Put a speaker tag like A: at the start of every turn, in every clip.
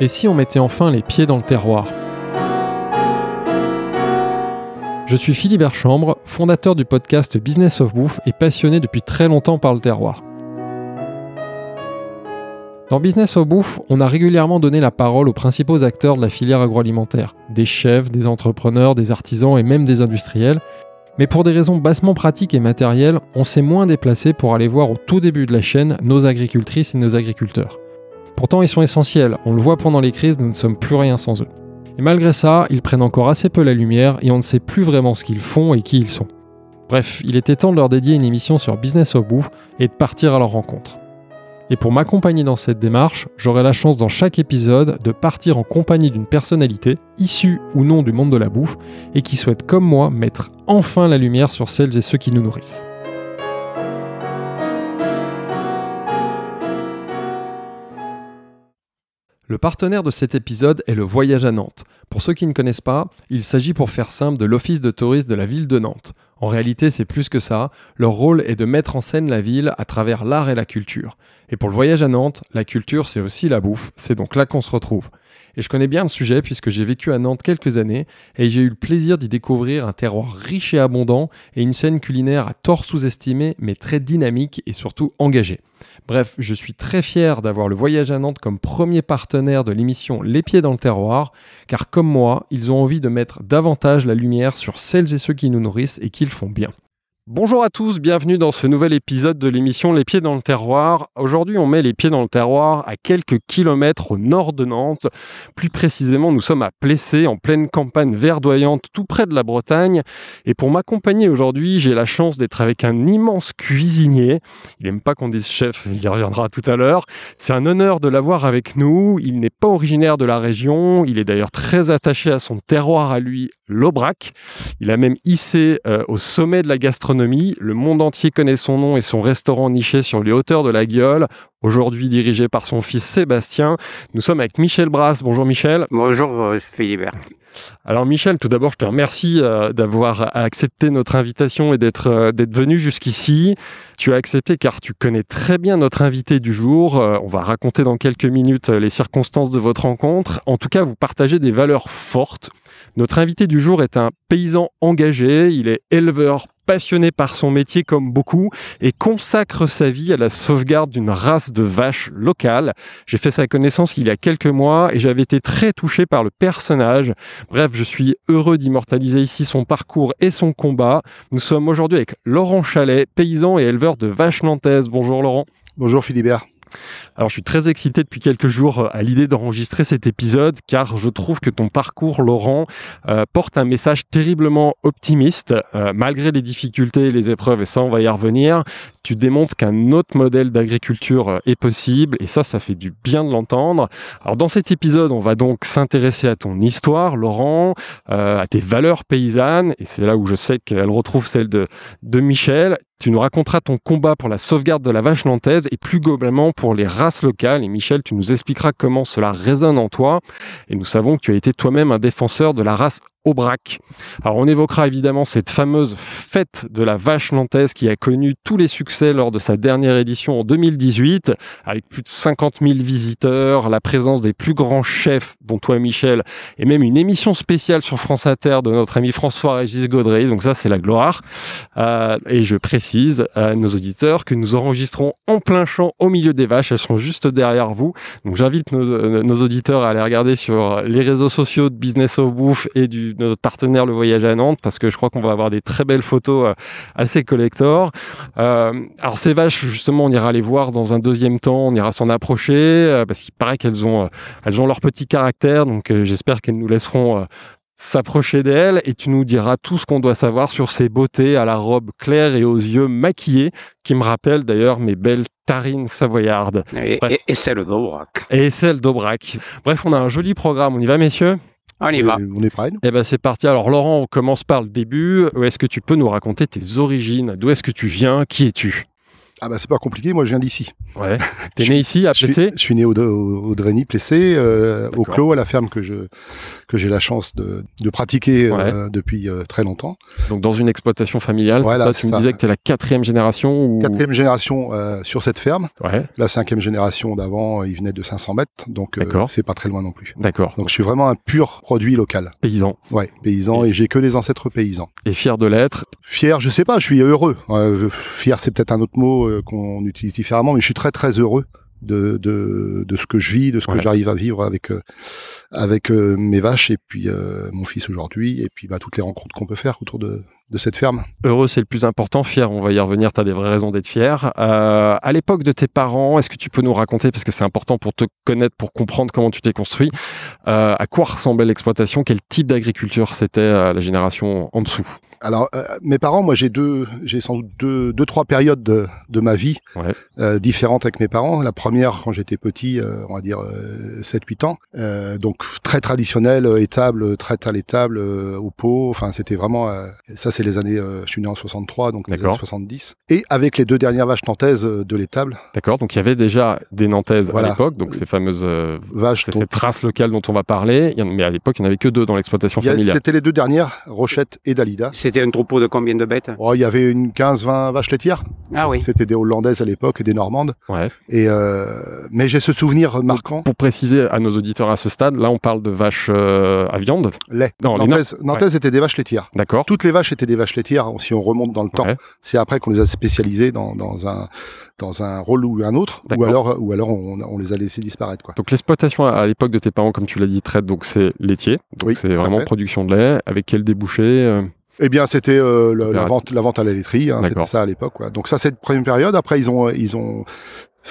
A: Et si on mettait enfin les pieds dans le terroir Je suis Philippe Archambre, fondateur du podcast Business of Bouffe et passionné depuis très longtemps par le terroir. Dans Business of Bouffe, on a régulièrement donné la parole aux principaux acteurs de la filière agroalimentaire, des chefs, des entrepreneurs, des artisans et même des industriels, mais pour des raisons bassement pratiques et matérielles, on s'est moins déplacé pour aller voir au tout début de la chaîne nos agricultrices et nos agriculteurs. Pourtant, ils sont essentiels, on le voit pendant les crises, nous ne sommes plus rien sans eux. Et malgré ça, ils prennent encore assez peu la lumière et on ne sait plus vraiment ce qu'ils font et qui ils sont. Bref, il était temps de leur dédier une émission sur Business of Bouffe et de partir à leur rencontre. Et pour m'accompagner dans cette démarche, j'aurai la chance dans chaque épisode de partir en compagnie d'une personnalité, issue ou non du monde de la bouffe, et qui souhaite comme moi mettre enfin la lumière sur celles et ceux qui nous nourrissent. Le partenaire de cet épisode est le Voyage à Nantes. Pour ceux qui ne connaissent pas, il s'agit pour faire simple de l'Office de tourisme de la ville de Nantes. En réalité, c'est plus que ça. Leur rôle est de mettre en scène la ville à travers l'art et la culture. Et pour le voyage à Nantes, la culture, c'est aussi la bouffe. C'est donc là qu'on se retrouve. Et je connais bien le sujet puisque j'ai vécu à Nantes quelques années et j'ai eu le plaisir d'y découvrir un terroir riche et abondant et une scène culinaire à tort sous-estimée mais très dynamique et surtout engagée. Bref, je suis très fier d'avoir le voyage à Nantes comme premier partenaire de l'émission Les pieds dans le terroir, car comme moi, ils ont envie de mettre davantage la lumière sur celles et ceux qui nous nourrissent et qui le font bien. Bonjour à tous, bienvenue dans ce nouvel épisode de l'émission Les pieds dans le terroir. Aujourd'hui, on met les pieds dans le terroir à quelques kilomètres au nord de Nantes. Plus précisément, nous sommes à Plessé, en pleine campagne verdoyante, tout près de la Bretagne. Et pour m'accompagner aujourd'hui, j'ai la chance d'être avec un immense cuisinier. Il n'aime pas qu'on dise chef, il y reviendra tout à l'heure. C'est un honneur de l'avoir avec nous. Il n'est pas originaire de la région, il est d'ailleurs très attaché à son terroir à lui, l'Aubrac. Il a même hissé euh, au sommet de la gastronomie. Le monde entier connaît son nom et son restaurant niché sur les hauteurs de la Gueule, aujourd'hui dirigé par son fils Sébastien. Nous sommes avec Michel Brasse. Bonjour Michel.
B: Bonjour euh, Philibert.
A: Alors Michel, tout d'abord, je te remercie euh, d'avoir accepté notre invitation et d'être euh, d'être venu jusqu'ici. Tu as accepté car tu connais très bien notre invité du jour. Euh, on va raconter dans quelques minutes euh, les circonstances de votre rencontre. En tout cas, vous partagez des valeurs fortes. Notre invité du jour est un paysan engagé. Il est éleveur passionné par son métier comme beaucoup et consacre sa vie à la sauvegarde d'une race de vaches locale. J'ai fait sa connaissance il y a quelques mois et j'avais été très touché par le personnage. Bref, je suis heureux d'immortaliser ici son parcours et son combat. Nous sommes aujourd'hui avec Laurent Chalet, paysan et éleveur de vaches nantaises. Bonjour Laurent.
C: Bonjour Philibert.
A: Alors je suis très excité depuis quelques jours euh, à l'idée d'enregistrer cet épisode car je trouve que ton parcours, Laurent, euh, porte un message terriblement optimiste. Euh, malgré les difficultés et les épreuves, et ça on va y revenir, tu démontres qu'un autre modèle d'agriculture euh, est possible et ça ça fait du bien de l'entendre. Alors dans cet épisode on va donc s'intéresser à ton histoire, Laurent, euh, à tes valeurs paysannes et c'est là où je sais qu'elle retrouve celle de, de Michel. Tu nous raconteras ton combat pour la sauvegarde de la vache nantaise et plus globalement pour les races locales. Et Michel, tu nous expliqueras comment cela résonne en toi. Et nous savons que tu as été toi-même un défenseur de la race Aubrac. Alors on évoquera évidemment cette fameuse fête de la vache nantaise qui a connu tous les succès lors de sa dernière édition en 2018, avec plus de 50 000 visiteurs, la présence des plus grands chefs, dont toi Michel, et même une émission spéciale sur France Inter de notre ami François-Régis Gaudry, donc ça c'est la gloire. Euh, et je précise à nos auditeurs que nous enregistrons en plein champ au milieu des vaches, elles sont juste derrière vous, donc j'invite nos, nos auditeurs à aller regarder sur les réseaux sociaux de Business of Bouffe et du de notre partenaire Le Voyage à Nantes parce que je crois qu'on va avoir des très belles photos euh, assez collector. Euh, alors ces vaches, justement, on ira les voir dans un deuxième temps, on ira s'en approcher euh, parce qu'il paraît qu'elles ont, euh, elles ont leur petit caractère, donc euh, j'espère qu'elles nous laisseront s'approcher d'elle et tu nous diras tout ce qu'on doit savoir sur ses beautés à la robe claire et aux yeux maquillés, qui me rappellent d'ailleurs mes belles tarines savoyardes.
B: Et, et, et celle d'Aubrac.
A: Et celle d'Aubrac. Bref, on a un joli programme, on y va messieurs
B: on y va.
C: Euh, on est prêt.
A: Eh ben c'est parti. Alors Laurent, on commence par le début. Est-ce que tu peux nous raconter tes origines D'où est-ce que tu viens Qui es-tu
C: Ah ben c'est pas bah, compliqué. Moi je viens d'ici.
A: Ouais. T'es né ici, à
C: Je suis,
A: PC
C: je suis né au, au, au Drainy, Plessé, euh, au
B: D'accord.
C: Clos, à la ferme que je que j'ai la chance de, de pratiquer euh, depuis euh, très longtemps.
A: Donc dans une exploitation familiale, c'est
C: Voilà,
A: ça,
C: c'est
A: tu me
C: ça.
A: disais que t'es la quatrième génération ou...
C: Quatrième génération euh, sur cette ferme.
A: Ouais,
C: La cinquième génération d'avant, euh, il venait de 500 mètres, donc euh,
A: D'accord.
C: c'est pas très loin non plus.
A: d'accord.
C: Donc je suis vraiment un pur produit local.
A: Paysan.
C: Ouais, paysan, et j'ai que des ancêtres paysans.
A: Et fier de l'être.
C: Fier, je sais pas, je suis heureux. Euh, fier, c'est peut-être un autre mot euh, qu'on utilise différemment, mais je suis très très heureux de de, de ce que je vis, de ce
A: Ouais.
C: que j'arrive à vivre avec euh, avec euh, mes vaches et puis euh, mon fils aujourd'hui et puis bah, toutes les rencontres qu'on peut faire autour de de cette ferme.
A: Heureux, c'est le plus important. Fier, on va y revenir. T'as des vraies raisons d'être fier. Euh, à l'époque de tes parents, est-ce que tu peux nous raconter, parce que c'est important pour te connaître, pour comprendre comment tu t'es construit, euh, à quoi ressemblait l'exploitation, quel type d'agriculture c'était euh, la génération en dessous
C: Alors euh, mes parents, moi j'ai deux, j'ai sans doute deux deux trois périodes de, de ma vie
A: Ouais.
C: euh, différentes avec mes parents. La première quand j'étais petit, euh, on va dire euh, 7-8 ans, euh, donc très traditionnel, euh, étable, euh, traite à l'étable, euh, au pot. Enfin, c'était vraiment. euh, ça, c'est les années. euh, je suis né en 63, donc les
A: D'accord.
C: années 70. Et avec les deux dernières vaches nantaises euh, de l'étable,
A: D'accord Donc il y avait déjà des Nantaises
C: Voilà.
A: à l'époque, donc ces fameuses euh,
C: vaches.
A: ces
C: dont-
A: ces traces locales dont on va parler. Il y en- Mais à l'époque, il n'y en avait que deux dans l'exploitation
C: il y a-
A: familiale.
C: C'était les deux dernières, Rochette et Dalida.
B: C'était un troupeau de combien de bêtes
C: Oh, il y avait une 15-20 vaches laitières.
B: Ah oui.
C: C'était des Hollandaises à l'époque et des Normandes.
A: Ouais.
C: Et euh, mais j'ai ce souvenir marquant.
A: Pour préciser à nos auditeurs à ce stade, là on parle de vaches euh, à viande.
C: Lait.
A: Non, les
C: Nantaises, Nantaises étaient des vaches laitières.
A: D'accord.
C: Toutes les vaches étaient des vaches laitières, si on remonte dans le temps.
A: Ouais.
C: C'est après qu'on les a spécialisées dans, dans, un, dans un rôle ou un autre, ou
A: D'accord.
C: alors, ou alors on, on les a laissées disparaître. Quoi.
A: Donc l'exploitation à- à l'époque de tes parents, comme tu l'as dit, traite, donc c'est laitier. Donc
C: Oui,
A: c'est
C: tout à
A: vraiment
C: fait.
A: production de lait. Avec quel débouché euh,
C: Eh bien, c'était euh, le- la,
A: Opérative.
C: vente, la vente à la laiterie, hein,
A: D'accord.
C: c'était ça à l'époque. quoi. Donc ça, c'est la première période. Après, ils ont, euh, ils ont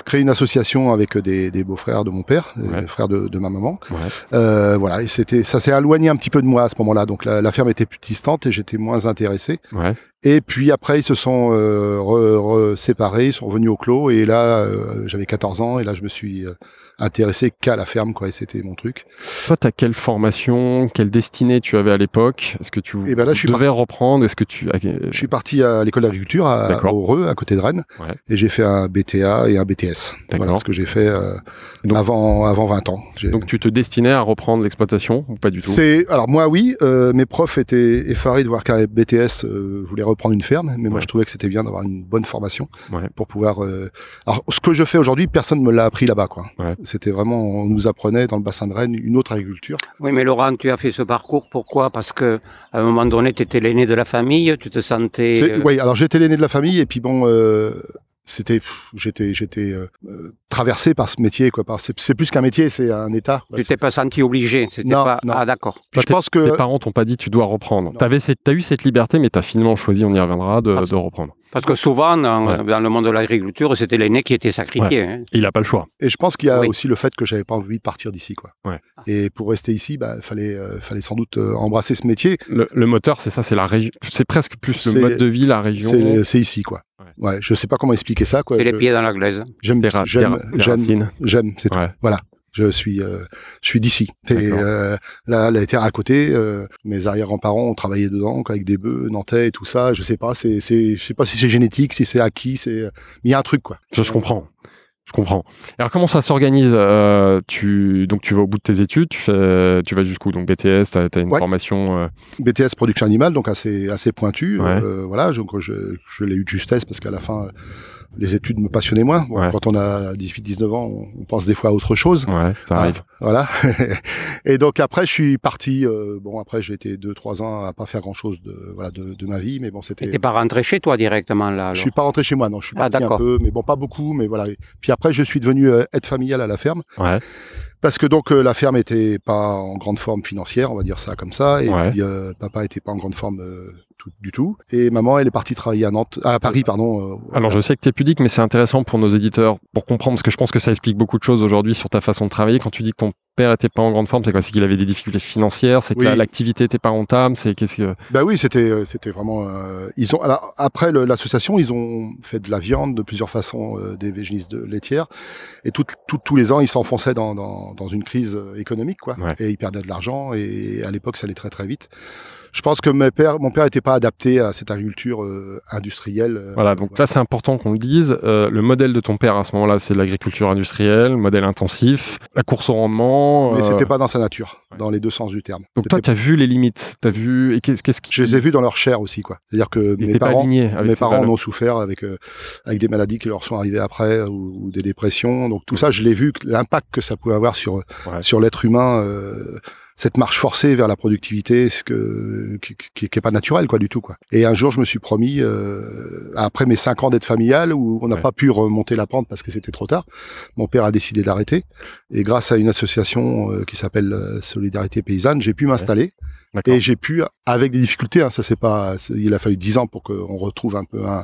C: créé une association avec euh, des, des beaux-frères de mon père,
A: Ouais.
C: les frères de, de ma maman.
A: Ouais.
C: Euh, voilà, et c'était, ça s'est éloigné un petit peu de moi à ce moment-là. Donc la, la ferme était plus distante et j'étais moins intéressé.
A: Ouais.
C: Et puis après, ils se sont euh, re- re- séparés, ils sont revenus au clos. Et là, euh, j'avais 14 ans et là, je me suis euh, intéressé qu'à la ferme, quoi. Et c'était mon truc.
A: Toi, t'as quelle formation, quelle destinée tu avais à l'époque Est-ce que tu
C: Eh ben là, je suis
A: devais reprendre Est-ce que tu à-
C: Je suis parti à l'école d'agriculture à,
A: D'accord.
C: au Reux, à côté de Rennes,
A: Ouais.
C: et j'ai fait un BTA et un BTS.
A: D'accord.
C: Voilà ce que j'ai fait euh,
A: Donc-
C: avant avant 20 ans. J'ai-
A: donc tu te destinais à reprendre l'exploitation ou pas du tout
C: C'est alors moi oui, euh, mes profs étaient effarés de voir qu'un BTS euh, voulait reprendre une ferme, mais moi
A: Ouais.
C: je trouvais que c'était bien d'avoir une bonne formation
A: Ouais.
C: pour pouvoir. euh, Alors ce que je fais aujourd'hui, personne ne me l'a appris là-bas quoi.
A: Ouais.
C: C'était vraiment on nous apprenait dans le bassin de Rennes une autre agriculture.
B: Oui, mais Laurent, tu as fait ce parcours, pourquoi Parce que à un moment donné, tu étais l'aîné de la famille, tu te sentais...
C: C'est-
B: euh,
C: Oui, alors j'étais l'aîné de la famille et puis bon, euh, c'était, pff, j'étais, j'étais euh, euh, traversé par ce métier quoi. Par, c'est, c'est plus qu'un métier, c'est un état. quoi.
B: euh, Tu t'es pas senti obligé, c'était
C: Non,
B: pas...
C: non.
B: Ah d'accord.
C: Puis
A: Toi,
C: je pense
A: Tes
C: que
A: parents t'ont pas dit tu dois reprendre.
C: euh, Non.
A: T'avais cette- T'as eu cette liberté, mais t'as finalement choisi, on y reviendra, de,
B: Ah.
A: de reprendre.
B: Parce que souvent, dans,
A: Ouais.
B: dans le monde de l'agriculture, c'était l'aîné qui était sacrifié. hein.
A: Il a pas le choix.
C: et je pense qu'il y a
B: Oui.
C: aussi le fait que j'avais pas envie de partir d'ici quoi.
A: Ouais.
C: Et pour rester ici, bah fallait, euh, fallait sans doute euh, embrasser ce métier.
A: Le, le moteur, c'est ça, c'est la région. C'est presque plus le
C: C'est-
A: mode de vie, la région.
C: C'est, c'est ici quoi. Ouais. je sais pas comment expliquer ça quoi.
B: C'est les
C: Je-
B: pieds dans la glaise.
C: J'aime,
A: Des ra- des ra-
C: j'aime,
A: des
C: j'aime,
A: racines.
C: j'aime, c'est
A: Ouais.
C: tout. Voilà. Je suis, euh, je suis d'ici. Et
A: D'accord.
C: euh, là, la terre à côté, euh, mes arrière-grands-parents ont travaillé dedans, quoi, avec des bœufs, nantais et tout ça. Je sais pas, c'est, c'est, je sais pas si c'est génétique, si c'est acquis, c'est, mais il y a un truc quoi.
A: Je, je comprends. Je comprends. Alors comment ça s'organise euh, Tu donc tu vas au bout de tes études, tu fais, tu vas jusqu'où Donc BTS, t'as as une
C: Ouais.
A: formation. euh,
C: BTS production animale, donc assez, assez pointu.
A: Ouais.
C: Euh, voilà, donc je, je l'ai eu de justesse parce qu'à la fin, euh, les études me passionnaient moins. Bon,
A: Ouais.
C: Quand on a 18-19 ans, on- on pense des fois à autre chose.
A: Ouais, ça
C: Ah,
A: arrive.
C: Voilà. et donc après, je suis parti. euh, bon, après, j'ai été deux, trois ans à pas faire grand chose de, voilà, de, de ma vie, mais bon,
B: Tu
C: c'était.
B: n'es pas rentré chez toi directement là. alors.
C: Je suis pas rentré chez moi, non. Je suis
B: Ah,
C: parti un
B: d'accord.
C: peu, mais bon, pas beaucoup, mais voilà. Et Puis après, je suis devenu euh, aide familiale à la ferme
A: Ouais.
C: parce que donc euh, la ferme était pas en grande forme financière, on va dire ça comme ça, et
A: Ouais.
C: puis euh, papa était pas en grande forme euh, tout- du tout, et maman, elle est partie travailler à Nantes, à Paris, pardon. euh,
A: Alors je sais que t'es pudique, mais c'est intéressant pour nos éditeurs pour comprendre parce que je pense que ça explique beaucoup de choses aujourd'hui sur ta façon de travailler. Quand tu dis que ton père était pas en grande forme, c'est quoi C'est qu'il avait des difficultés financières, c'est que
C: Oui.
A: la- l'activité était pas rentable, c'est qu'est-ce que
C: Ben oui, c'était euh, c'était vraiment euh, ils ont alors, après le- l'association, ils ont fait de la viande de plusieurs façons euh, des végénistes de laitières et tout, tout- tous les ans, ils s'enfonçaient dans, dans, dans une crise euh, économique quoi
A: Ouais.
C: et ils perdaient de l'argent et à l'époque, ça allait très très vite. je pense que mes pères, mon père n'était pas adapté à cette agriculture euh, industrielle. euh,
A: Voilà, donc là c'est important qu'on le dise. Euh, le modèle de ton père à ce moment-là, c'est l'agriculture industrielle, modèle intensif, la course au rendement.
C: Mais
A: euh,
C: c'était pas dans sa nature,
A: ouais.
C: dans les deux sens du terme.
A: Donc toi,
C: C'était-
A: tu as vu les limites, tu as vu. Et qu'est-ce qu'est-ce qui.
C: je les ai vus dans leur chair aussi, quoi. C'est-à-dire que
A: ils
C: mes
A: étaient pas
C: parents,
A: alignés avec
C: mes
A: ces
C: parents en
A: valeurs.
C: ont souffert avec euh, avec des maladies qui leur sont arrivées après euh, ou, ou des dépressions. Donc tout ça, je l'ai vu que l'impact que ça pouvait avoir sur
A: Mm. Ouais.
C: sur l'être humain. euh, cette marche forcée vers la productivité, ce que qui, qui, qui est pas naturel quoi du tout quoi. Et un jour, je me suis promis euh, après mes cinq ans d'aide familiale où on n'a
A: Ouais.
C: pas pu remonter la pente parce que c'était trop tard. Mon père a décidé d'arrêter et grâce à une association euh, qui s'appelle euh, Solidarité paysanne, j'ai pu m'installer.
A: D'accord.
C: Et j'ai pu, avec des difficultés, hein, ça c'est pas, c'est- il a fallu dix ans pour qu'on retrouve un peu un,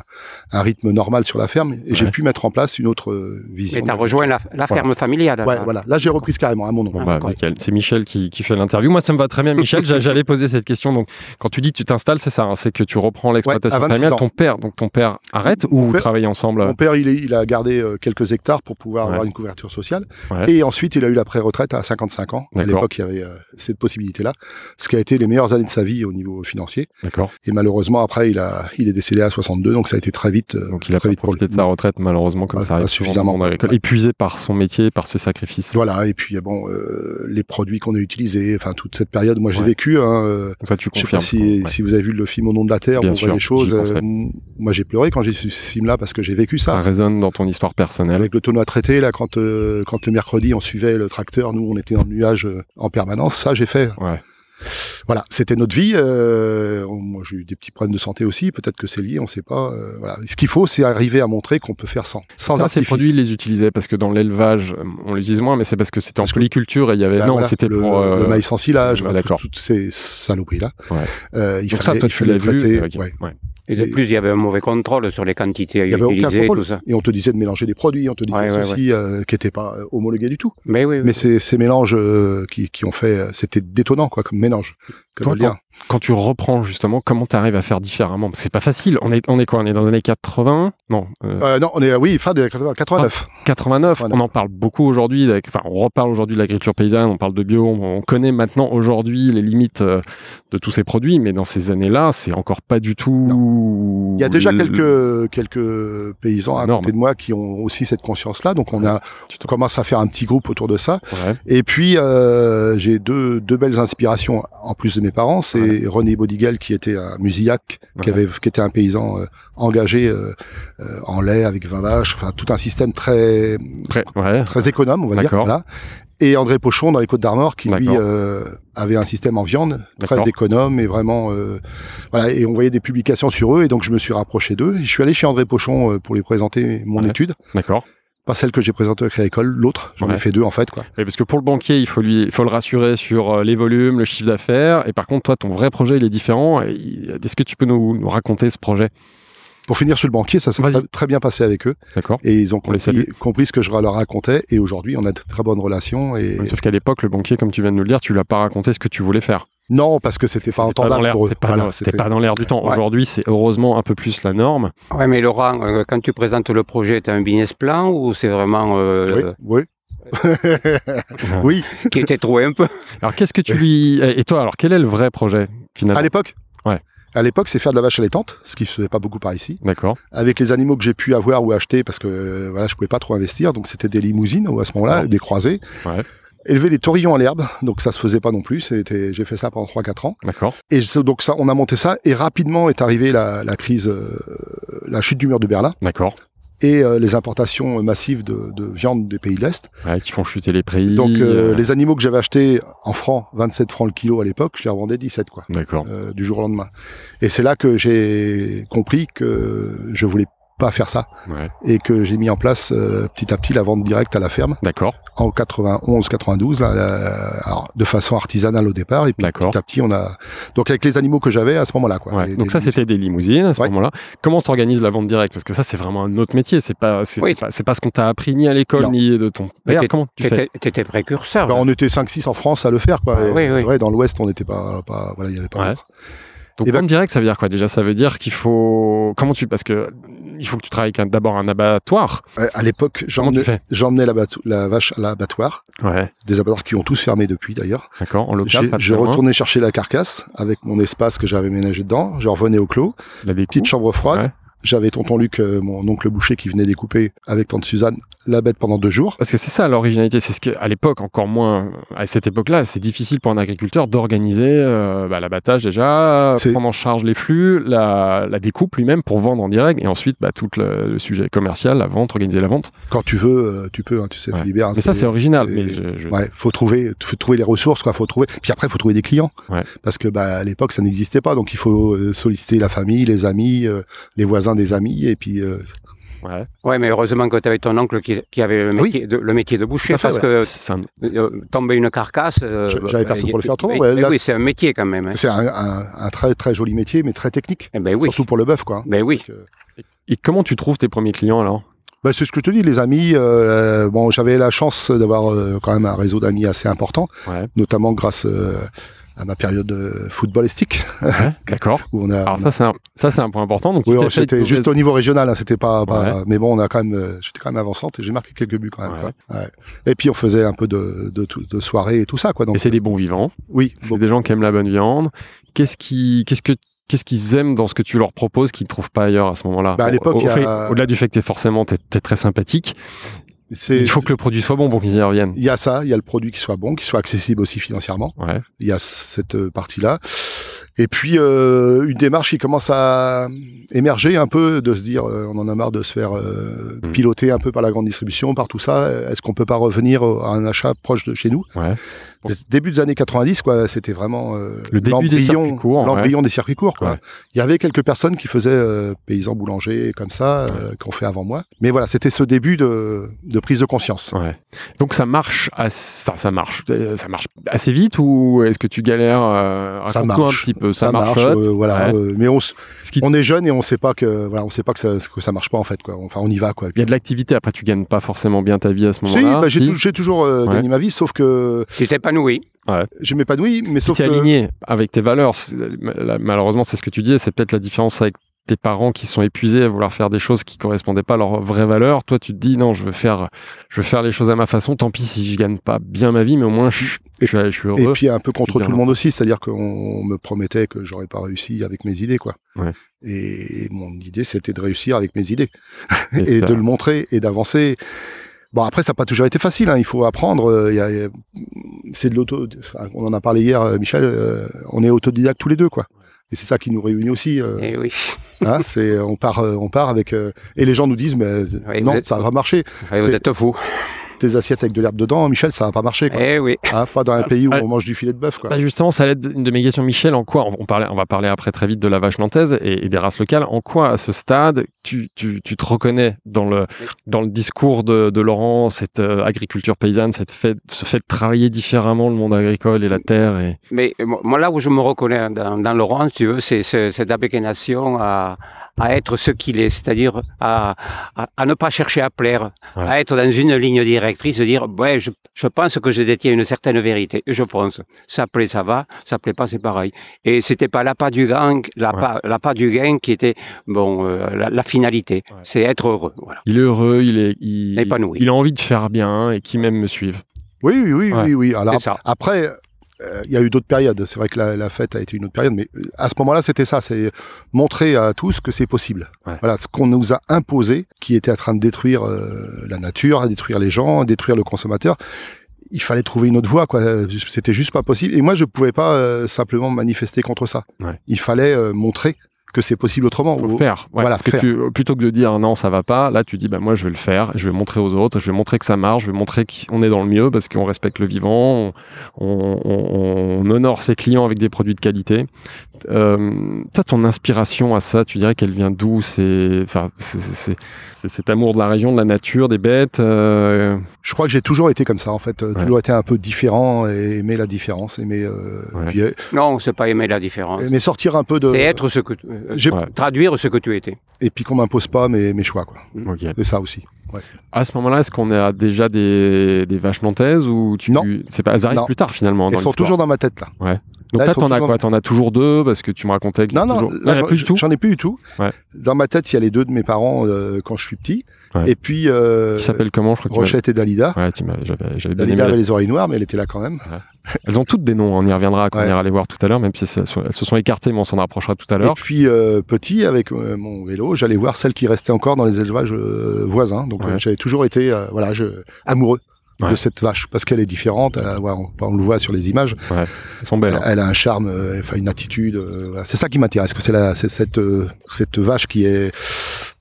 C: un rythme normal sur la ferme. Et j'ai
A: Ouais.
C: pu mettre en place une autre euh,
B: Mais
C: vision.
B: tu as rejoint la, la ferme familiale.
C: Ouais, voilà. Là, j'ai repris carrément à mon nom.
A: Bon, bah,
C: Ouais.
A: nickel. C'est Michel qui, qui fait l'interview. Moi, ça me va très bien, Michel. J'a- J'allais poser cette question. Donc, quand tu dis que tu t'installes, c'est ça, hein, c'est que tu reprends l'exploitation
C: Ouais, à 26
A: familiale.
C: ans.
A: Ton père, donc ton père arrête ou
C: Mon
A: vous
C: père-
A: travaillez ensemble euh,
C: Mon père, il, est- il a gardé euh, quelques hectares pour pouvoir
A: Ouais.
C: avoir une couverture sociale.
A: Ouais.
C: Et ensuite, il a eu la pré-retraite à 55 ans. À
A: D'accord.
C: l'époque, il y avait euh, cette possibilité-là, ce qui a été les meilleures années de sa vie au niveau financier.
A: D'accord.
C: Et malheureusement, après, il a, il est décédé à 62, donc ça a été très vite. euh,
A: Donc, il a pas
C: très vite
A: profité de
C: problème.
A: sa retraite, malheureusement, comme
C: Pas-
A: ça arrive
C: pas
A: souvent dans le
C: suffisamment.
A: monde agricole.
C: Ouais.
A: Épuisé par son métier, par ses sacrifices.
C: Voilà, et puis bon, euh, les produits qu'on a utilisés, enfin toute cette période, moi j'ai
A: Ouais.
C: vécu. Hein, euh,
A: Donc, ça, tu
C: je sais pas
A: confirmes.
C: si,
A: Ouais.
C: si vous avez vu le film Au nom de la Terre,
A: Bien
C: on
A: sûr,
C: voit des choses.
A: j'y
C: euh,
A: pensais.
C: m- moi j'ai pleuré quand j'ai vu ce film-là parce que j'ai vécu
A: Ça
C: ça.
A: résonne dans ton histoire personnelle.
C: Avec le tonneau à traiter, là, quand, euh, quand le mercredi on suivait le tracteur, nous on était dans le nuage euh, en permanence, ça j'ai fait.
A: Ouais.
C: Voilà, c'était notre vie. euh, on- moi j'ai eu des petits problèmes de santé aussi, peut-être que c'est lié, on sait pas. euh, voilà. Ce qu'il faut, c'est arriver à montrer qu'on peut faire sans. Sans
A: ça, ces
C: artifice.
A: produits, ils les utilisaient parce que dans l'élevage, euh, on les utilise moins, mais c'est parce que c'était en
C: Parce que-
A: polyculture et il y avait.
C: Bah,
A: non,
C: voilà,
A: c'était
C: le,
A: pour. euh,
C: le maïs sans silage,
A: ouais,
C: voilà,
A: d'accord.
C: tout- toutes ces saloperies là.
A: Ouais.
C: il
A: Donc, ça,
C: fallait,
A: toi,
C: il
A: tu
C: fallait
A: l'as vu.
C: traiter,
A: euh, ok.
C: ouais.
A: Ouais.
B: Et de plus, il y avait un mauvais contrôle sur les quantités
C: Il y avait aucun
B: utilisées et
C: contrôle.
B: tout ça.
C: Et on te disait de mélanger des produits, on te disait
B: Ouais, ouais,
C: ceci euh, qui n'était pas euh, homologué du tout.
B: Mais oui, oui.
C: Mais ces, ces mélanges euh, qui, qui ont fait, euh, c'était détonnant quoi, comme mélange,
A: Toi,
C: comme lien.
A: Quand tu reprends, justement, comment tu arrives à faire différemment Parce que C'est pas facile. On est, on est quoi On est dans les années 80 Non, euh,
C: Euh, non, on est oui fin de 89.
A: 89.
C: Voilà.
A: On en parle beaucoup aujourd'hui. avec- Enfin, on reparle aujourd'hui de l'agriculture paysanne, on parle de bio, on, on connaît maintenant aujourd'hui les limites euh, de tous ces produits, mais dans ces années-là, c'est encore pas du tout.
C: Il y a déjà
A: le-
C: quelques quelques paysans à
A: Énorme.
C: côté de moi qui ont aussi cette conscience là, donc on a
A: Tu te-
C: on commence à faire un petit groupe autour de ça.
A: Ouais.
C: Et puis, euh, j'ai deux, deux belles inspirations, en plus de mes parents. C'est
A: Ouais.
C: René Bodigal, qui était un musillac, qui,
A: Ouais.
C: avait, qui était un paysan euh, engagé euh, euh, en lait, avec 20 vaches, enfin, tout un système très,
A: Très- ouais.
C: très économe, on va dire.
A: D'accord.
C: Voilà. Et André Pochon, dans les Côtes-d'Armor, qui, lui,
A: D'accord.
C: euh, avait un système en viande, très
A: D'accord.
C: économe, et vraiment... euh, voilà, et on voyait des publications sur eux, et donc je me suis rapproché d'eux. Et Je suis allé chez André Pochon euh, pour lui présenter mon
A: Ouais.
C: étude.
A: D'accord.
C: Pas celle que j'ai présentée à l'école, l'autre. J'en
A: Ouais.
C: ai fait deux, en fait, quoi.
A: Oui, parce que pour le banquier, il faut, lui, il faut le rassurer sur euh, les volumes, le chiffre d'affaires. Et par contre, toi, ton vrai projet, il est différent. Et il- Est-ce que tu peux nous, nous raconter ce projet
C: Pour finir sur le banquier, ça s'est
A: Vas-y.
C: très, très bien passé avec eux
A: D'accord
C: et ils ont
A: On les
C: compris, compris ce que je leur racontais et aujourd'hui on a de très bonnes relations et
A: Sauf qu'à l'époque, le banquier, comme tu viens de nous le dire, tu lui as pas raconté ce que tu voulais faire.
C: non parce que c'était
A: C'était pas
C: pas
A: dans
C: entendable
A: l'air-
C: pour eux.
A: c'est pas
C: Voilà,
A: dans- C'était pas dans l'air du temps.
B: Ouais.
A: Aujourd'hui, c'est heureusement un peu plus la norme.
B: Ouais, mais Laurent, euh, quand tu présentes le projet, tu as un business plan ou c'est vraiment
C: oui,
B: euh,
C: oui. oui,
B: qui était trouvé un peu
A: Alors, qu'est-ce que tu lui. Et et toi, alors, quel est le vrai projet,
C: à
A: finalement
C: l'époque.
A: Ouais.
C: À l'époque, c'est faire de la vache allaitante, ce qui se faisait pas beaucoup par ici.
A: D'accord.
C: Avec les animaux que j'ai pu avoir ou acheter, parce que euh, voilà, je pouvais pas trop investir, donc c'était des limousines ou à ce moment-là,
A: Ouais.
C: des croisés.
A: Ouais.
C: Élever des taurillons à l'herbe, donc ça se faisait pas non plus. C'était, j'ai fait ça pendant 3-4 ans.
A: D'accord.
C: Et ça- donc ça, on a monté ça et rapidement est arrivée la, la crise, euh, la chute du mur de Berlin.
A: D'accord.
C: et euh, les importations massives de, de viande des pays de l'Est.
A: Ouais, qui font chuter les prix.
C: Donc euh,
A: euh,
C: les animaux que j'avais achetés en francs, 27 francs le kilo à l'époque, je les revendais 17 quoi,
A: D'accord.
C: euh, du jour au lendemain. Et c'est là que j'ai compris que je voulais pas faire ça
A: Ouais.
C: et que j'ai mis en place euh, petit à petit la vente directe à la ferme
A: D'accord.
C: en 91-92 là, là, alors, de façon artisanale au départ et puis
A: D'accord.
C: petit à petit on a donc avec les animaux que j'avais à ce moment-là quoi.
A: Ouais,
C: Les-
A: Donc
C: les-
A: ça, c'était des limousines à ce
C: Ouais.
A: moment-là. Comment t'organises la vente directe Parce que ça, c'est vraiment un autre métier. C'est pas, c'est
B: Oui.
A: c'est pas, c'est pas ce qu'on t'a appris ni à l'école
C: Non.
A: ni de ton
B: Mais
A: père. Comment tu fais
B: Tu étais précurseur.
C: Ben, on était 5-6 en France à le faire quoi.
B: Ah,
C: Et-
B: oui, oui.
C: ouais, dans l'Ouest on n'était pas, pas voilà il y avait pas
A: Ouais.
C: d'autres.
A: Donc
C: Eh ben-
A: vente directe, ça veut dire quoi déjà Ça veut dire qu'il faut. Comment tu Parce que il faut que tu travailles avec un- d'abord un abattoir.
C: Ouais, À l'époque,
A: Comment tu
C: j'emmenais
A: fais
C: j'emmenais la, bato- la vache à l'abattoir,
A: Ouais,
C: des abattoirs qui ont tous fermé depuis d'ailleurs.
A: d'accord, en local,
C: J'ai-
A: pas
C: Je
A: très loin,
C: retournais chercher la carcasse avec mon espace que j'avais ménagé dedans. Je revenais au clos,
A: la découpe.
C: petite chambre froide.
A: Ouais.
C: J'avais tonton Luc, euh, mon oncle boucher, qui venait découper avec tante Suzanne la bête pendant deux jours.
A: Parce que c'est ça l'originalité, c'est ce qu'à l'époque, encore moins à cette époque-là, c'est difficile pour un agriculteur d'organiser euh, bah, l'abattage déjà,
C: C'est-
A: prendre en charge les flux, la, la découpe lui-même pour vendre en direct, et ensuite bah, tout le, le sujet commercial, la vente, organiser la vente.
C: Quand tu veux, euh, tu peux, hein, tu sais,
A: Ouais.
C: Philibert. hein,
A: Mais ça c'est original.
C: Ah, c'est-
A: Mais je- je-
C: Ouais, faut trouver, faut trouver les ressources, quoi. Faut trouver. Puis après, faut trouver des clients.
A: Ouais.
C: Parce que, bah, à l'époque, ça n'existait pas. Donc, il faut euh, solliciter la famille, les amis, euh, les voisins des amis, et puis euh,
A: ouais.
B: Ouais, mais heureusement que tu avais ton oncle qui, qui avait le
C: Ah oui.
B: métier, de, le métier de boucher,
C: Tout à fait,
B: parce
C: ouais.
B: que
A: C'est un-
B: euh, tomber une carcasse. euh,
C: Je- j'avais personne
B: bah,
C: pour le faire
B: y-
C: autrement,
B: y-
C: ouais,
B: eh
C: là,
B: oui, c'est un métier quand même. hein.
C: c'est un, un- un très très joli métier, mais très technique,
B: Eh ben oui.
C: surtout pour le bœuf, quoi.
B: Ben oui.
C: Donc, euh,
A: Et comment tu trouves tes premiers clients alors
C: bah, c'est ce que je te dis, les amis. euh, bon, j'avais la chance d'avoir euh, quand même un réseau d'amis assez important,
A: Ouais.
C: notamment grâce euh, à ma période euh, footballistique,
A: Ouais, D'accord.
C: où on a.
A: Alors ça c'est un, ça c'est un point important. Donc tu
C: Euh, Oui,
A: t'es
C: on-
A: fait
C: c'était
A: une
C: juste au niveau régional, hein, c'était pas, pas-
A: Ouais.
C: mais bon, on a quand même, euh, j'étais quand même avançante et j'ai marqué quelques buts quand même.
A: Ouais.
C: quoi. Ouais. Et puis on faisait un peu de, de, tout- de soirée et tout ça, quoi. Donc
A: Et c'est des bons vivants.
C: oui,
A: C'est
C: bon,
A: des gens qui aiment la bonne viande. Qu'est-ce qui, qu'est-ce que Qu'est-ce qu'ils aiment dans ce que tu leur proposes qu'ils ne trouvent pas ailleurs à ce moment-là
C: Bah, à
A: Au-
C: l'époque,
A: au-
C: il y a-
A: fait- Au-delà du fait que tu es forcément t'es- t'es très sympathique,
C: c'est-
A: il faut que le produit soit bon pour qu'ils y reviennent.
C: il y a ça, il y a le produit qui soit bon, qui soit accessible aussi financièrement.
A: Ouais.
C: Il y a cette euh, partie-là. Et puis euh, une démarche qui commence à émerger un peu, de se dire, euh, on en a marre de se faire euh,
A: Mm.
C: piloter un peu par la grande distribution, par tout ça. Est-ce qu'on peut pas revenir au- à un achat proche de chez nous
A: Ouais.
C: Des- Début des années 90, quoi, c'était vraiment euh,
A: Le début des
C: l'embryon-
A: circuits courts,
C: l'embryon des circuits courts. Quoi.
A: Ouais.
C: Il y avait quelques personnes qui faisaient euh, paysans boulangers comme ça, euh, qu'on fait avant moi. Mais voilà, c'était ce début de, de prise de conscience.
A: Ouais. Donc ça marche, assez, enfin ça marche, euh, ça marche assez vite ou est-ce que tu galères euh,
C: Ça
A: raconte-nous un
C: marche.
A: petit peu. Ça, marche.
C: euh, voilà.
A: Ouais.
C: euh, mais on, s-
A: Ce qui-
C: on est jeune et on sait pas que voilà, on sait pas que ça, que ça marche pas en fait. Quoi. Enfin, on y va quoi.
A: Il y a de l'activité. Après, tu gagnes pas forcément bien ta vie à ce
C: Si,
A: moment-là.
C: bah, j'ai
A: Si.
C: tou- j'ai toujours euh,
A: Ouais.
C: gagné ma vie, sauf que
B: Tu t'épanouis.
C: je m'épanouis, mais
A: Tu
C: sauf
A: t'es
C: que
A: aligné avec tes valeurs. C'est- la- Malheureusement, c'est ce que tu disais. C'est peut-être la différence avec tes parents qui sont épuisés à vouloir faire des choses qui correspondaient pas à leurs vraies valeurs. Toi, tu te dis non, je veux faire, je veux faire les choses à ma façon. Tant pis si je gagne pas bien ma vie, mais au moins je, je suis, je suis
C: Et
A: heureux.
C: puis un peu contre
A: bien
C: tout le
A: non.
C: monde aussi, c'est-à-dire qu'on me promettait que j'aurais pas réussi avec mes idées, quoi.
A: Ouais.
C: Et mon idée, c'était de réussir avec mes idées
A: Et
C: et,
A: ça-
C: de le montrer et d'avancer. Bon, après, ça n'a pas toujours été facile. hein, Il faut apprendre. euh, il y a- il y a- c'est de l'auto. enfin, On en a parlé hier, euh, Michel. euh, on est autodidacte tous les deux, quoi. Et c'est ça qui nous réunit aussi. euh,
B: Eh oui.
C: hein, c'est on part, euh, on part avec. euh, et les gens nous disent, mais euh,
B: Oui,
C: non,
B: vous êtes-
C: ça va marcher.
B: Eh, Vous
C: Et-
B: êtes fou.
C: Tes assiettes avec de l'herbe dedans, Michel, ça va pas marcher. Quoi.
B: Eh oui.
C: Hein, pas dans un pays où
A: Ouais.
C: on mange du filet de bœuf, quoi.
A: Bah, justement, ça allait être une de mes questions, Michel. En quoi, on, on parlait, on va parler après très vite de la vache nantaise et, et des races locales. En quoi, à ce stade, tu, tu- tu te reconnais dans le,
B: Oui.
A: dans le discours de, de Laurent, cette euh, agriculture paysanne, cette fait, ce fait de travailler différemment le monde agricole et la terre et...
B: Mais euh, moi, moi, là où je me reconnais hein, dans, dans Laurent, si tu veux, c'est c'est- cette abnégation à, à être ce qu'il est, c'est-à-dire à, à, à ne pas chercher à plaire,
A: Ouais.
B: à être dans une ligne directrice, de dire ouais, je, je pense que je détiens une certaine vérité et je fonce. Ça plaît, ça va. Ça plaît pas, c'est pareil. Et c'était pas l'appât du gain, l'appât l'appât du gain qui était bon euh, la, la finalité,
A: Ouais.
B: c'est être heureux. Voilà.
A: Il est heureux, il, est, il,
B: Épanoui.
A: il a envie de faire bien et qui même me suivent.
C: Oui, oui, oui,
A: Ouais.
C: oui, oui. Alors,
B: C'est ça.
C: Après, euh, il y a eu d'autres périodes. C'est vrai que la, la fête a été une autre période, mais euh, à ce moment-là, c'était ça. C'est montrer à tous que c'est possible.
A: Ouais.
C: Voilà, ce qu'on nous a imposé, qui était en train de détruire euh, la nature, à détruire les gens, à détruire le consommateur. Il fallait trouver une autre voie, quoi. Euh, C'était juste pas possible. Et moi, je pouvais pas euh, simplement manifester contre ça.
A: Ouais.
C: Il fallait euh, montrer que c'est possible autrement.
A: Faut
C: Ou-
A: faire. Ouais,
C: voilà,
A: parce que
C: faire.
A: tu- euh, plutôt que de dire non, ça va pas, là tu dis bah moi je vais le faire, je vais montrer aux autres, je vais montrer que ça marche, je vais montrer qu'on est dans le mieux parce qu'on respecte le vivant, on, on- on- on honore ses clients avec des produits de qualité. Euh, toi, ton inspiration à ça, tu dirais qu'elle vient d'où C'est enfin c'est- c'est- c'est- c'est cet amour de la région, de la nature, des bêtes. euh,
C: Je crois que j'ai toujours été comme ça, en fait. Euh,
A: Ouais.
C: Toujours été un peu différent et aimer la différence, aimer, euh,
A: Ouais.
C: puis, euh,
B: Non, c'est pas aimer la différence.
C: aimer sortir un peu de.
B: C'est être ce que tu- euh,
C: J'ai-
A: Ouais.
B: traduire ce que tu étais.
C: et puis qu'on m'impose pas mes, mes choix quoi.
A: ok.
C: C'est ça aussi. Ouais.
A: À ce moment-là, est-ce qu'on a déjà des, des vaches nantaises ou tu
C: Non.
A: c'est pas elles arrivent
C: Non.
A: plus tard finalement dans
C: Elles sont
A: l'histoire.
C: toujours dans ma tête là.
A: Donc là,
C: là, elles sont
A: t'en as
C: toujours-
A: quoi T'en as toujours deux parce que tu me racontais. qu'il y a
C: Non, non,
A: toujours-
C: là,
A: Là, il y a
C: j'en-
A: plus du tout.
C: J'en ai plus du tout.
A: Ouais.
C: Dans ma tête, il y a les deux de mes parents euh, quand je suis petit.
A: Ouais.
C: Et puis, euh,
A: Qui s'appelle comment Je crois que tu m'as-
C: Rochette et Dalida.
A: Ouais, tu m'as- j'avais j'avais bien aimé
C: Dalida
A: la-
C: avait les oreilles noires, mais elle était là quand même.
A: Elles ont toutes des noms, on y reviendra quand on
C: Ouais.
A: ira les voir tout à l'heure, même si elles sont- elles se sont écartées, mais on s'en rapprochera tout à
C: Et
A: l'heure.
C: puis, euh, petit, avec euh, mon vélo, j'allais voir celles qui restaient encore dans les élevages euh, voisins. Donc, euh,
A: Ouais.
C: j'avais toujours été euh, voilà, je, amoureux
A: Ouais.
C: de cette vache parce qu'elle est différente. Elle a- ouais, on, on le voit sur les images.
A: Elles sont belles. hein.
C: Elle a un charme, euh, enfin une attitude. euh, voilà. C'est ça qui m'intéresse. que C'est la- c'est cette, euh, cette vache qui est,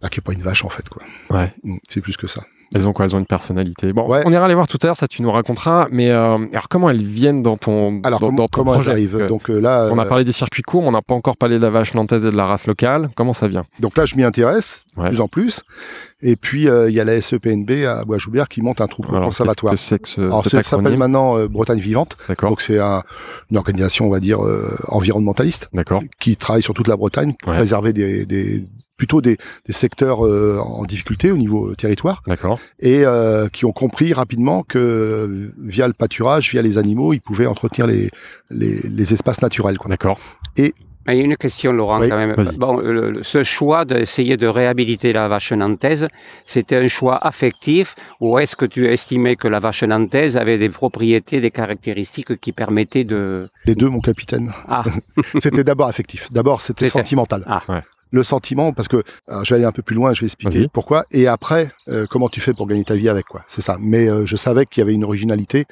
C: bah, qui est pas une vache en fait. quoi.
A: Ouais.
C: Mm, C'est plus que ça.
A: Elles ont quoi Elles ont une personnalité. Bon,
C: Ouais.
A: on ira les voir tout à l'heure, ça tu nous raconteras. Mais euh, alors, comment elles viennent dans ton,
C: Alors,
A: dans,
C: com-
A: dans ton
C: comment
A: projet
C: elles arrivent
A: Parce que
C: Donc euh, là,
A: On a
C: euh,
A: parlé des circuits courts, on n'a pas encore parlé de la vache nantaise et de la race locale. Comment ça vient
C: Donc là, je m'y intéresse de
A: Ouais.
C: plus en plus. Et puis, euh, il y a la SEPNB à Bois-Joubert qui monte un troupeau
A: Alors,
C: conservatoire.
A: qu'est-ce que c'est que ce,
C: Alors,
A: cet
C: ça s'appelle
A: acronyme
C: maintenant euh, Bretagne Vivante.
A: D'accord,
C: Donc, c'est un- une organisation, on va dire, euh, environnementaliste
A: d'accord.
C: qui travaille sur toute la Bretagne pour
A: Ouais.
C: préserver des, des- plutôt des, des secteurs euh, en difficulté au niveau euh, territoire
A: D'accord.
C: et euh, qui ont compris rapidement que euh, via le pâturage, via les animaux, ils pouvaient entretenir les, les, les espaces naturels. quoi.
A: D'accord.
B: Mais Ah, Il y a une question, Laurent,
C: Oui,
B: quand même.
A: vas-y.
B: Bon, le- le- ce choix d'essayer de réhabiliter la vache nantaise, c'était un choix affectif ou est-ce que tu estimais que la vache nantaise avait des propriétés, des caractéristiques qui permettaient de...
C: Les deux, mon capitaine.
B: Ah.
C: c'était d'abord affectif. D'abord, c'était
B: C'était-
C: sentimental.
B: Ah.
A: Ouais.
C: Le sentiment, parce que alors, je vais aller un peu plus loin, je vais expliquer
A: Vas-y.
C: pourquoi. Et après, euh, comment tu fais pour gagner ta vie avec quoi C'est ça. Mais euh, je savais qu'il y avait une originalité,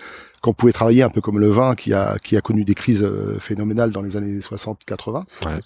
C: qu'on pouvait travailler un peu comme le vin qui a qui a connu des crises euh, phénoménales dans les années 60-80.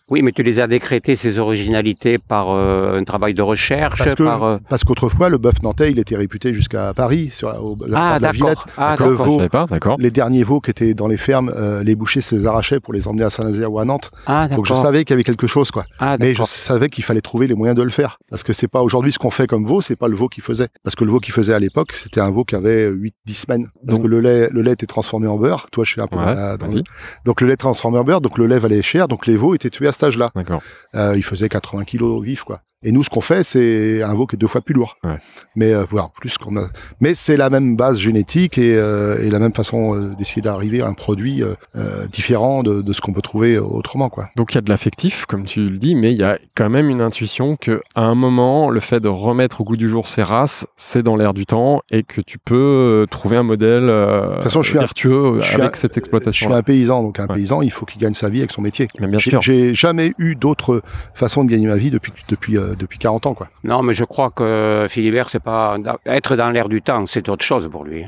B: Oui, mais tu les as décrétées, ces originalités, par euh, un travail de recherche,
C: Parce que-
B: par... euh,
C: Parce qu'autrefois, le bœuf nantais, il était réputé jusqu'à Paris, sur la, au- la part
B: Ah,
C: de la Villette.
B: d'accord. Ah,
C: D'accord.
A: Je
B: d'accord.
C: Veau.
A: savais pas, d'accord.
C: Les derniers veaux qui étaient dans les fermes, euh, les bouchers se les arrachaient pour les emmener à Saint-Nazaire ou à Nantes.
B: Ah,
C: Donc je
B: d'accord.
C: savais qu'il y avait quelque chose, quoi.
B: Ah,
C: Mais je
B: d'accord.
C: savais qu'il fallait trouver les moyens de le faire. Parce que c'est pas aujourd'hui ce qu'on fait comme veau, c'est pas le veau qui faisait. Parce que le veau qui faisait à l'époque, c'était un veau qui avait 8-10 semaines. Parce
A: Donc-
C: que le lait, le lait était transformé en beurre. Toi, je suis un peu
A: Ouais,
C: dans la- dans le-
A: vas-y.
C: Donc le lait transformé en beurre, donc le lait valait cher, donc les veaux étaient tués à cet âge-là.
A: D'accord.
C: Euh, ils faisaient 80 kilos vifs, quoi. Et nous, ce qu'on fait, c'est un veau qui est deux fois plus lourd.
A: Ouais.
C: Mais euh, voire plus qu'on a. Mais c'est la même base génétique et, euh, et la même façon euh, d'essayer d'arriver à un produit euh, euh, différent de, de ce qu'on peut trouver euh, autrement, quoi.
A: Donc il y a de l'affectif, comme tu le dis, mais il y a quand même une intuition que à un moment, le fait de remettre au goût du jour ces races, c'est dans l'air du temps et que tu peux euh, trouver un modèle euh,
C: toute façon, je suis un-
A: vertueux euh,
C: je suis
A: avec
C: un-
A: cette
C: Je suis
A: exploitation.
C: un paysan, donc un
A: Ouais.
C: paysan, il faut qu'il gagne sa vie avec son métier.
A: bien
C: J'ai-
A: sûr.
C: J'ai jamais eu d'autre façon de gagner ma vie depuis depuis euh, depuis 40 ans quoi.
B: Non, mais je crois que Philibert, c'est pas être dans l'air du temps, c'est autre chose pour lui.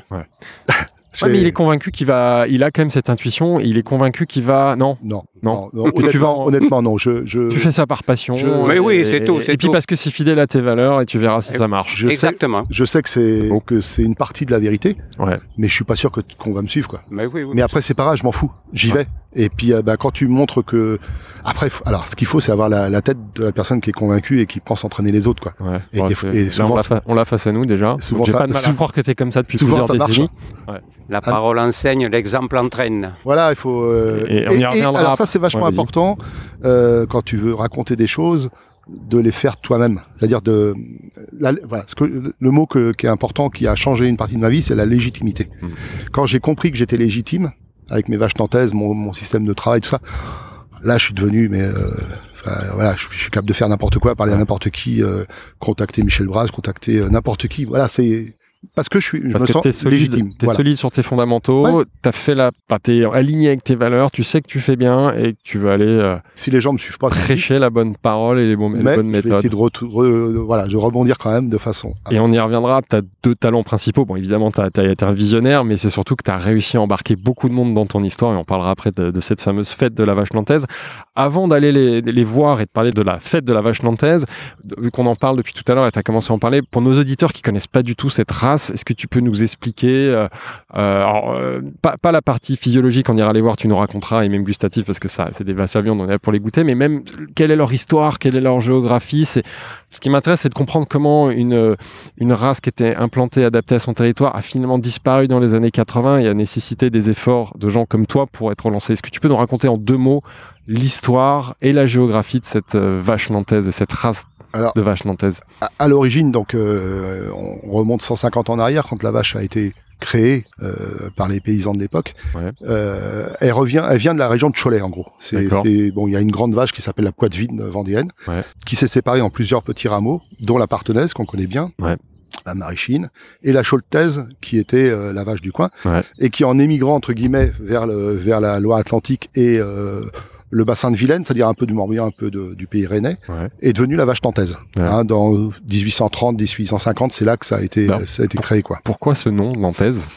A: Ouais, mais
C: C'est-
A: il est convaincu qu'il va, il a quand même cette intuition. et Il est convaincu qu'il va. Non,
C: non
A: Non. hein.
C: non, non, honnêtement, honnêtement non je je
A: tu fais ça par passion.
C: Je-
B: Mais oui,
A: et-
B: c'est tout,
A: Et
B: c'est
A: puis
B: tout.
A: parce que c'est fidèle à tes valeurs et tu verras si
B: Et-
A: ça marche.
C: je sais
B: Exactement.
C: je sais que
A: C'est
C: c'est
A: beau.
C: que c'est une partie de la vérité.
A: Ouais.
C: Mais je suis pas sûr que qu'on va me suivre quoi.
B: Mais oui, oui.
C: Mais après c'est pas grave, je m'en fous, j'y vais. Et puis euh, bah, quand tu montres que après faut- alors ce qu'il faut c'est avoir la, la tête de la personne qui est convaincue et qui pense entraîner les autres quoi.
A: Ouais.
C: Et
A: Bon,
C: des-
A: c'est-
C: et
A: là,
C: souvent,
A: on l'a
C: ça-
A: fa- on l'a face à nous déjà. Donc,
C: Souvent,
A: J'ai
C: ça-
A: pas de mal à
C: sou-
A: croire que c'est comme ça depuis
C: souvent,
A: plusieurs
C: ça marche.
A: décennies.
B: La parole enseigne, l'exemple entraîne.
C: Voilà, il faut. euh,
A: Et on y reviendra
C: alors
A: après.
C: ça, c'est vachement
A: Ouais, vas-y.
C: important euh, quand tu veux raconter des choses, de les faire toi-même. C'est-à-dire de. la- voilà, ce que, le mot que- qui est important, qui a changé une partie de ma vie, c'est la légitimité.
A: Mm.
C: Quand j'ai compris que j'étais légitime avec mes vaches nantaises, mon, mon système de travail, tout ça. Là, je suis devenu, mais euh, enfin, voilà, je, je suis capable de faire n'importe quoi, parler à n'importe qui, euh, contacter Michel Braz, contacter euh, n'importe qui. Voilà, c'est parce que je suis, je
A: Parce
C: me
A: que
C: sens
A: t'es solide,
C: légitime.
A: t'es
C: Voilà.
A: solide sur tes fondamentaux, t'as fait la, bah, t'es aligné avec tes valeurs, tu sais que tu fais bien et que tu vas aller euh,
C: Si les gens me suivent pas, c'est-
A: prêcher la bonne parole et les, bons- les
C: mais
A: bonnes
C: je vais
A: méthodes.
C: essayer de, retou- re- euh, voilà, de rebondir quand même de façon. à-
A: Et on y reviendra, tu as deux talents principaux. Bon, évidemment, tu été un visionnaire, mais c'est surtout que tu as réussi à embarquer beaucoup de monde dans ton histoire, et on parlera après de, de cette fameuse fête de la vache nantaise. Avant d'aller les, les voir et de parler de la fête de la vache nantaise, de- vu qu'on en parle depuis tout à l'heure et tu as commencé à en parler, pour nos auditeurs qui connaissent pas du tout cette race, est-ce que tu peux nous expliquer, euh, euh, alors, euh, pas, pas la partie physiologique, on ira les voir, tu nous raconteras, et même gustative, parce que ça, c'est des vaches à viande, on est là pour les goûter, mais même quelle est leur histoire, quelle est leur géographie, c'est ce qui m'intéresse, c'est de comprendre comment une, euh, une race qui était implantée, adaptée à son territoire, a finalement disparu dans les années 80 et a nécessité des efforts de gens comme toi pour être relancée. Est-ce que tu peux nous raconter en deux mots l'histoire et la géographie de cette euh, vache nantaise et cette race
C: Alors,
A: de vache nantaise
C: À, à l'origine, donc, euh, on remonte 150 ans en arrière quand la vache a été créée euh, par les paysans de l'époque.
A: Ouais.
C: Euh, elle revient, elle vient de la région de Cholet en gros. C'est
A: D'accord.
C: c'est- bon, il y a une grande vache qui s'appelle la Poitevine vendéenne,
A: Ouais.
C: qui s'est séparée en plusieurs petits rameaux, dont la Partenaise qu'on connaît bien.
A: Ouais.
C: La Marichine et la Choletaise, qui était euh, la vache du coin,
A: Ouais.
C: et qui en émigrant entre guillemets vers le vers la Loire-Atlantique et euh, le bassin de Vilaine, c'est-à-dire un peu du Morbihan, un peu de- du pays rennais,
A: Ouais.
C: est devenue la vache nantaise.
A: Ouais.
C: Hein, dans 1830, 1850, c'est là que ça a été, euh,
A: Non.
C: ça a été créé quoi.
A: Pourquoi ce nom nantaise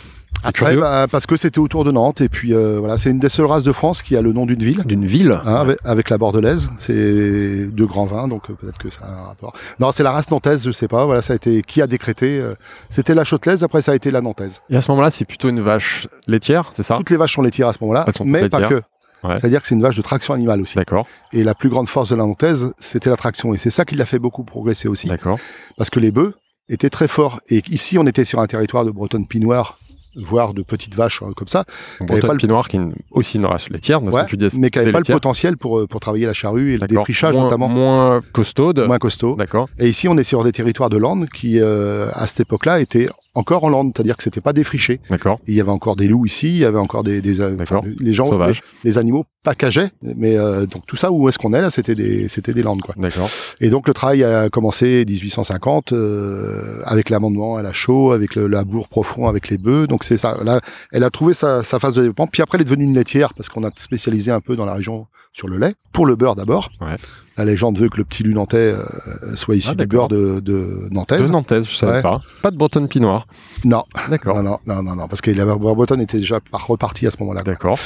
A: C'est
C: Après,
A: Bah. curieux.
C: bah, parce que c'était autour de Nantes et puis euh, voilà, c'est une des seules races de France qui a le nom d'une ville.
A: D'une ville
C: hein, avec, avec la bordelaise, c'est de grands vins, donc euh, peut-être que ça a un rapport. Non, c'est la race nantaise, je sais pas. Voilà, ça a été qui a décrété. euh, C'était la châtelaise, après ça a été la nantaise.
A: Et à ce moment-là, c'est plutôt une vache laitière, c'est ça
C: Toutes les vaches sont laitières à ce moment-là,
A: Ah. Elles sont
C: mais
A: toutes
C: pas que.
A: laitières. Ouais.
C: C'est-à-dire que c'est une vache de traction animale aussi.
A: D'accord,
C: Et la plus grande force de la nantaise, c'était la traction, et c'est ça qui l'a fait beaucoup progresser aussi.
A: d'accord.
C: parce que les bœufs étaient très forts. Et ici, on était sur un territoire de bretonne pinoire, voire de petites vaches euh, comme ça,
A: Donc,
C: avait pas
A: Bretonne
C: le-
A: Pinoire, qui est une- aussi une race laitière, parce
C: Ouais,
A: que tu dis,
C: mais qui
A: des
C: n'avaient pas le
A: laitières.
C: potentiel pour, euh, pour travailler la charrue et le
A: D'accord.
C: défrichage
A: moins,
C: notamment,
A: Moins costaude.
C: moins costaud.
A: D'accord,
C: Et ici, on est sur des territoires de lande qui, euh, à cette époque-là, étaient encore en lande, c'est-à-dire que c'était pas défriché.
A: d'accord,
C: Il y avait encore des loups ici, il y avait encore des, des euh,
A: D'accord.
C: enfin, les gens, les,
A: sauvage,
C: les animaux packageaient, mais euh, donc tout ça, où est-ce qu'on est là C'était des, c'était des landes quoi.
A: d'accord.
C: Et donc le travail a commencé 1850 euh, avec l'amendement à la chaux, avec le labour profond, avec les bœufs. Donc c'est ça. Là, elle a trouvé sa, sa phase de développement. Puis après, elle est devenue une laitière parce qu'on a spécialisé un peu dans la région sur le lait pour le beurre d'abord.
A: Ouais.
C: La légende veut que le petit lu nantais euh, soit issu
A: Ah,
C: du beurre
A: d'accord.
C: de, de
A: De
C: nantaise.
A: Nantaise, je savais
C: Ouais.
A: pas. Pas de Bretonne Pinoire.
C: Non,
A: D'accord,
C: non, non, non, non, non, parce que la beurre bretonne était déjà par- repartie à ce moment-là. quoi.
A: d'accord.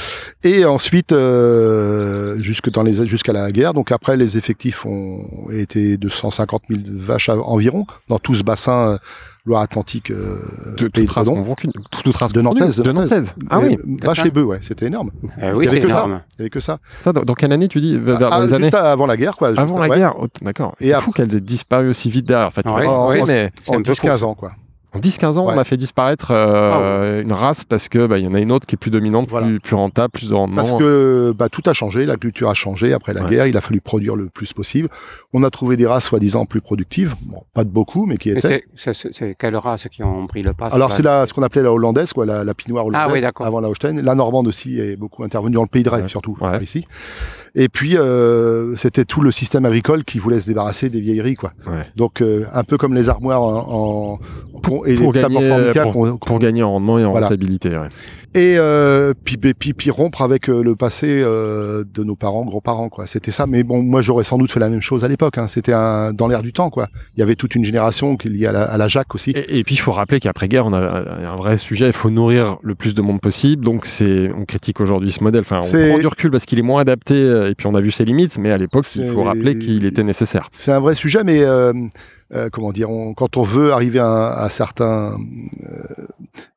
C: Et ensuite, euh, jusque dans les jusqu'à la guerre. Donc après, les effectifs ont été de 150 000 vaches à- environ dans tout ce bassin euh, Loire-Atlantique, euh,
A: De- Toute
C: pays de
A: race
C: Cazon.
A: qu'on vend- toute- toute race
C: De
A: qu'on vend-
C: Nantaise,
A: De
C: Nantaise.
A: Nantaise. Ah oui,
C: Et, euh, Vaches et bœufs, ouais, c'était énorme.
B: Eh oui,
C: Il y avait
B: c'est
C: que ça.
B: énorme.
C: Il n'y avait que ça.
A: ça dans, dans quelle année tu dis Vers- vers
C: Ah,
A: les
C: juste
A: années
C: avant la guerre, quoi.
A: Avant la
C: Ouais,
A: guerre, Oh, d'accord.
C: Et
A: C'est
C: après-
A: fou qu'elles aient disparu aussi vite derrière. En fait, tu
B: Ouais,
A: vois.
C: ouais.
A: mais
B: C'est
C: En
B: un peu fou.
C: 10-15 ans, quoi.
A: en 10-15 ans,
C: Ouais. Ah
A: on a fait disparaître euh, une race parce que bah, il y en a une autre qui est plus dominante,
C: Voilà.
A: plus, plus rentable, plus de rendement.
C: Parce que bah, tout a changé, la culture a changé après la
A: Ouais.
C: guerre, il a fallu produire le plus possible. On a trouvé des races soi-disant plus productives, bon, pas de beaucoup, mais qui
B: Mais
C: étaient.
B: c'est- c'est- C'est c'est quelles races qui ont pris le pas
C: Alors
B: sur
C: c'est la, ce qu'on appelait la hollandaise, quoi, la, la pinoire hollandaise,
B: Ah oui, d'accord.
C: avant la Holstein. La normande aussi est beaucoup intervenue dans le pays de Rennes
A: Ouais.
C: surtout
A: Ouais.
C: par ici. Et puis euh, c'était tout le système agricole qui voulait se débarrasser des vieilleries, quoi.
A: Ouais.
C: Donc euh, un peu comme les armoires en, en- pour- et
A: pour
C: les tables en
A: gagner,
C: formica qu'on- qu'on-
A: pour gagner en rendement et en
C: Voilà.
A: rentabilité. ouais.
C: et euh, puis, puis, puis- puis rompre avec euh, le passé euh, de nos parents, grands-parents, quoi. C'était ça. Mais bon, moi j'aurais sans doute fait la même chose à l'époque. Hein. C'était un- dans l'air du temps, quoi. Il y avait toute une génération qui est liée à la, à la Jacques aussi.
A: Et, et puis, il faut rappeler qu'après-guerre, on a un un vrai sujet. Il faut nourrir le plus de monde possible. Donc, c'est, on critique aujourd'hui ce modèle. Enfin,
C: C'est-
A: on prend du recul parce qu'il est moins adapté. euh, Et puis, on a vu ses limites. Mais à l'époque, il faut
C: C'est-
A: rappeler qu'il était nécessaire.
C: C'est un vrai sujet, mais euh, euh, comment dire, on- quand on veut arriver à, à certains euh,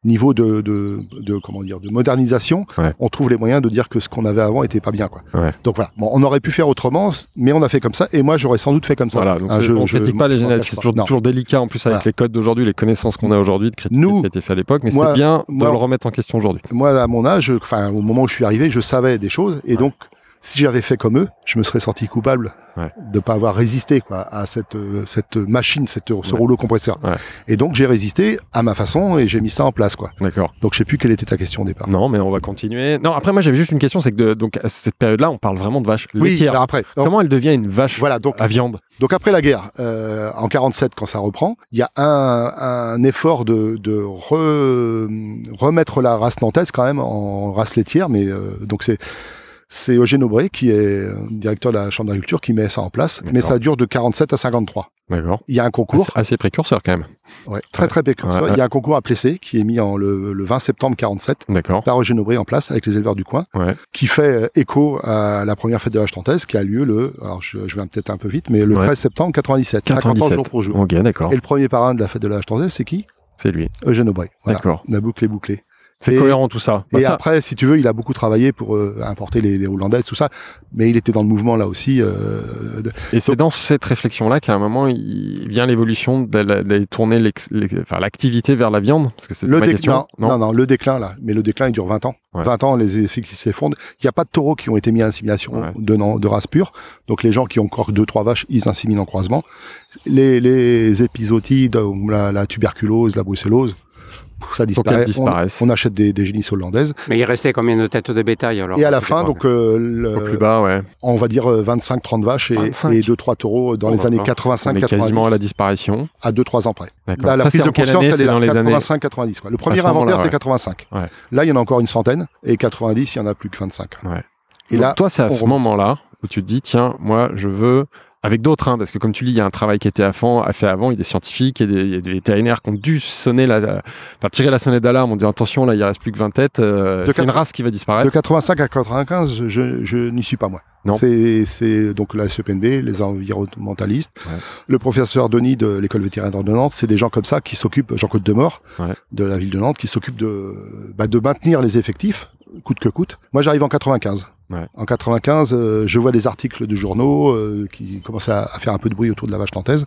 C: niveaux de, de, de- comment dire de modernisation,
A: Ouais.
C: on trouve les moyens de dire que ce qu'on avait avant était pas bien, quoi.
A: Ouais.
C: Donc voilà, Bon, on aurait pu faire autrement, mais on a fait comme ça, et moi j'aurais sans doute fait comme ça.
A: voilà. Donc,
C: Hein,
A: c'est-
C: je-
A: on
C: je-
A: critique pas les
C: je m'en
A: générations.
C: cache
A: C'est
C: pas.
A: toujours,
C: Non.
A: toujours délicat en plus avec
C: Voilà.
A: les codes d'aujourd'hui, les connaissances qu'on a aujourd'hui, de critiquer
C: Nous,
A: ce qui a été fait à l'époque. Mais
C: moi-
A: c'est bien de
C: moi-
A: le remettre en question aujourd'hui.
C: Moi, à mon âge, enfin au moment où je suis arrivé, je savais des choses, et
A: Ouais.
C: donc si j'avais fait comme eux, je me serais senti coupable
A: Ouais.
C: de pas avoir résisté quoi, à cette euh, cette machine, cette, ce
A: Ouais.
C: rouleau compresseur.
A: Ouais.
C: Et donc j'ai résisté à ma façon et j'ai mis ça en place quoi.
A: D'accord.
C: Donc je sais plus quelle était ta question au départ.
A: Non, mais on va continuer. Non, après, moi, j'avais juste une question. C'est que de- donc, à cette période-là, on parle vraiment de vache
C: Oui,
A: laitière.
C: alors après. Donc,
A: Comment elle devient une vache
C: voilà, donc,
A: à viande
C: donc après la guerre, euh, en 47, quand ça reprend, il y a un, un effort de, de re- remettre la race nantaise quand même en race laitière, mais euh, donc c'est c'est Eugène Aubray qui est euh, directeur de la Chambre d'agriculture qui met ça en place, mais
A: D'accord.
C: ça dure de 47 à 53.
A: D'accord.
C: Il y a un concours,
A: Assez- assez précurseur quand même.
C: ouais, très très précurseur.
A: Ouais, ouais.
C: Il y a un concours à Plessé qui est mis en le, le 20 septembre 47
A: D'accord.
C: par Eugène Aubry en place avec les éleveurs du coin,
A: Ouais.
C: qui fait euh, écho à la première fête de la Chantaise qui a lieu le, alors je, je vais peut-être un peu vite, mais le
A: Ouais.
C: 13 septembre 97, 50 ans
A: 97.
C: jour pour jour.
A: Ok, d'accord.
C: Et le premier parrain de la fête de la Chantaise, c'est qui
A: C'est lui.
C: Eugène Aubry. Voilà.
A: D'accord.
C: La boucle est bouclée.
A: C'est
C: Et-
A: cohérent tout ça. Bah,
C: et
A: ça,
C: après, si tu veux, il a beaucoup travaillé pour euh, importer les, les Hollandais, tout ça. Mais il était dans le mouvement là aussi. euh, de-
A: Et c'est dans cette réflexion-là qu'à un moment, il vient l'évolution d'aller d'aller tourner l'ex- l'ex- enfin, l'activité vers la viande. Parce que c'est ma
C: le déclin,
A: question.
C: non. non, le déclin là. Mais le déclin, il dure 20 ans.
A: Ouais.
C: 20 ans, les effectifs s'effondrent. Il n'y a pas de taureaux qui ont été mis à insémination
A: Ouais.
C: de, nan- de race pure. Donc les gens qui ont encore deux trois vaches, ils inséminent en croisement. Les, les épisodies, la, la tuberculose, la brucellose,
A: Faut qu'elles
C: ça disparaît. On,
A: disparaissent.
C: on achète des, des génisses hollandaises.
B: Mais il restait combien de têtes de bétail alors
C: et à la
B: Ça
C: fin,
B: dépend.
C: donc, euh, le-
A: Au plus bas, ouais.
C: on va dire 25-30 vaches et,
A: 25.
C: 2-3 taureaux dans
B: Oh
C: les
B: là
C: années
B: là.
A: On est quasiment à
C: 85-90
A: la disparition.
C: à 2-3 ans près.
A: D'accord.
C: Là, la
A: Ça,
C: prise
A: c'est
C: de
A: en quelle
C: conscience,
A: année
C: elle
A: C'est
C: est là,
A: dans les années.
C: 85-90. quoi. Le premier
A: ce moment-là,
C: inventaire,
A: ouais.
C: c'est 85.
A: Ouais.
C: Là, il y en a encore une centaine, et 90, il y en a plus que 25.
A: Ouais.
C: Et
A: Donc,
C: là,
A: toi, c'est à
C: on
A: ce
C: remonte.
A: moment-là où tu te dis, tiens, moi, je veux, avec d'autres, hein, parce que comme tu dis, il y a un travail qui a été à fond- à fait avant, il y a des scientifiques et des, il y a des vétérinaires qui ont dû sonner la, la- enfin, tirer la sonnette d'alarme en disant, attention, là, il reste plus que 20 têtes, euh,
C: De
A: c'est une
C: quatre-
A: race qui va
C: de
A: disparaître.
C: 85 à 95, je, je n'y suis pas, moi.
A: Non.
C: C'est- C'est donc la E SEPNB, les environnementalistes.
A: Ouais.
C: Le professeur Denis de l'école vétérinaire de Nantes, c'est des gens comme ça qui s'occupent, Jean-Claude Demort,
A: Ouais.
C: de la ville de Nantes, qui s'occupent de, bah, de maintenir les effectifs, coûte que coûte. Moi, j'arrive en 95.
A: Ouais.
C: En 95, euh, je vois des articles de journaux euh, qui commencent à, à faire un peu de bruit autour de la vache nantaise.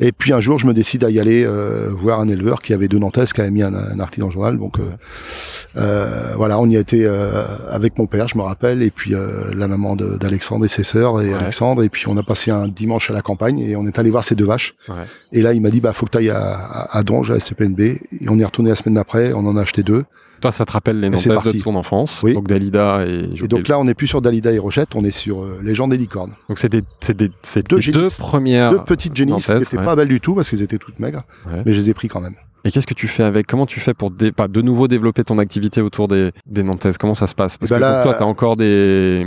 C: Et puis un jour, je me décide à y aller euh, voir un éleveur qui avait deux Nantaises, qui avait mis un, un article dans le journal. Donc euh, euh, voilà, on y a été euh, avec mon père, je me rappelle, et puis euh, la maman de- d'Alexandre et ses sœurs et
A: Ouais.
C: Alexandre. Et puis on a passé un dimanche à la campagne et on est allé voir ces deux vaches.
A: Ouais.
C: Et là, il m'a dit, bah faut que t'ailles à, à, à Donge, à la CPNB. Et on y est retourné la semaine d'après, on en a acheté deux.
A: Toi, ça te rappelle les
C: Et c'est
A: nombreuses de
C: parti.
A: ton enfance.
C: Oui.
A: Donc, Dalida et, j'ai
C: Et
A: oublié
C: donc là, on n'est plus sur Dalida et Rochette, on est sur euh, les gens des licornes.
A: Donc c'est des, c'est des, c'est
C: Deux
A: tes deux
C: génisses.
A: premières.
C: deux petites génisses qui
A: Nantes,
C: n'étaient
A: Ah, ouais.
C: pas belles du tout parce qu'elles étaient toutes maigres,
A: Ouais.
C: mais je les ai pris quand même.
A: Et qu'est-ce que tu fais avec Comment tu fais pour dé- pas, de nouveau développer ton activité autour des, des Nantaises Comment ça se passe Parce
C: Eh ben
A: que
C: là-
A: donc, toi, tu as encore des,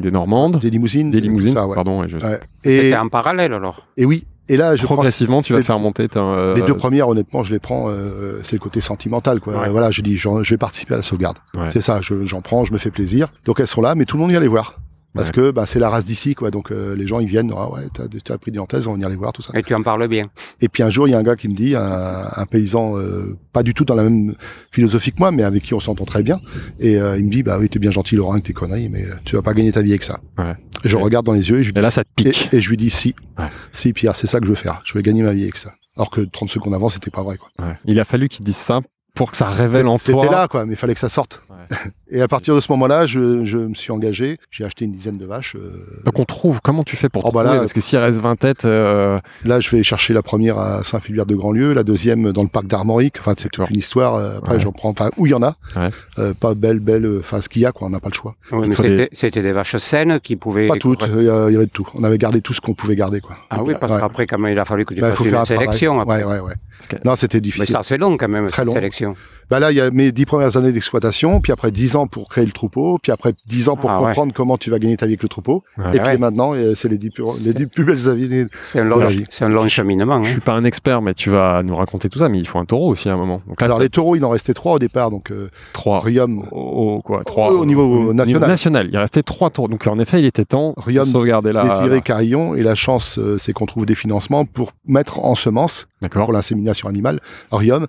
A: des Normandes, des,
C: Des limousines, tout
A: Limousines.
C: ça, ouais.
A: Pardon, et je-
C: Ouais.
B: C'était
C: Et,
B: en parallèle alors.
C: et oui, et là, je pense-
A: progressivement, tu vas
C: c'est-
A: faire monter ta, euh,
C: Les deux premières, honnêtement, je les prends, euh, c'est le côté sentimental, quoi.
B: Ouais.
C: Voilà, je dis, je, je vais participer à la sauvegarde.
A: Ouais.
C: C'est ça, je- j'en prends, je me fais plaisir. Donc elles sont là, mais tout le monde vient les voir. Parce
A: Ouais.
C: que bah, c'est la race d'ici, quoi. Donc euh, les gens, ils viennent, ah ouais, t'as t'as pris des Nantes, on va venir les voir, tout ça.
B: Et tu en parles bien.
C: Et puis un jour, il y a un gars qui me dit, un, un paysan, euh, pas du tout dans la même philosophie que moi, mais avec qui on s'entend très bien. Et euh, il me dit, bah oui, t'es bien gentil, Laurent, avec tes conneries, mais euh, tu vas pas gagner ta vie avec ça.
A: Ouais.
C: Et Je
A: Ouais.
C: regarde dans les yeux et je lui dis,
A: Et là, ça te pique.
C: et, et je lui dis, si,
A: Ouais.
C: si, Pierre, c'est ça que je veux faire. Je vais gagner ma vie avec ça. Alors que 30 secondes avant, c'était pas vrai, quoi.
A: Ouais. Il a fallu qu'ils disent ça pour que ça révèle en
C: C'était
A: toi.
C: là, quoi, mais il fallait que ça sorte.
A: Ouais.
C: Et à partir de ce moment-là, je, je me suis engagé. J'ai acheté une dizaine de vaches. euh,
A: Donc on trouve. Comment tu fais pour
C: Oh, bah
A: trouver
C: là-
A: Parce que s'il reste 20 têtes, euh,
C: Là, je vais chercher la première à Saint-Philibert-de-Grandlieu, la deuxième dans le parc d'Armorique. Enfin, c'est
A: D'accord.
C: toute une histoire. Euh, Après,
A: Ouais.
C: j'en prends, enfin, où il y en a.
A: Ouais.
C: Euh, pas belle, belle, euh, enfin, ce qu'il y a, quoi. On n'a pas le choix.
B: Oui, mais
A: Entre les-
B: C'était c'était des vaches saines qui pouvaient.
C: Pas toutes. euh, Il y avait de tout. On avait gardé tout ce qu'on pouvait garder, quoi.
B: Ah oui, parce
C: Ouais.
B: qu'après, quand même, il a fallu que tu
C: Bah,
B: fasses une
C: travail.
B: sélection. après.
C: Ouais, ouais, ouais.
A: Parce que-
C: Non, c'était
B: Mais
C: difficile.
B: ça, c'est long quand même,
C: Très
B: cette
C: long.
B: sélection.
C: Bah là, il y a mes dix premières années d'exploitation, puis après dix ans pour créer le troupeau, puis après dix ans pour
B: Ah ouais.
C: comprendre comment tu vas gagner ta vie avec le troupeau.
A: Ouais.
C: Et
B: Ah
C: puis
B: ouais.
C: maintenant, euh, c'est les dix plus, les dix plus belles années.
B: C'est un,
C: De
B: long,
C: la vie.
B: c'est un long cheminement. hein.
A: je suis pas un expert, mais tu vas nous raconter tout ça. Mais il faut un taureau aussi à un moment. Donc là,
C: Alors
A: t'as
C: les taureaux, il en restait trois au départ, donc euh,
B: Oh.
A: trois.
C: Riom,
A: au, au- quoi, trois,
C: au niveau national.
A: Il restait trois tours. Donc en effet, il était temps
C: Riom,
A: de sauvegarder la.
C: Désiré Carillon, et la chance, euh, c'est qu'on trouve des financements pour mettre en semence
A: D'accord.
C: pour l'insémination animale Riom.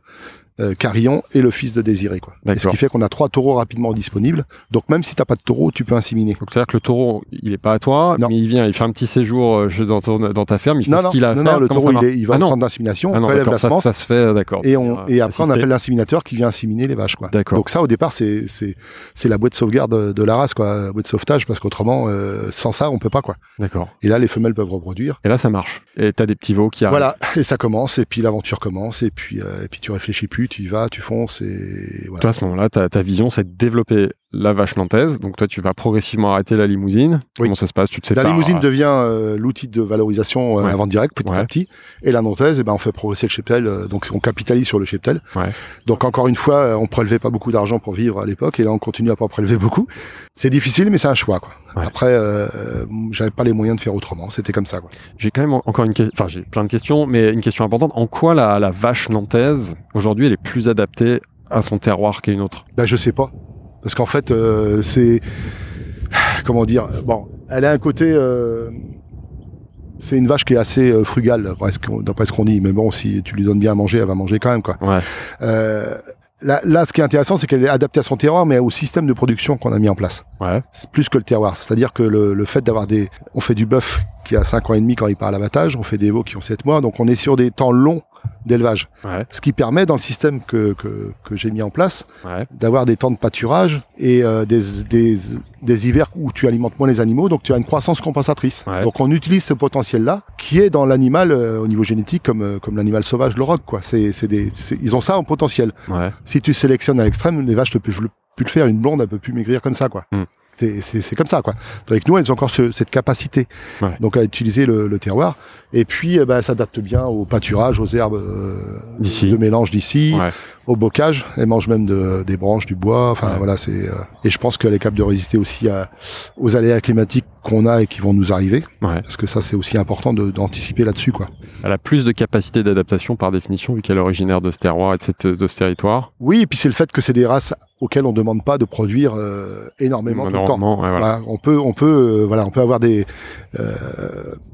C: euh, Carillon et le fils de Désiré, quoi. Et Ce
A: D'accord.
C: qui fait qu'on a trois taureaux rapidement disponibles. Donc même si t'as pas de taureau, tu peux inséminer.
A: Donc c'est-à-dire que le taureau, il est pas à toi,
C: Non.
A: mais il vient, il fait un petit séjour euh, chez- dans, ton- dans ta ferme, il fait
C: Non,
A: ce
C: non,
A: qu'il a à
C: non,
A: faire.
C: non, le
A: comment
C: taureau,
A: ça
C: il
A: marche
C: est, il va
A: Ah
C: au
A: non.
C: centre d'insémination,
A: Ah
C: on
A: non,
C: relève
A: d'accord,
C: la
A: ça,
C: semence.
A: ça se fait, d'accord.
C: Et, on, et après, on
A: Assisté.
C: appelle l'inséminateur qui vient inséminer les vaches. Quoi.
A: D'accord.
C: Donc ça, au départ, c'est c'est c'est la boîte de sauvegarde de la race, quoi, la boîte de sauvetage, parce qu'autrement, euh, sans ça, on peut pas. quoi.
A: D'accord.
C: Et là, les femelles peuvent reproduire.
A: Et là, ça marche. Et t'as des petits veaux qui arrivent.
C: Voilà, et ça commence, et puis l'aventure commence, et puis euh, et puis tu réfléchis plus, tu y vas, tu fonces, et voilà.
A: Toi, à ce moment-là, ta, ta vision, c'est de développer la vache nantaise. Donc, toi, tu vas progressivement arrêter la limousine.
C: Oui.
A: Comment ça se passe Tu te
C: La
A: sépares
C: limousine
A: euh,
C: devient euh, l'outil de valorisation euh,
A: Ouais.
C: à vente directe, petit
A: Ouais.
C: à petit. Et la nantaise, eh ben, on fait progresser le cheptel, euh, donc on capitalise sur le cheptel.
A: Ouais.
C: Donc encore une fois, euh, on prélevait pas beaucoup d'argent pour vivre à l'époque, et là on continue à pas prélever beaucoup. C'est difficile, mais c'est un choix. Quoi.
A: Ouais.
C: Après, euh, euh, j'avais pas les moyens de faire autrement, c'était comme ça. Quoi.
A: J'ai quand même en- encore une question, enfin j'ai plein de questions, mais une question importante. En quoi la, la vache nantaise, aujourd'hui, elle est plus adaptée à son terroir qu'à une autre
C: Ben, je sais pas. Parce qu'en fait, euh, c'est. Comment dire Bon, elle a un côté. euh, C'est une vache qui est assez euh, frugale, d'après ce qu'on- d'après ce qu'on dit. Mais bon, si tu lui donnes bien à manger, elle va manger quand même, quoi.
A: Ouais.
C: Euh, Là, là, ce qui est intéressant, c'est qu'elle est adaptée à son terroir, mais au système de production qu'on a mis en place.
A: Ouais.
C: C'est plus que le terroir. C'est-à-dire que le, le fait d'avoir des, on fait du bœuf qui a 5 ans et demi quand il part à l'abattage, on fait des veaux qui ont 7 mois, donc on est sur des temps longs d'élevage.
A: Ouais.
C: Ce qui permet, dans le système que, que, que j'ai mis en place,
A: Ouais.
C: d'avoir des temps de pâturage et euh, des, des, des hivers où tu alimentes moins les animaux, donc tu as une croissance compensatrice.
A: Ouais.
C: Donc on utilise ce potentiel-là qui est dans l'animal euh, au niveau génétique comme, euh, comme l'animal sauvage, le roc. Quoi. C'est, c'est des, c'est- ils ont ça en potentiel.
A: Ouais.
C: Si tu sélectionnes à l'extrême, les vaches ne peuvent plus le faire. Une blonde, elle peut plus maigrir comme ça. quoi.
A: Hmm.
C: C'est- C'est c'est comme ça. quoi. Avec nous, elles ont encore ce- cette capacité
A: Ouais.
C: donc à utiliser le, le terroir. Et puis, euh, bah, elles s'adaptent bien au pâturage, aux herbes euh,
A: D'ici.
C: de mélange d'ici,
A: Ouais.
C: au bocage. Elles mangent même de- des branches, du bois. Enfin,
A: Ouais.
C: voilà, c'est. euh, Et je pense qu'elle est capable de résister aussi à- aux aléas climatiques qu'on a et qui vont nous arriver.
A: Ouais.
C: Parce que ça, c'est aussi important de- d'anticiper là-dessus. quoi.
A: Elle a plus de capacité d'adaptation par définition, vu qu'elle est originaire de ce terroir et de, cette- de ce territoire.
C: Oui, et puis c'est le fait que c'est des races auxquelles on ne demande pas de produire euh, énormément tout le temps.
A: Normalement, ouais, voilà.
C: Voilà, Bah, on peut, on peut, euh, voilà, on peut avoir des euh,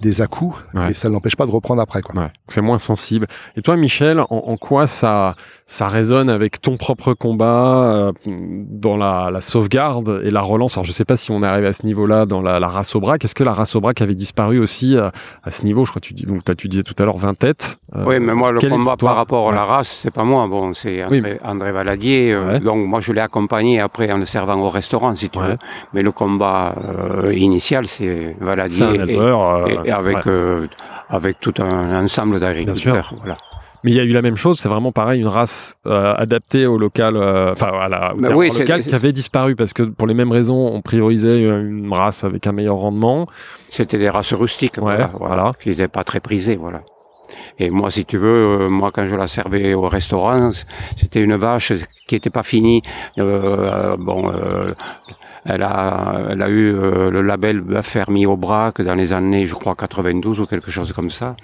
C: des à
A: Ouais.
C: et ça ne l'empêche pas de reprendre après. Quoi.
A: Ouais, donc c'est moins sensible. Et toi, Michel, en, en quoi ça, ça résonne avec ton propre combat euh, dans la, la sauvegarde et la relance Alors, je ne sais pas si on arrive à ce niveau-là dans la, la race au braque. Est-ce que la race au braque avait disparu aussi euh, à ce niveau Je crois que tu, dis, donc, t'as- tu disais tout à l'heure 20 têtes. Euh,
B: Oui, mais moi, le
A: quelle
B: combat
A: histoire
B: par rapport à
A: Ouais.
B: la race, c'est pas moi. Bon, c'est
A: Oui,
B: André, André Valadier. euh,
A: Ouais.
B: Donc, moi, je l'ai accompagné après en le servant au restaurant, si tu
A: Ouais.
B: veux. Mais le combat euh, initial, c'est
A: C'est un
B: Valadier. et-
A: éleveur. euh,
B: et- et avec,
A: ouais.
B: euh, avec tout un ensemble d'agriculteurs. Voilà.
A: Mais il y a eu la même chose, c'est vraiment pareil, une race euh, adaptée au local, euh, enfin à la, au
B: Bah
A: terroir
B: oui, c'est-
A: local
B: c'est-
A: qui avait disparu parce que pour les mêmes raisons, on priorisait une race avec un meilleur rendement.
B: C'était des races rustiques,
A: Ouais,
B: voilà,
A: voilà.
B: voilà, qui n'étaient pas très prisées, voilà. Et moi, si tu veux, euh, moi, quand je la servais au restaurant, c- c'était une vache qui n'était pas finie. Euh, bon, euh, elle a, elle a eu euh, le label bœuf fermier au bras que dans les années, je crois, 92 ou quelque chose comme ça.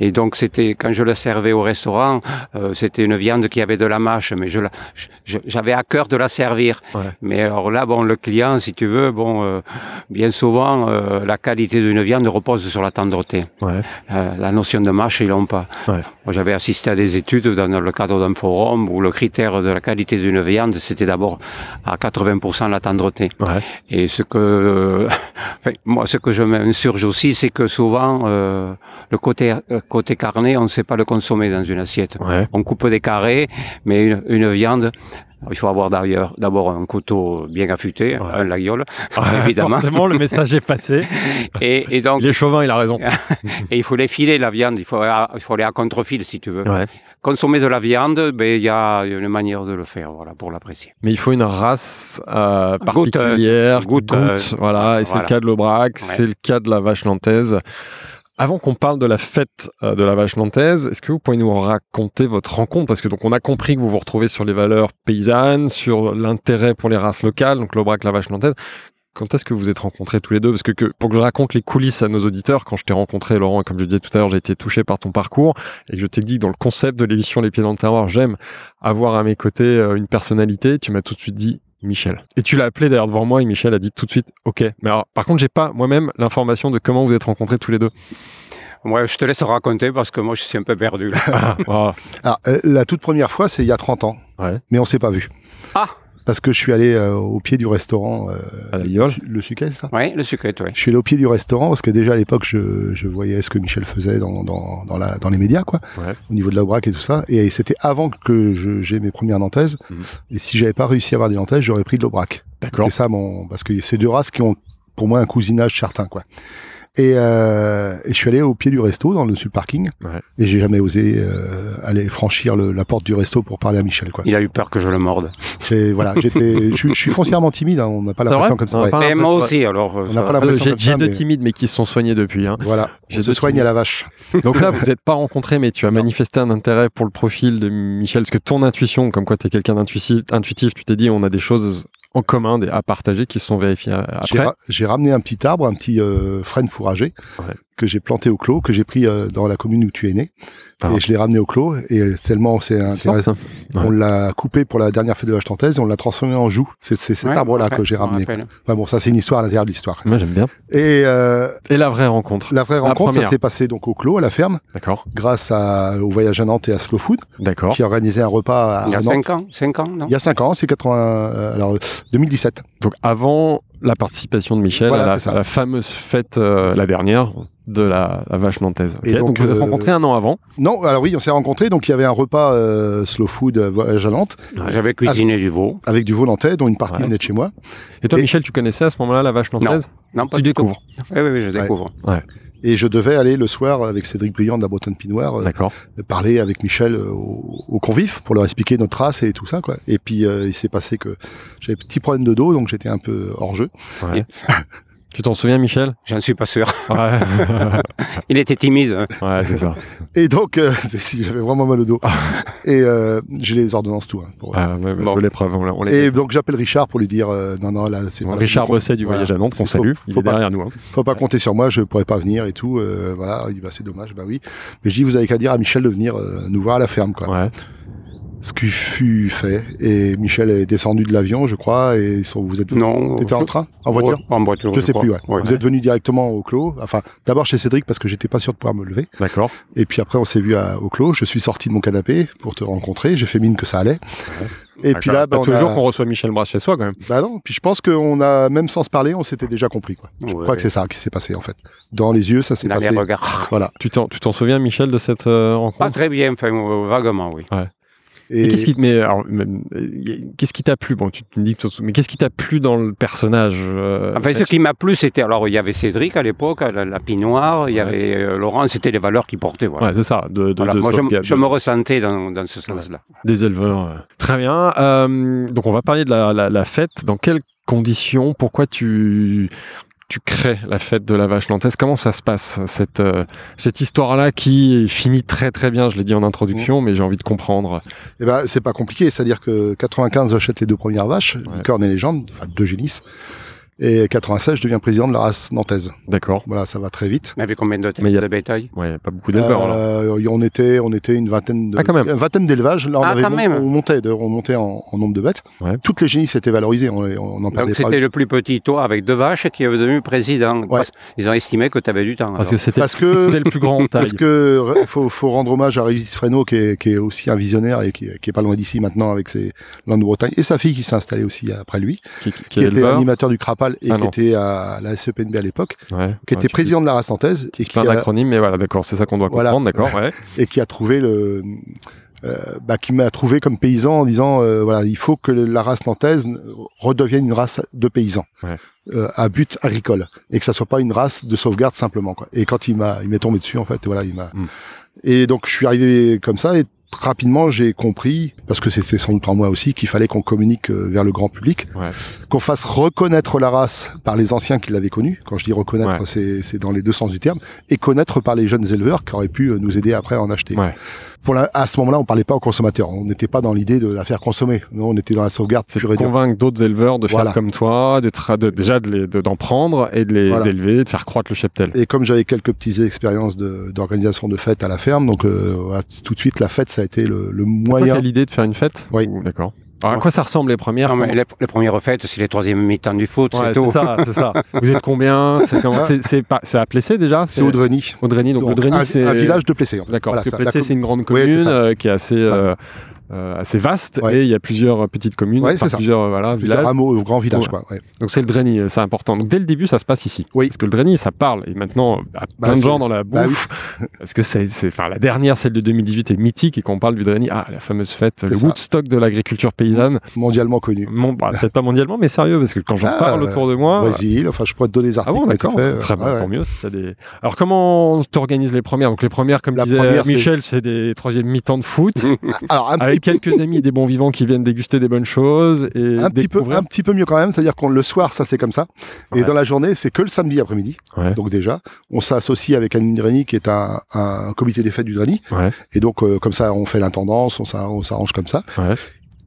B: Et donc, c'était quand je la servais au restaurant, euh, c'était une viande qui avait de la mâche, mais je la- je- je- j'avais à cœur de la servir.
A: Ouais.
B: Mais alors là, bon, le client, si tu veux, bon, euh, bien souvent, euh, la qualité d'une viande repose sur la tendreté.
A: Ouais.
B: Euh, la notion de mâche, ils l'ont pas.
A: Ouais.
B: Moi, j'avais assisté à des études dans le cadre d'un forum où le critère de la qualité d'une viande, c'était d'abord à 80% la tendreté.
A: Ouais.
B: Et ce que, enfin, moi, ce que je m'insurge aussi, c'est que souvent, euh, le côté, euh, côté carné, on ne sait pas le consommer dans une assiette.
A: Ouais.
B: On coupe des carrés, mais une, une viande, il faut avoir d'ailleurs d'abord un couteau bien affûté,
A: Ouais.
B: un laguiole, Évidemment.
A: Forcément, le message est passé.
B: et, et donc
A: Il est chauvin, il a raison.
B: et il faut les filer la viande, il faut, à- il faut aller à contre-fil si tu veux.
A: Ouais.
B: Consommer de la viande, ben il y a une manière de le faire, voilà, pour l'apprécier.
A: Mais il faut une race euh,
B: Goûte, euh,
A: particulière, qui goûte,
B: goûte, euh,
A: voilà. Et c'est
B: voilà.
A: le cas de l'Aubrac, c'est le cas de la vache nantaise. Avant qu'on parle de la fête euh, de la vache nantaise, est-ce que vous pouvez nous raconter votre rencontre Parce que donc on a compris que vous vous retrouvez sur les valeurs paysannes, sur l'intérêt pour les races locales, donc l'Aubrac, la vache nantaise. Quand est-ce que vous vous êtes rencontrés tous les deux Parce que, que- pour que je raconte les coulisses à nos auditeurs, quand je t'ai rencontré, Laurent, et comme je le disais tout à l'heure, j'ai été touché par ton parcours et que je t'ai dit que dans le concept de l'émission Les Pieds dans le Terroir, j'aime avoir à mes côtés euh, une personnalité, tu m'as tout de suite dit Michel. Et tu l'as appelé d'ailleurs devant moi et Michel a dit tout de suite OK. Mais alors, par contre, j'ai pas moi-même l'information de comment vous êtes rencontrés tous les deux.
B: Moi, je te laisse raconter parce que moi, je suis un peu perdu là.
A: Ah, ah,
C: Alors, euh, la toute première fois, c'est il y a 30 ans,
A: Ouais.
C: mais on s'est pas vu.
B: Ah.
C: Parce que je suis allé euh, au pied du restaurant, euh,
A: à la gueule.
C: le Suquet, c'est ça
B: Oui, le sucré, oui.
C: Je suis allé au pied du restaurant parce que déjà à l'époque, je, je voyais ce que Michel faisait dans, dans, dans, la, dans les médias, quoi,
A: Ouais.
C: au niveau de la braque et tout ça. Et c'était avant que je- j'ai mes premières nantaises.
A: Mhm.
C: Et si j'avais pas réussi à avoir des nantaises, j'aurais pris de l'aubrac.
A: D'accord.
C: Et ça, mon, parce que c'est deux races qui ont, pour moi, un cousinage certain, quoi. Et, euh, et je suis allé au pied du resto, dans le sud parking,
A: Ouais.
C: et j'ai jamais osé euh, aller franchir le- la porte du resto pour parler à Michel, quoi.
B: Il a eu peur que je le morde.
C: J'ai- Voilà, j'étais, je, suis- je suis foncièrement timide, hein, on n'a pas
A: C'est vrai
C: l'impression comme ça.
A: On a
C: ouais.
A: pas
B: Mais
A: l'impression-
B: moi aussi, alors. euh, ça-
C: On n'a pas l'impression
A: J'ai
C: comme
A: j'ai
C: ça,
A: deux
C: mais-
A: timides, mais qui se sont soignés depuis. hein.
C: Voilà,
A: J'ai
C: on
A: deux
C: se soigne
A: timides.
C: à la vache.
A: Donc là, vous n'êtes pas rencontrés, mais tu as manifesté un intérêt pour le profil de Michel, parce que ton intuition, comme quoi tu es quelqu'un d'intuitif, intuitif, tu t'es dit on a des choses en commun des- à partager qui se sont vérifiées euh,
C: J'ai
A: après.
C: ra- J'ai ramené un petit arbre, un petit euh, frêne fourragé
A: Ouais.
C: que j'ai planté au clos, que j'ai pris euh, dans la commune où tu es né.
A: Ah.
C: Et je l'ai ramené au clos. Et tellement c'est intéressant.
A: Sorte. Ouais.
C: On l'a coupé pour la dernière fête de la Chantaise, on l'a transformé en joue. C'est c'est cet
B: Ouais,
C: arbre-là
B: ouais,
C: que j'ai
B: je me
C: ramené.
B: rappelle.
C: Enfin bon, ça c'est une histoire à l'intérieur de l'histoire.
A: Moi, j'aime bien.
C: Et euh,
A: Et la vraie rencontre.
C: la vraie
A: La
C: rencontre, ça
A: première.
C: s'est passé donc au clos, à la ferme,
A: D'accord.
C: grâce à, au voyage à Nantes et à Slow Food,
A: D'accord.
C: qui organisait un repas à,
B: Il y a
C: Nantes.
B: 5 ans, 5 ans, non
C: Ah, Il y a 5 ans, c'est 80, euh, alors euh, 2017.
A: Donc avant la participation de Michel
C: Voilà,
A: à,
C: c'est
A: la,
C: ça.
A: à la fameuse fête, euh, la dernière, de la, la vache nantaise.
C: Et
A: Ok,
C: donc,
A: donc, vous vous êtes
C: euh,
A: rencontrés un an avant.
C: Non, alors oui, on s'est rencontrés, donc il y avait un repas euh, Slow Food euh, voyage à Nantes,
B: J'avais
C: Ah.
B: cuisiné du veau.
C: avec du veau nantais, dont une partie
A: Ouais.
C: venait de chez moi.
A: Et toi,
C: Et-
A: Michel, tu connaissais à ce moment-là la vache nantaise
B: Non, pas
A: Tu
B: du tout. Eh
A: découvres.
B: Oui, oui, oui, je découvre.
C: Et je devais aller le soir avec Cédric Briand de la Bretonne Pinoire, euh,
A: D'accord.
C: parler avec Michel euh, aux, aux convives pour leur expliquer notre race et tout ça quoi. Et puis euh, il s'est passé que j'avais petit problème de dos donc j'étais un peu hors jeu.
A: Ouais. tu t'en souviens, Michel
B: J'en suis pas sûr.
A: Ouais,
B: Il était timide.
A: ouais c'est ça.
C: Et donc euh, si j'avais vraiment mal au dos. et euh, j'ai les ordonnances tout hein, pour-
A: Ah, ouais, ouais,
B: Bon.
A: de l'épreuve, on l'a- on l'a
C: Et
A: fait.
C: donc j'appelle Richard pour lui dire euh, non non là c'est
A: Bon,
C: pas-
A: Richard
C: faut-
A: Bosset du
C: voilà.
A: Voyage à Nantes, on
C: C'est-
A: salue.
C: faut-
A: Il
C: faut
A: est
C: pas-
A: derrière nous. hein.
C: Faut pas compter sur moi, je pourrais pas venir et tout. euh, voilà, il dit bah c'est dommage, bah oui. Mais je dis vous avez qu'à dire à Michel de venir euh, nous voir à la ferme quoi.
A: Ouais.
C: Ce qui fut fait et Michel est descendu de l'avion je crois et ils sont, vous êtes
B: Non.
C: T'étais en train, en voiture.
B: Ouais, En voiture.
C: Je sais
B: crois.
C: plus, ouais. Vous êtes venu directement au clos. Enfin, d'abord chez Cédric parce que j'étais pas sûr de pouvoir me lever.
A: D'accord.
C: Et puis après, on s'est vu à- au clos. Je suis sorti de mon canapé pour te rencontrer. J'ai fait mine que ça allait. Et
A: c'est
C: puis là,
A: Ah, pas
C: bah, on
A: tous les
C: a-
A: jours qu'on reçoit Michel Brasse chez soi, quand même.
C: bah non. Puis je pense qu'on a, même sans se parler, on s'était déjà compris, quoi. Je
B: Ouais.
C: crois que c'est ça qui s'est passé, en fait. Dans les yeux, ça s'est
B: Dans les
C: passé.
B: regards.
C: Voilà.
A: Tu t'en, tu t'en souviens, Michel, de cette euh,
B: Pas
A: rencontre
B: très bien, enfin, euh, vaguement, oui.
A: Et
C: Et,
A: qu'est-ce qui te mais alors, même, euh, qu'est-ce qui t'a plu Bon, tu tu me dis que tu t'en souviens, mais qu'est-ce qui t'a plu dans le personnage euh,
C: Ah, bah,
B: Enfin, ce qui m'a plu, c'était. Alors, il y avait Cédric à l'époque, la, la Pinoire, il y
A: Ouais.
B: avait euh, Laurent, c'était les valeurs qu'il portait. Voilà.
A: Ouais, c'est ça, de, de-
B: Voilà.
A: de-
B: Moi, je,
A: de-
B: m- je me ressentais dans, dans ce sens-là.
A: des éleveurs. euh. Très bien. Euh, donc, on va parler de la, la- la fête. Dans quelles conditions Pourquoi tu tu crées la fête de la vache nantaise Comment ça se passe cette euh, cette histoire-là qui finit très très bien Je l'ai dit en
C: Mm.
A: introduction, mais j'ai envie de comprendre.
C: eh ben, c'est pas compliqué. C'est-à-dire que 95, j'achète les deux premières vaches,
A: Ouais.
C: licorne et légende, enfin, deux génisses. Et 96, je deviens président de la race nantaise.
A: D'accord.
C: Voilà, ça va très vite.
B: On avait combien de,
A: Mais il y a-
B: de bétail
A: Ouais, y a pas beaucoup d'éleveurs. alors.
C: Euh, on était, on était une vingtaine de,
A: Ah, quand même.
C: une vingtaine d'élevages. Là, on,
B: Ah,
C: avait
B: quand
C: mon-
B: même.
C: on montait, de- on montait en, en nombre de bêtes.
A: Ouais.
C: Toutes les génisses étaient valorisées. On, les- on en perdait
B: Donc,
C: pas.
B: c'était le plus petit, toi, avec deux vaches, qui est devenu président.
C: Ouais. Ah,
B: Parce- Ils ont estimé que tu avais du temps.
A: Parce
B: alors.
A: que c'était
C: Parce que,
A: c'était le plus grand taille.
C: parce que re- faut, faut rendre hommage à Régis Fresneau qui est, qui est aussi un visionnaire et qui, qui est pas loin d'ici maintenant avec ses Landes de Bretagne et sa fille qui s'est installée aussi après lui,
A: qui, qui- qui
C: qui,
A: est
C: était
A: éleveur.
C: animateur du Crapal et
A: Ah, non.
C: qui
A: Ah,
C: était à la E SEPNB à l'époque,
A: Ouais,
C: qui
A: ouais,
C: était
A: tu-
C: président de la race nantaise et qui,
A: Plein
C: a,
A: d'acronymes, mais voilà, d'accord, c'est ça qu'on doit
C: Voilà.
A: comprendre, d'accord, ouais.
C: et qui a trouvé le euh, bah, qui m'a trouvé comme paysan en disant euh, voilà il faut que le- la race nantaise redevienne une race de paysans
A: Ouais.
C: euh, à but agricole et que ça soit pas une race de sauvegarde simplement quoi et quand il m'a il m'est tombé dessus en fait voilà il m'a
A: Mm.
C: et donc je suis arrivé comme ça et rapidement j'ai compris parce que c'était sans doute en moi aussi qu'il fallait qu'on communique euh, vers le grand public
A: Ouais.
C: qu'on fasse reconnaître la race par les anciens qui l'avaient connue quand je dis reconnaître
A: Ouais.
C: c'est c'est dans les deux sens du terme et connaître par les jeunes éleveurs qui auraient pu euh, nous aider après à en acheter
A: Ouais.
C: pour la- à ce moment-là, on parlait pas aux consommateurs. On n'était pas dans l'idée de la faire consommer. Nous, on était dans la sauvegarde
A: C'est
C: pure et
A: de
C: dure.
A: convaincre d'autres éleveurs de faire
C: Voilà.
A: comme toi, de tra- de- déjà de les- de- d'en prendre et de les
C: Voilà.
A: élever, de faire croître le cheptel.
C: Et comme j'avais quelques petites expériences de- d'organisation de, fêtes à la ferme, donc euh, voilà, tout de suite, la fête, ça a été le, le
A: Pourquoi
C: moyen.
A: t'as l'idée de faire une fête
C: Oui.
A: Ou- D'accord. Alors, à quoi ça ressemble les premières
B: Non, mais les, les premières fêtes, c'est les troisièmes mi-temps du foot,
A: Ouais,
B: c'est tout.
A: ça, c'est ça. Vous êtes combien C'est comment- c'est- c'est pas- c'est à Plessé déjà
C: C'est Audreny.
A: Audreny, euh, donc,
C: Donc,
A: Audreny,
C: un,
A: c'est
C: un village de Plessé. en fait.
A: D'accord,
C: Voilà,
A: parce que
C: ça, la
A: Plessé, c'est une grande
C: Oui, c'est
A: commune
C: ça.
A: euh, qui est assez, euh, euh, assez vaste
C: Ouais.
A: et il y a plusieurs euh, petites communes,
C: Ouais,
A: enfin,
C: c'est ça.
A: plusieurs euh, voilà,
C: commune,
A: villages.
C: rameau, au grand village,
A: Ouais.
C: quoi. ouais.
A: Donc c'est le Dreny, euh, c'est important. Donc dès le début, ça se passe ici.
C: Oui.
A: Parce que le Dreny, ça parle. Et maintenant, euh, à
C: Bah,
A: plein de
C: c'est-
A: gens dans la
C: bah
A: bouche. Parce que c'est, c'est- enfin, la dernière, celle de 2018, est mythique. Et qu'on parle du Dreny, ah, la fameuse fête, le
C: ça.
A: Woodstock de l'agriculture paysanne.
C: Mondialement connu.
A: Mon- bah, peut-être pas mondialement, mais sérieux, parce que quand j'en
C: Ah,
A: parle autour de moi. euh,
C: Brésil, enfin, je pourrais te donner les
A: Ah
C: articles.
A: bon,
C: qui ont été
A: d'accord.
C: faits, euh,
A: Très bien,
C: ouais, ouais.
A: tant mieux. si t'as des- Alors, comment t'organises les premières Donc, les premières, comme
C: La
A: disait
C: première, c'est-
A: Michel, c'est des troisièmes mi-temps de foot.
C: Alors, un petit
A: avec quelques amis et des bons vivants qui viennent déguster des bonnes choses. Et
C: un petit, peu,
A: découvrir.
C: un petit peu mieux quand même, c'est-à-dire qu'on le soir, ça c'est comme ça,
A: Ouais.
C: et dans la journée, c'est que le samedi après-midi.
A: Ouais.
C: Donc déjà, on s'associe avec Anne Drani qui est un, un comité des fêtes du Drani,
A: Ouais.
C: et donc euh, comme ça, on fait l'intendance, on s'a- on s'arrange comme ça.
A: Ouais.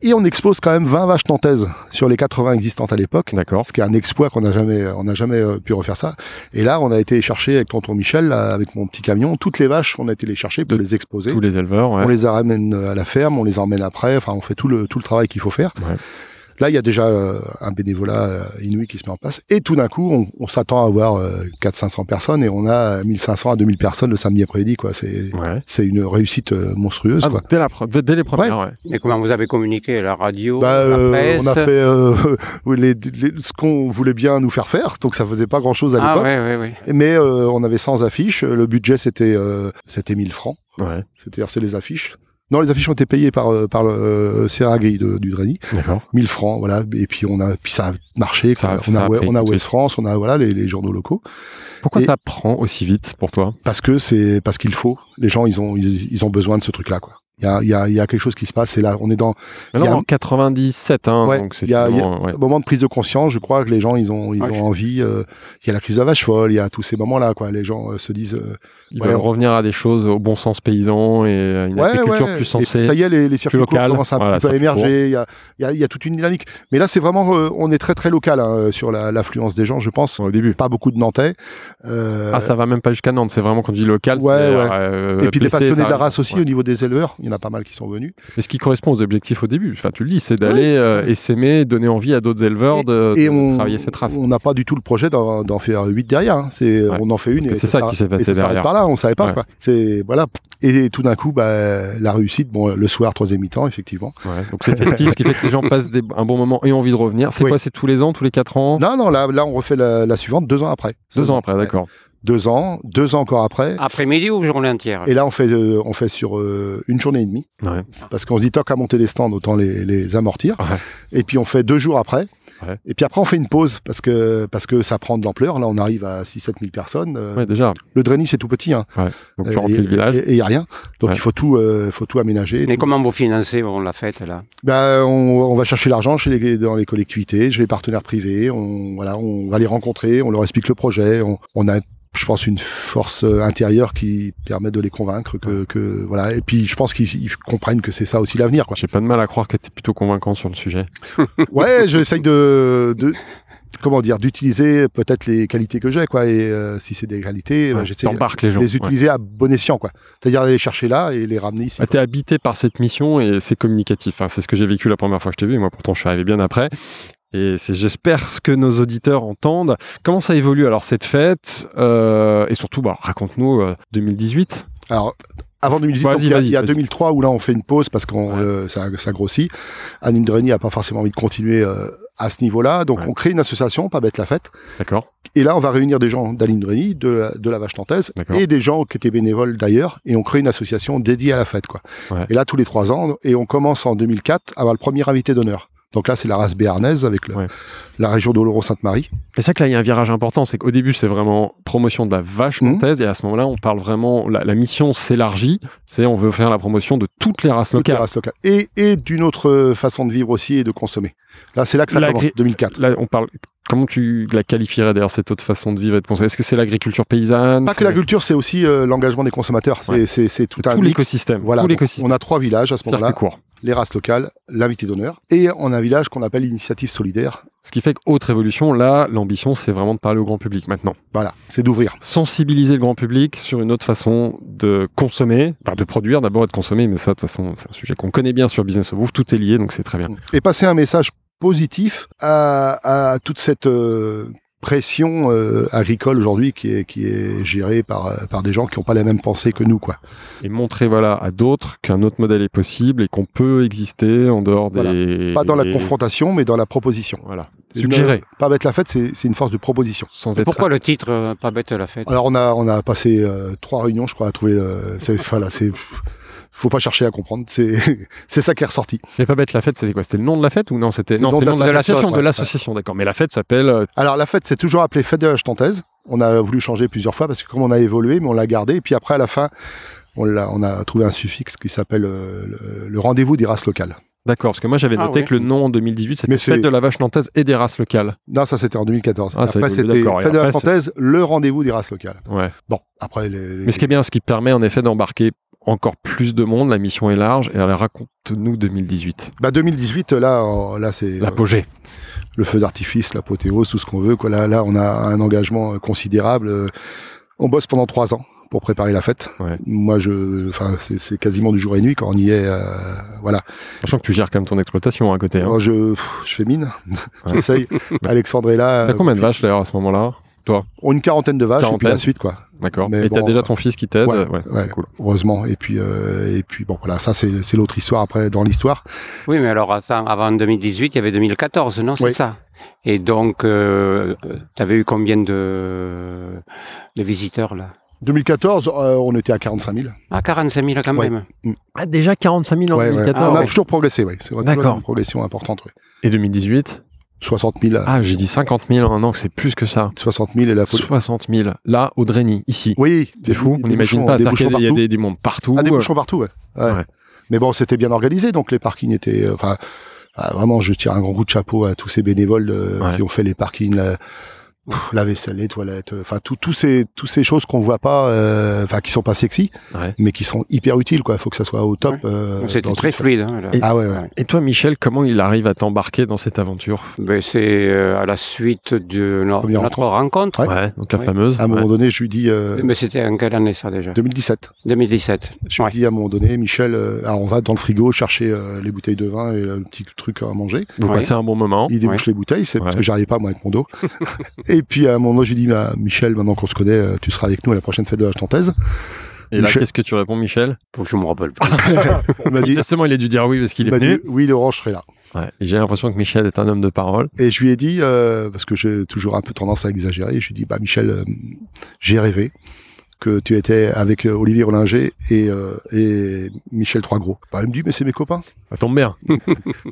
C: Et on expose quand même 20 vaches nantaises sur les 80 existantes à l'époque.
A: D'accord.
C: Ce qui est un exploit qu'on n'a jamais, on n'a jamais euh, pu refaire ça. Et là, on a été chercher avec tonton Michel, là, avec mon petit camion, toutes les vaches, on a été les chercher pour
A: De-
C: les exposer.
A: Tous les éleveurs, ouais.
C: On les ramène à la ferme, on les emmène après, enfin on fait tout le, tout le travail qu'il faut faire.
A: Ouais.
C: Là, il y a déjà euh, un bénévolat euh, inouï qui se met en place. Et tout d'un coup, on, on s'attend à avoir euh, 400-500 personnes et on a euh, 1500 à 2000 personnes le samedi après-midi. quoi. C'est
A: Ouais.
C: c'est une réussite euh, monstrueuse.
A: Ah,
C: quoi.
A: dès, la pre- dès les premières, ouais.
B: Et comment vous avez communiqué la radio
C: Bah,
B: la
C: euh,
B: presse
C: on a fait euh, oui, les- les- ce qu'on voulait bien nous faire faire, donc ça faisait pas grand-chose à
B: Ah
C: l'époque.
B: ouais, ouais, ouais.
C: Mais euh, on avait 100 affiches. Le budget, c'était euh, c'était 1000 francs.
A: Ouais.
C: C'est-à-dire, c'est les affiches. Non, les affiches ont été payées par, euh, par le euh, CRA Grille de- du Dreni.
A: D'accord.
C: 1000 francs, voilà. Et puis, on a, puis ça a marché.
A: Ça a-
C: quoi. on,
A: ça
C: a,
A: a
C: Ouais-
A: pris
C: on a
A: tout de
C: West
A: suite.
C: France, on a voilà, les, les journaux locaux.
A: Pourquoi
C: Et-
A: ça prend aussi vite pour toi
C: Parce que c'est parce qu'il faut. Les gens, ils ont, ils, ils ont besoin de ce truc-là. quoi. Il y a, il y, a, il y a quelque chose qui se passe. Et là, on est dans
A: Alors
C: Il y a-
A: en 97, hein,
C: Ouais,
A: donc c'est
C: il y a- il y a-
A: finalement, ouais.
C: un moment de prise de conscience. Je crois que les gens, ils ont, ils
B: Ouais,
C: ont
B: je-
C: envie. euh, il y a la crise de la vache folle. Il y a tous ces moments-là. quoi. Les gens euh, se disent. euh,
A: Ils
C: Ouais,
A: veulent
C: on-
A: revenir à des choses au bon sens paysan et à une agriculture plus
C: Et
A: sensée.
C: Ça y est, les, les circuits courts
A: locale.
C: commencent un
A: Voilà,
C: petit peu à
A: circuit court.
C: émerger. Il y a, il y a- il y a toute une dynamique. Mais là, c'est vraiment, euh, on est très très local hein, sur la- l'affluence des gens, je pense.
A: Au début.
C: Pas beaucoup de Nantais. Euh,
A: Ah, ça va même pas jusqu'à Nantes, c'est vraiment quand tu dis local.
C: Ouais,
A: c'est,
C: ouais.
A: euh,
C: et puis des
A: blessé,
C: passionnés
A: ça
C: de la
A: arrive.
C: race aussi
A: Ouais.
C: au niveau des éleveurs. Il y en a pas mal qui sont venus.
A: Et ce qui correspond aux objectifs au début. Enfin, tu le dis, c'est d'aller euh, essaimer, donner envie à d'autres éleveurs de,
C: et
A: de
C: on
A: travailler cette race.
C: On n'a pas du tout le projet d'en d'en faire huit derrière. hein. C'est,
A: Ouais.
C: on en fait une.
A: Parce que
C: et
A: c'est ça qui s'est passé
C: et ça s'arrête
A: derrière.
C: Par là, on savait pas
A: Ouais.
C: quoi. C'est voilà. Et tout d'un coup, bah, la réussite. Bon, le soir, troisième mi-temps, effectivement.
A: Ouais, donc c'est effectif, ce qui fait que les gens passent des- un bon moment et ont envie de revenir. C'est
C: Oui.
A: quoi C'est tous les ans, tous les 4 ans
C: Non, non, là, là, on refait la, la suivante deux ans après.
A: Deux ans après, d'accord.
C: Deux ans, deux ans encore après.
B: Après-midi ou journée entière
C: Et là, on fait, euh, on fait sur euh, une journée et demie.
A: Ouais.
C: C'est Parce qu'on se dit, tant qu'à monter les stands, autant les, les amortir.
A: Ouais.
C: Et puis, on fait deux jours après.
A: Ouais.
C: Et puis après, on fait une pause parce que, parce que ça prend de l'ampleur. Là, on arrive à 6-7 000 personnes. Euh,
A: Ouais, déjà.
C: Le Drény, c'est tout petit. Hein.
A: Donc
C: Et-
A: tu remplis le village.
C: Et il n'y a rien. Donc,
A: Ouais.
C: il faut tout, euh, faut tout aménager.
B: Mais
C: Tout-
B: comment vous financez bon, la fête là
C: Bah, on, on va chercher l'argent chez les, dans les collectivités, chez les partenaires privés. On, voilà, on va les rencontrer, on leur explique le projet. On, on a, je pense, une force euh, intérieure qui permet de les convaincre que, que voilà. Et puis, je pense qu'ils ils comprennent que c'est ça aussi l'avenir, quoi.
A: J'ai pas de mal à croire que t'es plutôt convaincant sur le sujet.
C: Ouais, j'essaye de, de, comment dire, d'utiliser peut-être les qualités que j'ai, quoi. Et euh, si c'est des qualités, bah,
A: Ouais,
C: j'essaie de
A: T'embarques les gens.
C: les
A: ouais.
C: utiliser à bon escient, quoi. C'est-à-dire aller les chercher là et les ramener ici.
A: Ah, t'es habité par cette mission et c'est communicatif. hein. C'est ce que j'ai vécu la première fois que je t'ai vu. et Moi, pourtant, je suis arrivé bien après. Et c'est, j'espère, ce que nos auditeurs entendent. Comment ça évolue alors cette fête Euh, Et surtout, bah, raconte-nous euh, 2018.
C: Alors, avant 2018,
A: Vas-y,
C: donc, il y a,
A: vas-y,
C: il y a
A: vas-y.
C: 2003 où là on fait une pause parce qu'on
A: Ouais.
C: euh, ça, ça grossit. Anime Dreny n'a pas forcément envie de continuer euh, à ce niveau-là, donc
A: Ouais.
C: on crée une association, pas bête la fête.
A: D'accord
C: Et là, on va réunir des gens d'Anime Dreny, de, la- de la Vache Nantaise
A: D'accord.
C: et des gens qui étaient bénévoles d'ailleurs, et on crée une association dédiée à la fête, quoi.
A: Ouais.
C: Et là, tous les trois ans, et on commence en 2004 à avoir le premier invité d'honneur. Donc là, c'est la race béarnaise avec le-
A: Ouais.
C: la région d'Oloron-Sainte-Marie.
A: Et c'est ça que là, il y a un virage important. C'est qu'au début, c'est vraiment promotion de la vache
C: Mhm.
A: nantaise. Et à ce moment-là, on parle vraiment. La, la mission s'élargit. C'est on veut faire la promotion de toutes les races
C: toutes les
A: locales.
C: races locales. Et, et d'une autre euh, façon de vivre aussi et de consommer. Là, c'est là que ça
A: La
C: commence,
A: gré-
C: 2004.
A: Là, on parle. Comment tu la qualifierais d'ailleurs cette autre façon de vivre et de consommer Est-ce que c'est l'agriculture paysanne
C: Pas
A: C'est-
C: que la culture, c'est aussi euh, l'engagement des consommateurs. C'est
A: Ouais.
C: c'est- c'est tout
A: c'est
C: un
A: tout
C: mix.
A: l'écosystème.
C: Voilà,
A: tout
C: donc
A: l'écosystème.
C: on a trois villages à ce
A: Circuit
C: moment-là
A: court.
C: les races locales, l'invité d'honneur, et on a un village qu'on appelle l'initiative solidaire.
A: Ce qui fait qu'autre évolution, là, l'ambition, c'est vraiment de parler au grand public maintenant.
C: Voilà, c'est d'ouvrir.
A: Sensibiliser le grand public sur une autre façon de consommer, enfin, de produire d'abord et de consommer, mais ça, de toute façon, c'est un sujet qu'on connaît bien sur Business of Bouffe, tout est lié, donc c'est très bien.
C: Et passer un message positif à, à toute cette euh, pression euh, agricole aujourd'hui qui est, qui est gérée par, euh, par des gens qui n'ont pas les mêmes pensées que nous. Quoi.
A: Et montrer, voilà, à d'autres qu'un autre modèle est possible et qu'on peut exister en dehors des.
C: Pas dans la
A: des-
C: confrontation, mais dans la proposition.
A: Voilà.
C: Une- euh,
A: Suggérer,
C: Pas mettre la fête, c'est c'est une force de proposition.
A: sans
B: Et
A: être.
B: Pourquoi le titre euh, Pas bête la fête
C: Alors on a on a passé euh, trois réunions, je crois, à trouver. euh, c'est voilà, c'est faut pas chercher à comprendre. C'est c'est ça qui est ressorti.
A: Et pas bête, la fête, c'était quoi C'était le nom de la fête ou non C'était
C: C'est le nom
A: c'est
C: de la- de
A: l'association,
C: l'association,
A: de
C: ouais.
A: l'association, d'accord. Mais la fête s'appelle euh,
C: Alors la fête, c'est toujours appelé Fête de la Chantaise. On a voulu changer plusieurs fois parce que comme on a évolué, mais on l'a gardé. Et puis après, à la fin, on l'a on a trouvé un suffixe qui s'appelle euh, le, le rendez-vous des races locales.
A: D'accord, parce que moi j'avais
B: Ah
A: noté
B: ouais.
A: que le nom en 2018 c'était
C: Mais c'est-
A: Fête de la vache nantaise et des races locales.
C: Non, ça c'était en 2014.
A: Ah, ça
C: après,
A: évolue,
C: c'était
A: d'accord. Et
C: Fête de la
A: après, c'est-
C: Chantaise, le rendez-vous des races locales.
A: Ouais.
C: Bon, après les, les-
A: Mais ce qui est bien, ce qui permet en effet d'embarquer encore plus de monde, la mission est large. Et alors, raconte-nous 2018.
C: Bah 2018, là, on- là c'est euh,
A: L'apogée.
C: le feu d'artifice, l'apothéose, tout ce qu'on veut. Quoi. Là, là, on a un engagement euh, considérable. Euh, On bosse pendant trois ans pour préparer la fête.
A: Ouais.
C: Moi, je, enfin, c'est c'est quasiment du jour et nuit quand on y est. euh, voilà.
A: Sachant que tu gères quand même ton exploitation à côté. hein.
C: Alors, je, pff, je fais mine.
A: Ouais.
C: J'essaye. Alexandre est là.
A: T'as
C: euh,
A: combien de
C: mon
A: vaches
C: fils.
A: d'ailleurs à ce moment-là
C: Une quarantaine de vaches et puis
A: Quarantaine.
C: la suite, quoi.
A: D'accord.
C: Mais
A: Et t'as
C: bon,
A: déjà ton fils qui t'aide
C: ouais,
A: Ouais,
C: ouais.
A: c'est cool.
C: heureusement. Et puis, euh, et puis bon, voilà, ça c'est c'est l'autre histoire après dans l'histoire.
B: Oui, mais alors attends, avant 2018, il y avait 2014, non C'est
C: Oui.
B: ça. Et donc, euh, tu avais eu combien de, de visiteurs là
C: 2014, euh, on était à 45 000.
B: Ah, 45 000 quand
C: Ouais.
B: même.
A: Ah, déjà 45 000 en
C: Ouais, ouais.
A: 2014.
C: On a
B: ouais.
C: toujours progressé, oui. C'est vrai, toujours
A: D'accord.
C: une progression importante. ouais.
A: Et 2018
C: 60 000, euh,
A: Ah, j'ai dit 50 000 en un an, que c'est plus que ça.
C: 60 000 et la folie.
A: 60 000. Là, au Drény, ici.
C: Oui,
A: C'est
C: des-
A: fou, on
C: des
A: n'imagine
C: bouchons- hein,
A: pas.
C: Des
A: C'est-à-dire
C: bouchons
A: qu'il y a
C: partout.
A: des, des mondes partout.
C: Ah, des
A: euh,
C: bouchons partout, ouais. Ouais.
A: Ouais.
C: Mais bon, c'était bien organisé, donc les parkings étaient, euh, enfin, ah, vraiment, je tire un grand coup de chapeau à tous ces bénévoles euh,
A: Ouais.
C: qui ont fait les parkings, la, pff, la vaisselle, les toilettes, euh, enfin, tout, tout ces, toutes ces choses qu'on voit pas, euh, enfin, qui sont pas sexy,
A: Ouais.
C: mais qui sont hyper utiles, quoi. Faut que ça soit au top.
B: Ouais.
C: euh,
B: Donc, C'était
C: dans
B: très
C: tout ça.
B: fluide. hein, là.
A: Et-
C: Ah ouais, ouais.
A: Et toi, Michel, comment il arrive à t'embarquer dans cette aventure
B: Ben, c'est euh, à la suite de no-
C: Première
B: notre rencontre.
C: Ouais.
A: donc la
B: Ouais.
A: fameuse.
C: À un
A: ouais.
C: moment donné, je lui dis, euh,
B: Mais c'était en quelle année ça déjà
C: 2017,
B: 2017.
C: je
B: Ouais.
C: lui dis à un moment donné, Michel, euh, alors on va dans le frigo chercher euh, les bouteilles de vin et euh, le petit truc à manger.
A: Vous
B: Ouais.
A: passez un bon moment.
C: Il débouche les bouteilles, c'est parce
A: Ouais.
C: que j'arrivais pas moi avec mon dos. et puis à un moment donné, je lui dis, bah, Michel, maintenant qu'on se connaît, euh, tu seras avec nous à la prochaine fête de la chantaise.
A: Et là,
C: Michel-
A: qu'est-ce que tu réponds, Michel
B: Je me rappelle plus.
C: Il m'a dit,
A: Justement, il a dû dire oui parce qu'il
C: il
A: est
C: m'a dit,
A: venu.
C: oui, Laurent, je serai là.
A: Ouais. Et J'ai l'impression que Michel est un homme de parole.
C: Et je lui ai dit, euh, parce que j'ai toujours un peu tendance à exagérer, je lui ai dit, bah, Michel, euh, j'ai rêvé que tu étais avec euh, Olivier Rollinger et, euh, et Michel Troisgros. Bah, il me dit, mais c'est mes copains.
A: Ça tombe bien.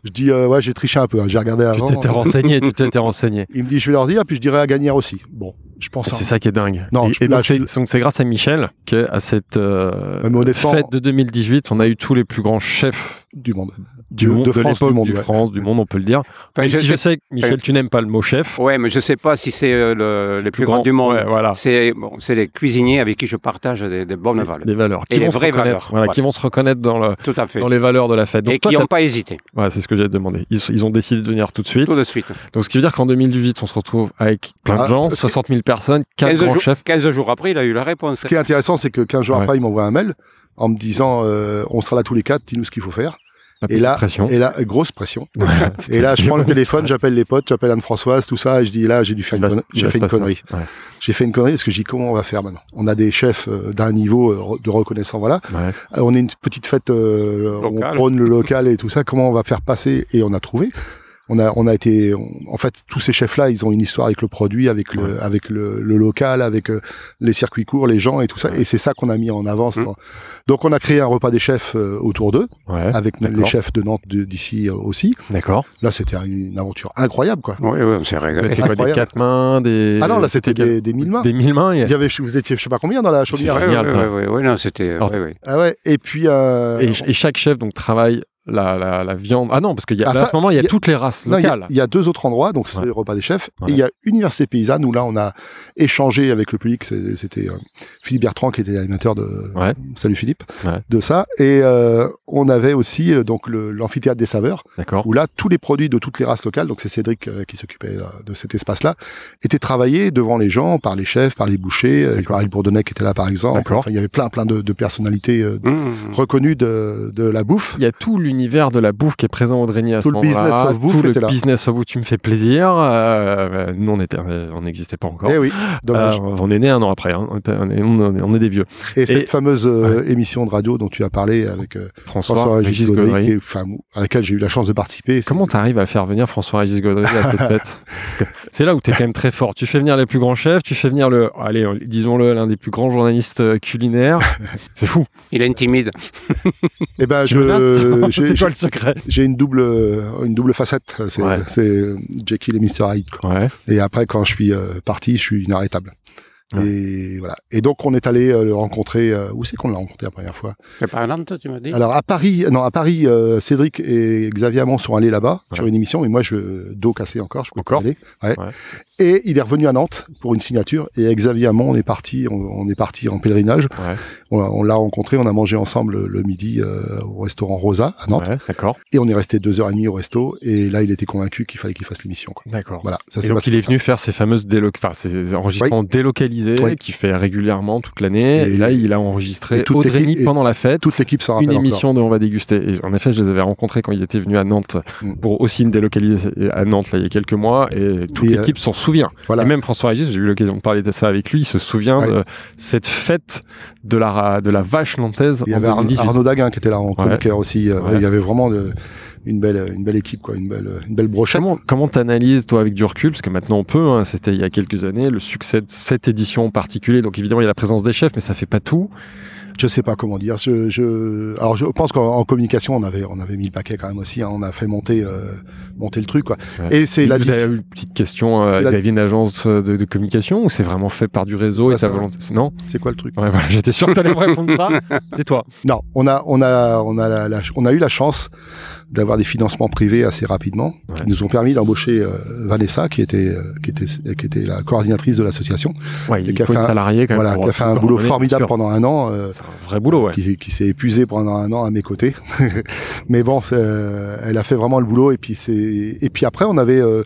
C: Je dis, euh, ouais, j'ai triché un peu, hein, j'ai regardé
A: Tu
C: avant.
A: t'étais renseigné, tu t'étais renseigné.
C: Il me dit, je vais leur dire, puis je dirai à Gagnère aussi. Bon, je pense.
A: Bah, C'est
C: hein.
A: ça qui est dingue.
C: Non,
A: Et-
C: je-
A: et
C: là,
A: donc,
C: je-
A: c'est- donc c'est grâce à Michel que à cette euh,
C: Ouais, mais honnêtement-
A: fête de 2018, on a eu tous les plus grands chefs
C: Du monde.
A: du
C: De-
A: monde, de
C: de France, du
A: l'époque,
C: monde,
A: du
C: ouais.
A: France, du monde, on peut le dire.
B: Enfin,
A: Même
B: je
A: si
B: sais-
A: je sais que Michel, tu n'aimes pas le mot chef.
B: Ouais, mais je sais pas si c'est euh, le- les plus,
A: Grand-
B: grands du monde.
A: ouais, voilà.
B: C'est bon, c'est les cuisiniers avec qui je partage des, des bonnes valeurs.
A: Des valeurs.
B: Et les
A: vont se
B: vraies
A: reconnaître-
B: valeurs,
A: voilà,
B: voilà.
A: Qui vont se reconnaître dans, le-
B: Tout à fait.
A: dans les valeurs de la fête. Donc,
B: Et
A: toi,
B: qui
A: t'as-
B: n'ont pas hésité.
A: Voilà, c'est ce que j'ai demandé. Ils, ils ont décidé de venir tout de suite.
B: Tout de suite.
A: Donc, ce qui veut dire qu'en 2018, on se retrouve avec plein de
C: Ah,
A: gens,
C: parce que-
A: 60 000 personnes, 4 grands
B: jours,
A: chefs.
B: 15 jours après, il a eu la réponse.
C: Ce qui est intéressant, c'est que 15 jours
A: Ouais.
C: après, il m'envoie un mail en me disant, euh, on sera là tous les quatre, dis-nous ce qu'il faut faire.
A: La
C: Et là-
A: pression.
C: Et là, euh, grosse pression.
A: Ouais,
C: Et là, je prends le
A: c'était-
C: téléphone, j'appelle les potes, j'appelle Anne-Françoise, tout ça, et je dis, là, j'ai dû
A: Il
C: faire une,
A: va se-
C: conne-
A: il
C: j'ai
A: va
C: fait
A: se
C: une
A: passer-
C: connerie.
A: Ouais.
C: J'ai fait une connerie parce que j'ai dit, comment on va faire maintenant On a des chefs euh, d'un niveau euh, re- de reconnaissance, voilà.
A: Ouais.
C: Euh, On est une petite fête, euh, où on
B: Locale.
C: prône le local et tout ça. Comment on va faire passer Et on a trouvé. On a, on a été, on- en fait, tous ces chefs-là, ils ont une histoire avec le produit, avec le, avec le, le local, avec euh, les circuits courts, les gens et tout ça. Et c'est ça qu'on a mis en avance.
B: Mm.
C: dans- Donc, on a créé un repas des chefs euh, autour d'eux,
A: Ouais,
C: avec les
A: d'accord.
C: chefs de Nantes de- d'ici euh, aussi.
A: D'accord.
C: Là, c'était une aventure incroyable, quoi.
B: Oui, oui, on s'est
A: Vous avez
B: régalé.
A: fait quoi, des
C: Incroyable.
A: quatre mains, des.
C: Ah non, là, c'était des, des mille mains. Euh,
A: Des mille mains. et-
C: Il y avait, vous étiez, je sais pas combien dans la
A: C'est
C: chaumière.
B: Ouais,
A: génial,
B: ouais,
A: ça.
B: ouais, ouais, ouais, non, c'était.
A: Alors,
B: ouais, ouais.
C: Ah ouais. Et puis, euh,
A: Et, et chaque chef donc travaille la, la, la viande. Ah non, parce qu'il y a,
C: Ah,
A: là,
C: ça,
A: à ce moment, il y a,
C: il y a-
A: toutes les races
C: Non, il y a-
A: locales.
C: il y, a deux autres endroits, donc c'est
A: Ouais.
C: le repas des chefs.
A: Ouais.
C: Et il y a Université Paysanne où là, on a échangé avec le public. C'est- C'était euh, Philippe Bertrand qui était l'animateur de
A: Ouais.
C: Salut Philippe
A: Ouais.
C: de ça. Et euh, on avait aussi euh, donc le- l'amphithéâtre des saveurs
A: D'accord.
C: où là, tous les produits de toutes les races locales, donc c'est Cédric euh, qui s'occupait euh, de cet espace-là, étaient travaillés devant les gens par les chefs, par les bouchers. Euh,
A: D'accord.
C: Ariel Bourdonnais qui était là par exemple.
A: D'accord.
C: Enfin, il y avait plein plein de, de personnalités euh,
B: Mmh.
C: reconnues de, de la bouffe.
A: Il y a tout l'univers de la bouffe qui est présent au Drégnier à
C: Tout
A: ce
C: le
A: moment-là.
C: business of bouffe
A: tout le
C: était là.
A: business of bouffe, tu me fais plaisir. Euh, euh, nous, on était- on n'existait pas encore.
C: Eh oui, dommage.
A: Euh, on est né un an après. hein. On, est, on est- on est- on est des vieux.
C: et, cette fameuse euh, émission de radio dont tu as parlé avec euh,
A: François,
C: François
A: Régis
C: Régis Godry,
A: Gaudry.
C: qui est- enfin, à laquelle j'ai eu la chance de participer. C'est-
A: Comment t'arrives à faire venir François Régis Godry à cette fête C'est là où t'es quand même très fort. Tu fais venir les plus grands chefs, tu fais venir le, allez, disons-le, l'un des plus grands journalistes euh, culinaires. C'est fou.
B: Il est intimide.
C: Eh ben,
A: Tu menaces
C: je, j'ai-
A: C'est quoi le secret
C: j'ai une double, euh, une double facette. C'est,
A: Ouais.
C: c'est, euh, Jekyll et Mr Hyde. quoi.
A: Ouais.
C: Et après, quand je suis euh, parti, je suis inarrêtable.
A: Ouais.
C: Et voilà. Et donc on est allé euh, le rencontrer. euh, où c'est qu'on l'a rencontré la première fois
B: C'est pas Nantes, tu m'as dit
C: Alors à Paris, non à Paris, euh, Cédric et Xavier Hamon sont allés là-bas
A: Ouais.
C: sur une émission. Et moi, je dos cassé encore, je pouvais pas
A: Encore
C: y aller. Ouais.
A: Ouais.
C: Et il est revenu à Nantes pour une signature. Et avec Xavier Hamon, on est parti, on, on est parti en pèlerinage.
A: Ouais.
C: On, l'a- on l'a rencontré, on a mangé ensemble le, le midi euh, au restaurant Rosa à Nantes.
A: Ouais, d'accord.
C: Et on est resté deux heures et demie au resto. Et là, il était convaincu qu'il fallait qu'il fasse l'émission. quoi.
A: D'accord.
C: Voilà. Ça
A: et
C: s'est
A: donc,
C: passé
A: il est
C: comme ça.
A: venu faire ces fameuses délo- enfin, ces enregistrements délocalisés
C: Oui.
A: qu'il fait régulièrement toute l'année. Et,
C: Et-
A: là, il a
C: et
A: enregistré
C: toute
A: Audrey
C: l'équipe-
A: Nipp pendant la fête.
C: Toute l'équipe s'en
A: une
C: rappelle encore.
A: émission de On va déguster. Et en effet, je les avais rencontrés quand ils étaient venus à Nantes
C: Mm.
A: pour aussi une délocalisée à Nantes là, il y a quelques mois. Et toute
C: Et, euh,
A: l'équipe s'en souvient.
C: Voilà.
A: Et même François Régis, j'ai eu l'occasion de parler de ça avec lui, il se souvient
C: Ouais.
A: de cette fête de la, ra- de la vache nantaise
C: Il y
A: en
C: avait Ar-
A: 2018.
C: Arnaud Daguin qui était là en chroniqueur aussi. euh,
A: Ouais.
C: Il y avait vraiment de- une belle, une belle équipe, quoi, une belle, une belle brochette.
A: Comment, comment t'analyses, toi, avec du recul Parce que maintenant, on peut. hein, C'était il y a quelques années, le succès de cette édition en particulier. Donc, évidemment, il y a la présence des chefs, mais ça fait pas tout.
C: Je sais pas comment dire. Je, je- alors je pense qu'en en communication, on avait, on avait mis le paquet quand même aussi. hein. On a fait monter, euh, monter le truc, quoi.
A: Ouais.
C: Et c'est la
A: Vous
C: dis-
A: avez une petite question.
C: C'est
A: Euh,
C: la-
A: Xavier, une agence de, de communication ou c'est vraiment fait par du réseau
C: Ah,
A: et ta
C: ça va.
A: volonté Non
C: C'est quoi le truc
A: Ouais, voilà, J'étais sûr que t'allais me répondre ça. C'est toi.
C: Non, on a, on a, on a, la- la ch- on a eu la chance d'avoir des financements privés assez rapidement,
A: Ouais.
C: qui nous ont permis d'embaucher euh, Vanessa, qui était, euh, qui était, qui était la coordinatrice de l'association.
A: Ouais, il
C: qui a
A: faut
C: fait
A: être
C: un-
A: salarié quand même.
C: Voilà,
A: pour-
C: qui a fait un
A: pour
C: boulot
A: abonner,
C: formidable
A: bien sûr.
C: pendant un an. euh,
A: C'est un vrai boulot, ouais.
C: qui, qui s'est épuisée pendant un an à mes côtés. Mais bon, euh, elle a fait vraiment le boulot. Et puis, c'est... Et puis après, on avait... euh,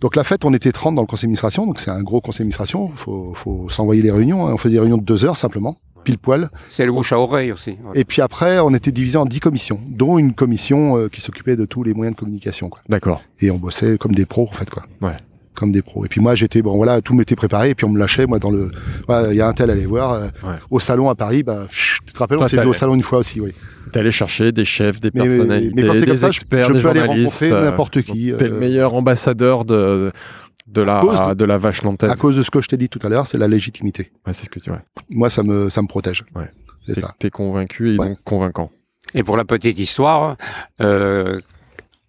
C: donc la fête, on était 30 dans le conseil d'administration, donc c'est un gros conseil d'administration, il faut, faut s'envoyer les réunions, hein. on fait des réunions de deux heures simplement, pile poil.
B: C'est le bouche à oreille aussi. voilà.
C: Et puis après, on était divisé en dix commissions, dont une commission euh, qui s'occupait de tous les moyens de communication. Quoi.
A: D'accord.
C: Et on bossait comme des pros en fait. Quoi.
A: Ouais.
C: Comme des pros. Et puis moi, j'étais, bon voilà, tout m'était préparé, et puis on me lâchait, moi, dans le... Voilà, Il y a un tel à aller voir. euh,
A: Ouais.
C: Au salon à Paris, bah, pff, tu te rappelles,
A: Toi,
C: on s'est vu
A: t'allais.
C: au salon une fois aussi, oui.
A: T'es allé chercher des chefs, des
C: Mais- mais- mais
A: personnalités,
C: quand c'est comme
A: des
C: ça, je-
A: experts,
C: je
A: des
C: peux aller
A: journalistes.
C: rencontrer
A: euh,
C: n'importe qui,
A: T'es le
C: euh,
A: meilleur ambassadeur de, de, la,
C: cause
A: de... la vache nantaise.
C: à cause de ce que je t'ai dit tout à l'heure, c'est la légitimité.
A: Ouais, c'est ce que tu ouais.
C: Moi, ça me, ça me protège.
A: Ouais.
C: C'est
A: T'es-
C: ça.
A: T'es convaincu et
C: Ouais.
A: donc convaincant.
B: Et pour la petite histoire, euh,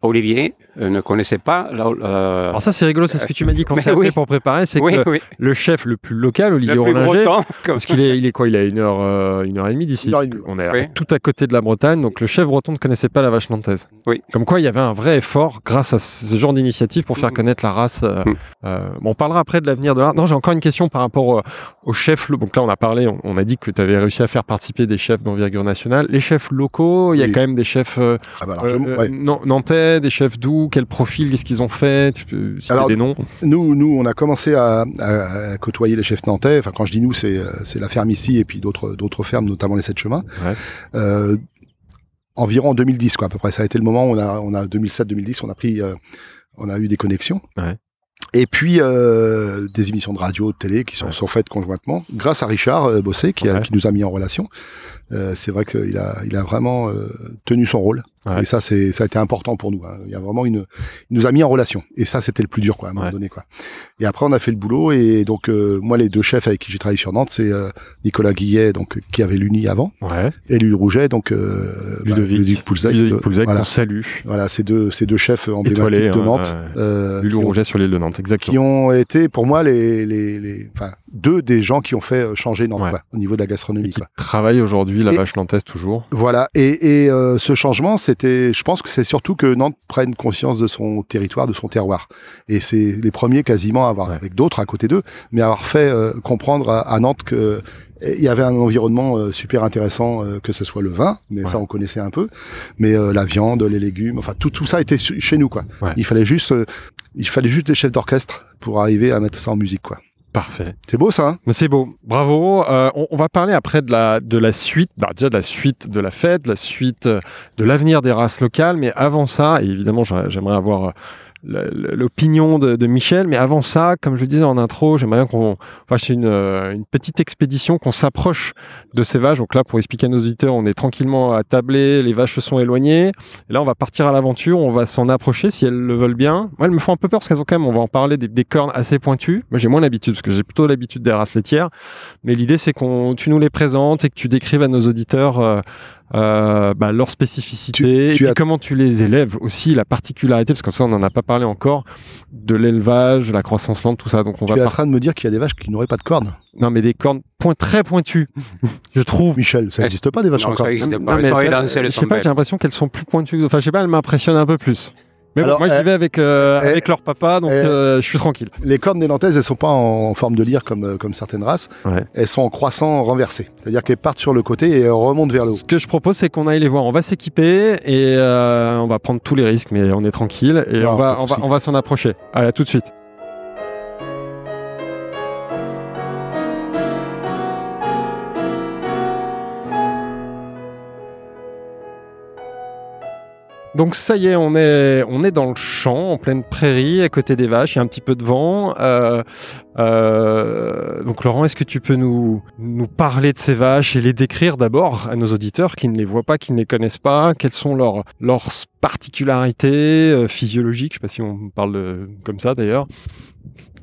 B: Olivier euh, ne connaissait pas. la- euh,
A: Ah. Alors ça c'est rigolo, c'est ce que tu m'as dit quand
B: Mais
A: c'est appelé
B: oui.
A: pour préparer, c'est
B: oui,
A: que
B: oui,
A: le chef le plus local,
B: le
A: Olivier
B: plus
A: Rollinger,
B: breton. comme-
A: parce qu'il est, il est quoi Il est à une heure, euh, une heure et demie d'ici.
C: Une heure et demie.
A: On est
B: Oui.
A: tout à côté de la Bretagne, donc le chef breton ne connaissait pas la vache nantaise.
B: Oui.
A: Comme quoi, il y avait un vrai effort grâce à ce genre d'initiative pour faire
B: Mhm.
A: connaître la race. euh,
B: Mhm.
A: euh, bon, on parlera après de l'avenir de l'art. Non, j'ai encore une question par rapport euh, aux chefs. lo- Donc là, on a parlé, on, on a dit que tu avais réussi à faire participer des chefs d'envergure nationale. Les chefs locaux, il y a
C: Oui.
A: quand même des chefs euh,
C: Ah bah, largement,
A: euh,
C: ouais.
A: nan- nantais, des chefs d'où, quel profil, qu'est-ce qu'ils ont fait, tu peux citer
C: Alors,
A: des noms.
C: Nous, nous, on a commencé à, à- à côtoyer les chefs nantais. Enfin, quand je dis nous, c'est, euh, c'est la ferme ici et puis d'autres, d'autres fermes, notamment les sept chemins.
A: Ouais.
C: Euh, environ en 2010, quoi, à peu près. Ça a été le moment où on a, on a 2007-2010, on a pris, euh, on a eu des connexions.
A: Ouais.
C: Et puis euh, des émissions de radio, de télé qui sont,
A: Ouais.
C: sont faites conjointement, grâce à Richard euh, Bossé qui, a-
A: Ouais.
C: qui nous a mis en relation. Euh, c'est vrai qu'il a, il a vraiment euh, tenu son rôle.
A: Ouais.
C: Et ça, c'est, ça a été important pour nous. hein. Il y a vraiment une, il nous a mis en relation. Et ça, c'était le plus dur, quoi, à un moment
A: Ouais.
C: donné, quoi. Et après, on a fait le boulot. Et donc, euh, moi, les deux chefs avec qui j'ai travaillé sur Nantes, c'est euh, Nicolas Guillet, donc qui avait l'Uni avant,
A: Ouais.
C: et Louis Rouget, donc euh, bah,
A: Ludovic,
C: euh, Ludovic Poulzac.
A: Ludovic
C: de-
A: Poulzac,
C: voilà.
A: qu'on salue.
C: Voilà, ces deux, ces deux chefs emblématiques
A: Étoilé.
C: de
A: hein,
C: Nantes.
A: euh,
C: euh,
A: Lulu
C: qui ont-
A: Rouget sur l'île de Nantes, exactement.
C: qui ont été pour moi les, les, les- enfin, deux des gens qui ont fait euh, changer Nantes
A: Ouais.
C: quoi, au niveau de la
A: Et
C: gastronomie.
A: qui
C: quoi.
A: travaille aujourd'hui, la
C: Et-
A: vache nantaise toujours.
C: Voilà. Et, et, euh, ce changement, c'était, je pense que c'est surtout que Nantes prenne conscience de son territoire, de son terroir. Et c'est les premiers quasiment à avoir,
A: Ouais.
C: avec d'autres à côté d'eux, mais avoir fait euh, comprendre à, à Nantes que euh, il y avait un environnement euh, super intéressant, euh, que ce soit le vin, mais
A: Ouais.
C: ça on connaissait un peu, mais euh, la viande, les légumes, enfin tout tout ça était su- chez nous quoi.
A: Ouais.
C: Il fallait juste, euh, il fallait juste des chefs d'orchestre pour arriver à mettre ça en musique quoi.
A: Parfait.
C: C'est beau ça. Hein
A: Mais C'est beau. Bravo. Euh, on, on va parler après de la, de la suite, bah, déjà de la suite de la fête, de la suite euh, de l'avenir des races locales. Mais avant ça, et évidemment, j'a- j'aimerais avoir euh, le- le- l'opinion de, de Michel. Mais avant ça, comme je le disais en intro, j'aimerais bien qu'on fasse une, euh, une petite expédition, qu'on s'approche de ces vaches. Donc là, pour expliquer à nos auditeurs, on est tranquillement attablés, les vaches se sont éloignées. Et là, on va partir à l'aventure, on va s'en approcher si elles le veulent bien. Moi, elles me font un peu peur parce qu'elles ont quand même, on va en parler, des, des cornes assez pointues. Moi, j'ai moins l'habitude parce que j'ai plutôt l'habitude des races laitières. Mais l'idée, c'est qu'on tu nous les présentes et que tu décrives à nos auditeurs euh, euh, bah, leurs spécificités,
C: Tu-
A: et
C: tu
A: puis
C: as-
A: comment tu les élèves aussi, la particularité, parce que ça, on n'en a pas parlé encore, de l'élevage, la croissance lente, tout ça. Donc, on
C: Tu
A: va
C: es en
A: par-
C: train de me dire qu'il y a des vaches qui n'auraient pas de cornes.
A: Non, mais des cornes point, très pointues, je trouve.
C: Michel, ça
B: Eh,
C: n'existe pas des vaches en
B: Non, ça
C: cornes.
B: existe
A: Non,
B: pas.
A: mais
B: Elles sont
A: ça, euh,
B: élancées, elles
A: je
B: sont
A: sais pas,
B: belles.
A: j'ai l'impression qu'elles sont plus pointues. que- Enfin, je sais pas, elles m'impressionnent un peu plus. Mais bon,
C: Alors,
A: moi,
C: euh,
A: j'y vais avec, euh,
C: euh,
A: avec leur papa, donc
C: euh,
A: euh, je suis tranquille.
C: Les cornes néerlandaises, elles sont pas en forme de lyre comme, euh, comme certaines races.
A: Ouais.
C: Elles sont en croissant renversé. C'est-à-dire qu'elles partent sur le côté et elles remontent vers le haut.
A: Ce que je propose, c'est qu'on aille les voir. On va s'équiper et euh, on va prendre tous les risques, mais on est tranquille et
C: Non,
A: on va,
C: pas de
A: on va,
C: souci.
A: on va s'en approcher. Allez, à tout de suite. Donc ça y est, on est, on est dans le champ, en pleine prairie, à côté des vaches, il y a un petit peu de vent. Euh, euh, donc Laurent, est-ce que tu peux nous, nous parler de ces vaches et les décrire d'abord à nos auditeurs qui ne les voient pas, qui ne les connaissent pas Quelles sont leurs, leurs particularités euh, physiologiques Je sais pas si on parle de- comme ça d'ailleurs.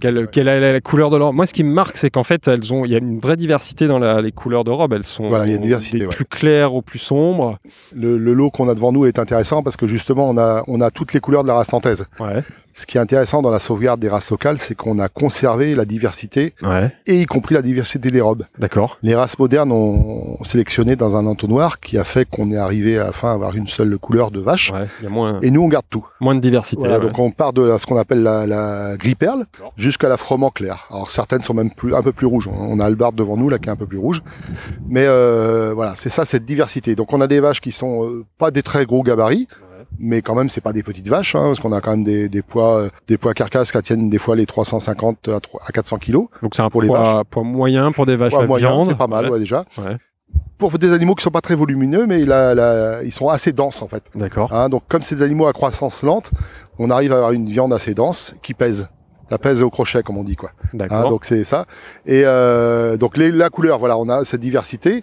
A: Quelle, quelle est la couleur de leur Moi, ce qui me marque, c'est qu'en fait, elles ont. Il y a une vraie diversité dans la- les couleurs de robe. Elles sont
C: Voilà, il y a une diversité,
A: des
C: ouais.
A: plus claires aux plus sombres.
C: Le, le lot qu'on a devant nous est intéressant parce que justement, on a, on a toutes les couleurs de la race nantaise.
A: Ouais,
C: Ce qui est intéressant dans la sauvegarde des races locales, c'est qu'on a conservé la diversité
A: ouais,
C: et y compris la diversité des robes.
A: d'accord.
C: Les races modernes ont ont sélectionné dans un entonnoir qui a fait qu'on est arrivé à, enfin, à avoir une seule couleur de vache.
A: Ouais, il y a moins,
C: Et nous, on garde tout.
A: moins de diversité.
C: Voilà,
A: ouais.
C: Donc on part de la- ce qu'on appelle la, la gris perle jusqu'à la froment claire. Alors certaines sont même plus, un peu plus rouges. On- On a Albarde devant nous là qui est un peu plus rouge. Mais euh, voilà, c'est ça cette diversité. Donc on a des vaches qui sont euh, pas des très gros gabarits. Mais quand même, c'est pas des petites vaches, hein, parce qu'on a quand même des, des poids, euh, des poids carcasses qui tiennent des fois les 350 euh, à, trois- à 400 kilos.
A: Donc c'est un
C: pour les
A: poids, poids moyen pour des vaches
C: Poids
A: à
C: moyen,
A: viande.
C: c'est pas mal,
A: Ouais,
C: ouais, déjà.
A: Ouais.
C: Pour des animaux qui sont pas très volumineux, mais la- la- ils sont assez denses en fait.
A: D'accord.
C: Hein, donc comme c'est des animaux à croissance lente, on arrive à avoir une viande assez dense qui pèse. Ça pèse au crochet, comme on dit quoi. Hein,
A: D'accord.
C: donc c'est ça. Et euh, donc les, la couleur, voilà, on a cette diversité.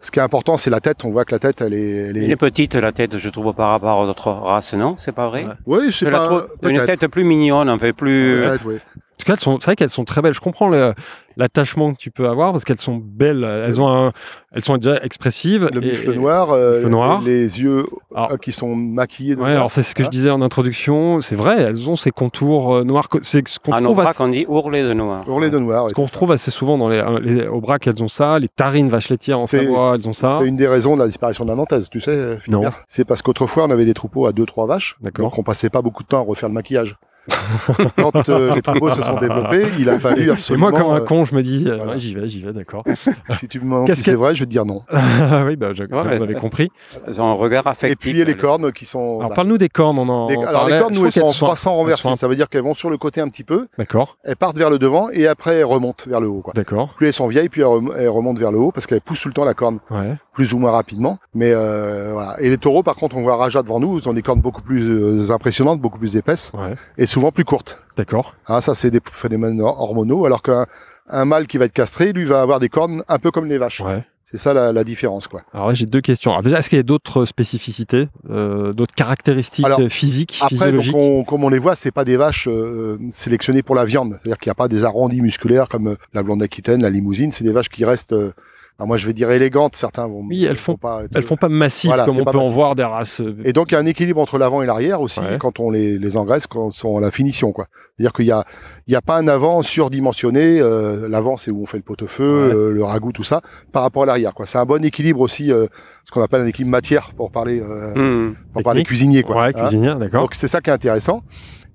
C: Ce qui est important, c'est la tête. On voit que la tête, elle est. Elle
B: Elle
C: est...
B: est petite, la tête, je trouve, par rapport aux autres races, non C'est pas vrai
A: Ouais.
C: Oui, c'est
B: Je la
C: pas. euh,
B: trouve une
C: peut-être.
B: tête plus mignonne, un peu plus...
A: euh,
B: euh,
C: Peut-être, oui.
A: En tout cas, elles sont- c'est vrai qu'elles sont très belles. Je comprends le- l'attachement que tu peux avoir parce qu'elles sont belles. Elles ont un- elles sont déjà expressives.
C: Le
A: et-
C: buffle
A: et-
C: noir, euh,
A: buffle noir.
C: les yeux
A: Alors-
C: euh, qui sont maquillés. de
A: Ouais,
C: noir.
A: alors c'est ce que je disais en introduction. C'est vrai, elles ont ces contours euh, noirs. co- C'est ce qu'on
C: Ah,
B: En
A: trouve,
B: Aubrac,
A: assez-
B: on dit ourlet de noir.
C: Hurler de noir. ouais,
A: ce qu'on
C: c'est ça.
A: retrouve assez souvent dans les, euh, les au braque, elles ont ça. Les tarines vaches laitières en
C: C'est-
A: Savoie, elles ont ça.
C: C'est une des raisons de la disparition de la nantaise, tu sais. euh,
A: Non.
C: Philibert. C'est parce qu'autrefois, on avait des troupeaux à 2-3 vaches.
A: D'accord.
C: Donc, on passait pas beaucoup de temps à refaire le maquillage. Quand euh, les troupeaux se sont développés, il a fallu
A: Et
C: absolument.
A: moi, comme un
C: euh,
A: con, je me dis, euh,
C: voilà.
A: ouais, j'y vais, j'y vais, d'accord.
C: si tu me demandes
A: Qu'est-ce
C: si c'est
A: que-
C: vrai, je vais te dire non.
A: Ah oui, bah, je- vous
B: mais-
A: avez compris.
B: Ils ont un regard
C: Et
B: affectif.
C: puis, il y a les cornes qui sont.
A: Alors,
C: bah,
A: parle-nous des cornes. On en
C: les-
A: on
C: alors, les
A: parlait. Je
C: cornes, nous,
A: trouve
C: elles sont en
A: qu'elles sont-
C: croissant renversé.
A: sont un-
C: Ça veut dire qu'elles vont sur le côté un petit peu,
A: D'accord,
C: elles partent vers le devant et après, elles remontent vers le haut. Quoi.
A: d'accord.
C: Plus elles sont vieilles, plus elles rem- elles remontent vers le haut parce qu'elles poussent tout le temps la corne,
A: Ouais.
C: plus ou moins rapidement. Mais euh, voilà. Et les taureaux, par contre, on voit Raja devant nous, ils ont des cornes beaucoup plus euh, impressionnantes, beaucoup plus épaisses
A: Ouais.
C: et souvent plus courtes.
A: D'accord.
C: Hein, ça, c'est des phénomènes hor- hormonaux, alors qu'un un mâle qui va être castré, lui, va avoir des cornes un peu comme les vaches.
A: Ouais.
C: C'est ça la, la différence, quoi.
A: Alors là, j'ai deux questions. Alors déjà, est-ce qu'il y a d'autres spécificités, euh, d'autres caractéristiques
C: Alors,
A: euh, physiques,
C: Après, donc,
A: physiologiques
C: on- comme on les voit, c'est pas des vaches euh, sélectionnées pour la viande. C'est-à-dire qu'il n'y a pas des arrondis musculaires comme euh, la blonde aquitaine, la limousine. C'est des vaches qui restent, euh, alors moi je vais dire élégantes. Certains vont.
A: Oui, elles font-
C: vont pas. être-
A: Elles font pas massives
C: Voilà,
A: comme
C: c'est
A: on
C: pas
A: peut en
C: massif.
A: voir des races. euh,
C: Et donc il y a un équilibre entre l'avant et l'arrière aussi
A: Ouais.
C: quand on les, les engraisse, quand sont à la finition, quoi. C'est-à-dire qu'il y a, il y a pas un avant surdimensionné. euh, l'avant c'est où on fait le pot-au-feu,
A: Ouais.
C: euh, le ragoût, tout ça, par rapport à l'arrière, quoi. C'est un bon équilibre aussi, euh, ce qu'on appelle un équilibre matière pour parler, euh,
B: Hmm.
C: pour parler
A: Mmh, Technique.
C: cuisinier, quoi.
A: ouais,
C: Hein.
A: cuisinières, d'accord.
C: Donc c'est ça qui est intéressant.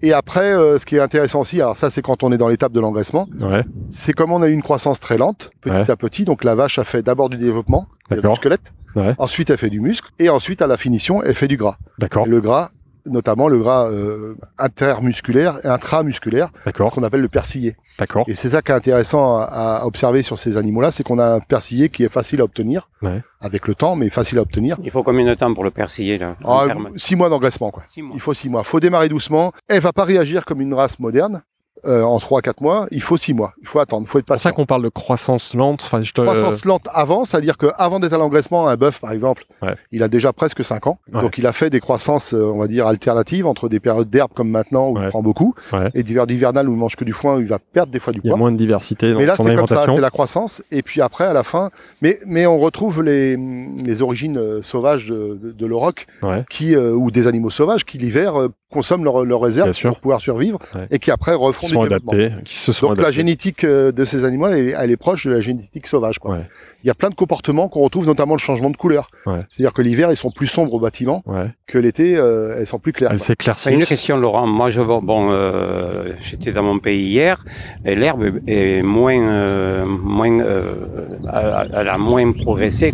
C: Et après, euh, ce qui est intéressant aussi, alors ça c'est quand on est dans l'étape de l'engraissement,
A: Ouais,
C: c'est comme on a eu une croissance très lente, petit
A: Ouais.
C: à petit. Donc la vache a fait d'abord du développement, du
A: D'accord.
C: squelette.
A: Ouais.
C: Ensuite elle fait du muscle et ensuite à la finition elle fait du gras.
A: d'accord,
C: Le gras, notamment le gras euh, intermusculaire et intramusculaire, ce
A: d'accord,
C: qu'on appelle le persillé.
A: d'accord.
C: Et c'est ça qui est intéressant à, à observer sur ces animaux-là, c'est qu'on a un persillé qui est facile à obtenir
A: Ouais.
C: avec le temps, mais facile à obtenir.
B: Il faut combien de temps pour le persiller, là en
C: Ah,
B: termes
C: six mois d'engraissement, quoi.
B: Six mois.
C: Il faut six mois. faut démarrer doucement. Elle va pas réagir comme une race moderne. euh, en 3 à 4 mois, il faut 6 mois. Il faut attendre, il faut être
A: C'est pour ça
C: patient.
A: qu'on parle de croissance lente. Enfin, je te-
C: Croissance lente avant, c'est-à-dire qu'avant d'être à l'engraissement, un bœuf, par exemple,
A: Ouais.
C: il a déjà presque 5 ans.
A: Ouais.
C: Donc, il a fait des croissances, euh, on va dire, alternatives entre des périodes d'herbe comme maintenant où
A: Ouais.
C: il prend beaucoup
A: Ouais.
C: et d'hiver d'hivernal où il mange que du foin, où il va perdre des fois du
A: Il y
C: poids.
A: a moins de diversité dans
C: Mais là,
A: son
C: c'est comme ça,
A: alimentation.
C: c'est la croissance. Et puis après, à la fin, mais, mais on retrouve les, les origines euh, sauvages de, de, de l'auroch,
A: Ouais.
C: qui, euh, ou des animaux sauvages qui, l'hiver, euh, consomment leurs leur réserves
A: Bien sûr.
C: pour pouvoir survivre
A: Ouais.
C: et qui après refont
A: qui
C: des
A: sont
C: développements.
A: adaptés, qui se sont
C: Donc la
A: adaptés.
C: génétique euh, de ces animaux, elle, est- elle est proche de la génétique sauvage. Quoi.
A: Ouais.
C: Il y a plein de comportements qu'on retrouve, notamment le changement de couleur.
A: Ouais.
C: C'est-à-dire que l'hiver, ils sont plus sombres au bâtiment,
A: Ouais.
C: que l'été, euh, elles sont plus claires.
A: Elle
C: quoi.
A: s'éclaircit.
B: Ah, Une question, Laurent. Moi, je vois- bon, euh, j'étais dans mon pays hier. et L'herbe est moins, euh, moins, euh, elle elle a moins progressé.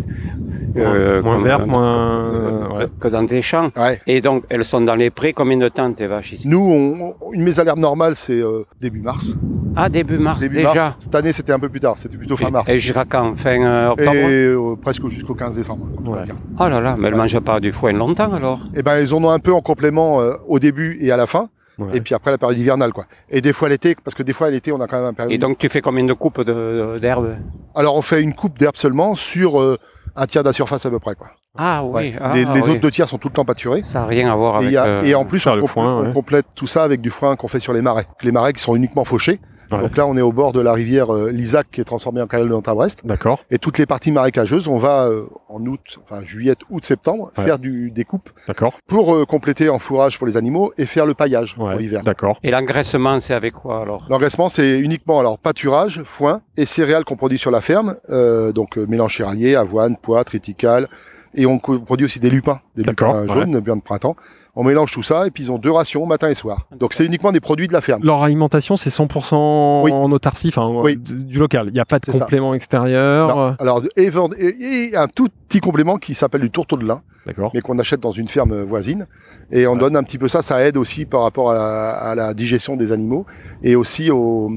B: euh,
A: moins
B: comme-
A: verte,
B: que-
A: moins. ouais.
B: que dans tes champs.
C: Ouais.
B: Et donc, elles sont dans les prés combien de temps, tes vaches ici
C: Nous, on, on- une mise à l'herbe normale, c'est euh, début mars.
B: Ah, début mars
C: Début
B: déjà.
C: mars. Cette année, c'était un peu plus tard. C'était plutôt fin mars.
B: Et jusqu'à quand Fin euh,
C: Et
B: octobre
C: euh, presque jusqu'au 15 décembre. on va
A: Ouais.
C: dire.
B: Oh là là, mais elles ne
C: Ouais.
B: mangent pas du foin longtemps alors
C: Et ben ils en ont un peu en complément euh, au début et à la fin,
A: Ouais.
C: et puis après la période hivernale quoi. Et des fois l'été, parce que des fois l'été on a quand même un période.
B: Et donc, tu fais combien de coupes de- d'herbe
C: Alors on fait une coupe d'herbe seulement sur euh, un tiers de la surface à peu près quoi.
B: Ah oui,
C: Ouais.
B: ah,
C: les les
B: oui.
C: autres deux tiers sont tout le temps pâturés.
B: Ça n'a rien à voir
C: Et,
B: avec.
C: il y a-
B: euh,
C: et en plus,
A: faire
C: on,
A: le
C: complète-
A: foin,
C: on
A: ouais.
C: complète tout ça avec du foin qu'on fait sur les marais. Les marais qui sont uniquement fauchés.
A: Ouais.
C: Donc là, on est au bord de la rivière euh, l'Isaac qui est transformée en canal de Nantes-Brest.
A: D'accord.
C: Et toutes les parties marécageuses, on va euh, en août, enfin juillet, août, septembre,
A: Ouais.
C: faire du, des coupes
A: D'accord.
C: pour euh, compléter en fourrage pour les animaux et faire le paillage
A: Ouais.
C: pour l'hiver.
A: D'accord.
B: Et l'engraissement, c'est avec quoi alors
C: L'engraissement, c'est uniquement alors pâturage, foin et céréales qu'on produit sur la ferme, euh, donc euh, mélange céréalier, avoine, pois, triticale, et on co- produit aussi des lupins, des
A: D'accord,
C: lupins jaunes, bien de printemps. On mélange tout ça et puis ils ont deux rations matin et soir. Donc c'est uniquement des produits de la ferme.
A: Leur alimentation, c'est 100%
C: Oui.
A: en autarcie, enfin,
C: Oui.
A: d- du local. Il n'y a pas de
C: C'est ça.
A: complément
C: Non.
A: extérieur. euh,
C: Alors et, vend- et- et un tout petit complément qui s'appelle du tourteau de lin,
A: D'accord.
C: mais qu'on achète dans une ferme voisine. Et on
A: Ouais.
C: donne un petit peu ça, ça aide aussi par rapport à la, à la digestion des animaux et aussi au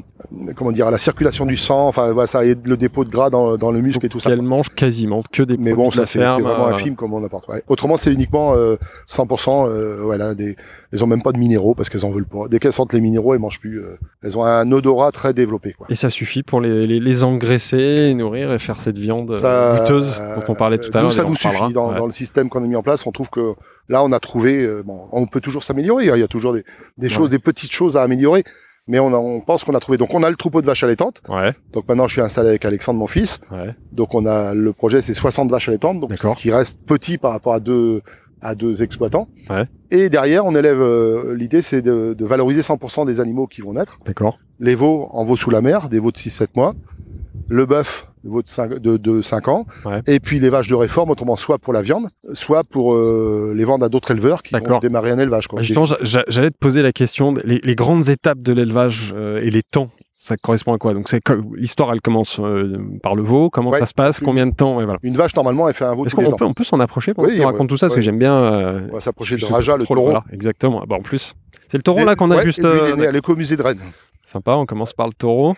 C: comment dire à la circulation du sang. Enfin voilà, ça aide le dépôt de gras dans, dans le muscle et tout ça.
A: Elle mange quasiment que des
C: Mais
A: produits
C: bon,
A: de la
C: ça c'est
A: ferme,
C: c'est vraiment
A: euh,
C: un film comme on apporte. ouais. Autrement, c'est uniquement euh, 100%. euh, voilà, des, elles ont même pas de minéraux parce qu'elles en veulent pas. Dès qu'elles sentent les minéraux, elles mangent plus. euh, elles ont un odorat très développé. Quoi.
A: Et ça suffit pour les, les, les engraisser, les nourrir et faire cette viande euh,
C: Ça,
A: goûteuse
C: euh,
A: dont on parlait tout à
C: nous,
A: l'heure.
C: ça
A: et on
C: nous
A: reparlera.
C: suffit dans,
A: Ouais.
C: dans le système qu'on a mis en place. On trouve que là, on a trouvé. euh, bon, on peut toujours s'améliorer. hein, Il y a toujours des, des choses,
A: Ouais.
C: des petites choses à améliorer. Mais on, a- on pense qu'on a trouvé. Donc on a le troupeau de vaches allaitantes.
A: Ouais,
C: Donc maintenant, je suis installé avec Alexandre, mon fils.
A: ouais.
C: Donc on a le projet, c'est 60 vaches allaitantes, donc
A: D'accord.
C: ce qui reste petit par rapport à deux à deux exploitants.
A: Ouais.
C: Et derrière, on élève. euh, L'idée, c'est de, de valoriser 100% des animaux qui vont naître.
A: D'accord.
C: Les veaux en veaux sous la mer, des veaux de 6-7 mois. Le bœuf, le veau de 5, de, de 5 ans.
A: Ouais.
C: Et puis les vaches de réforme, autrement soit pour la viande, soit pour euh, les vendre à d'autres éleveurs qui vont
A: D'accord.
C: démarrer un élevage. Quoi.
A: Bah, Justement, j'a- j'a- j'allais te poser la question des- les, les grandes étapes de l'élevage euh, et les temps. Ça correspond à quoi Donc, c'est co- l'histoire, elle commence euh, par le veau. Comment
C: Ouais.
A: ça se passe Combien de temps Ouais, voilà.
C: Une vache, normalement, elle fait un veau
A: Est-ce
C: tous
A: qu'on
C: les
A: on
C: ans.
A: peut, on peut s'en approcher pendant
C: Oui,
A: que tu
C: ouais,
A: racontes tout ça Parce que
C: ouais.
A: j'aime bien. euh,
C: On va s'approcher de
A: ce
C: Raja, le
A: contrôle,
C: taureau.
A: voilà, exactement. Bah, en plus, c'est le taureau
C: Et-
A: là qu'on a
C: ouais,
A: juste.
C: et lui, il
A: euh,
C: est né à l'écomusée de Rennes.
A: Sympa, on commence par le taureau.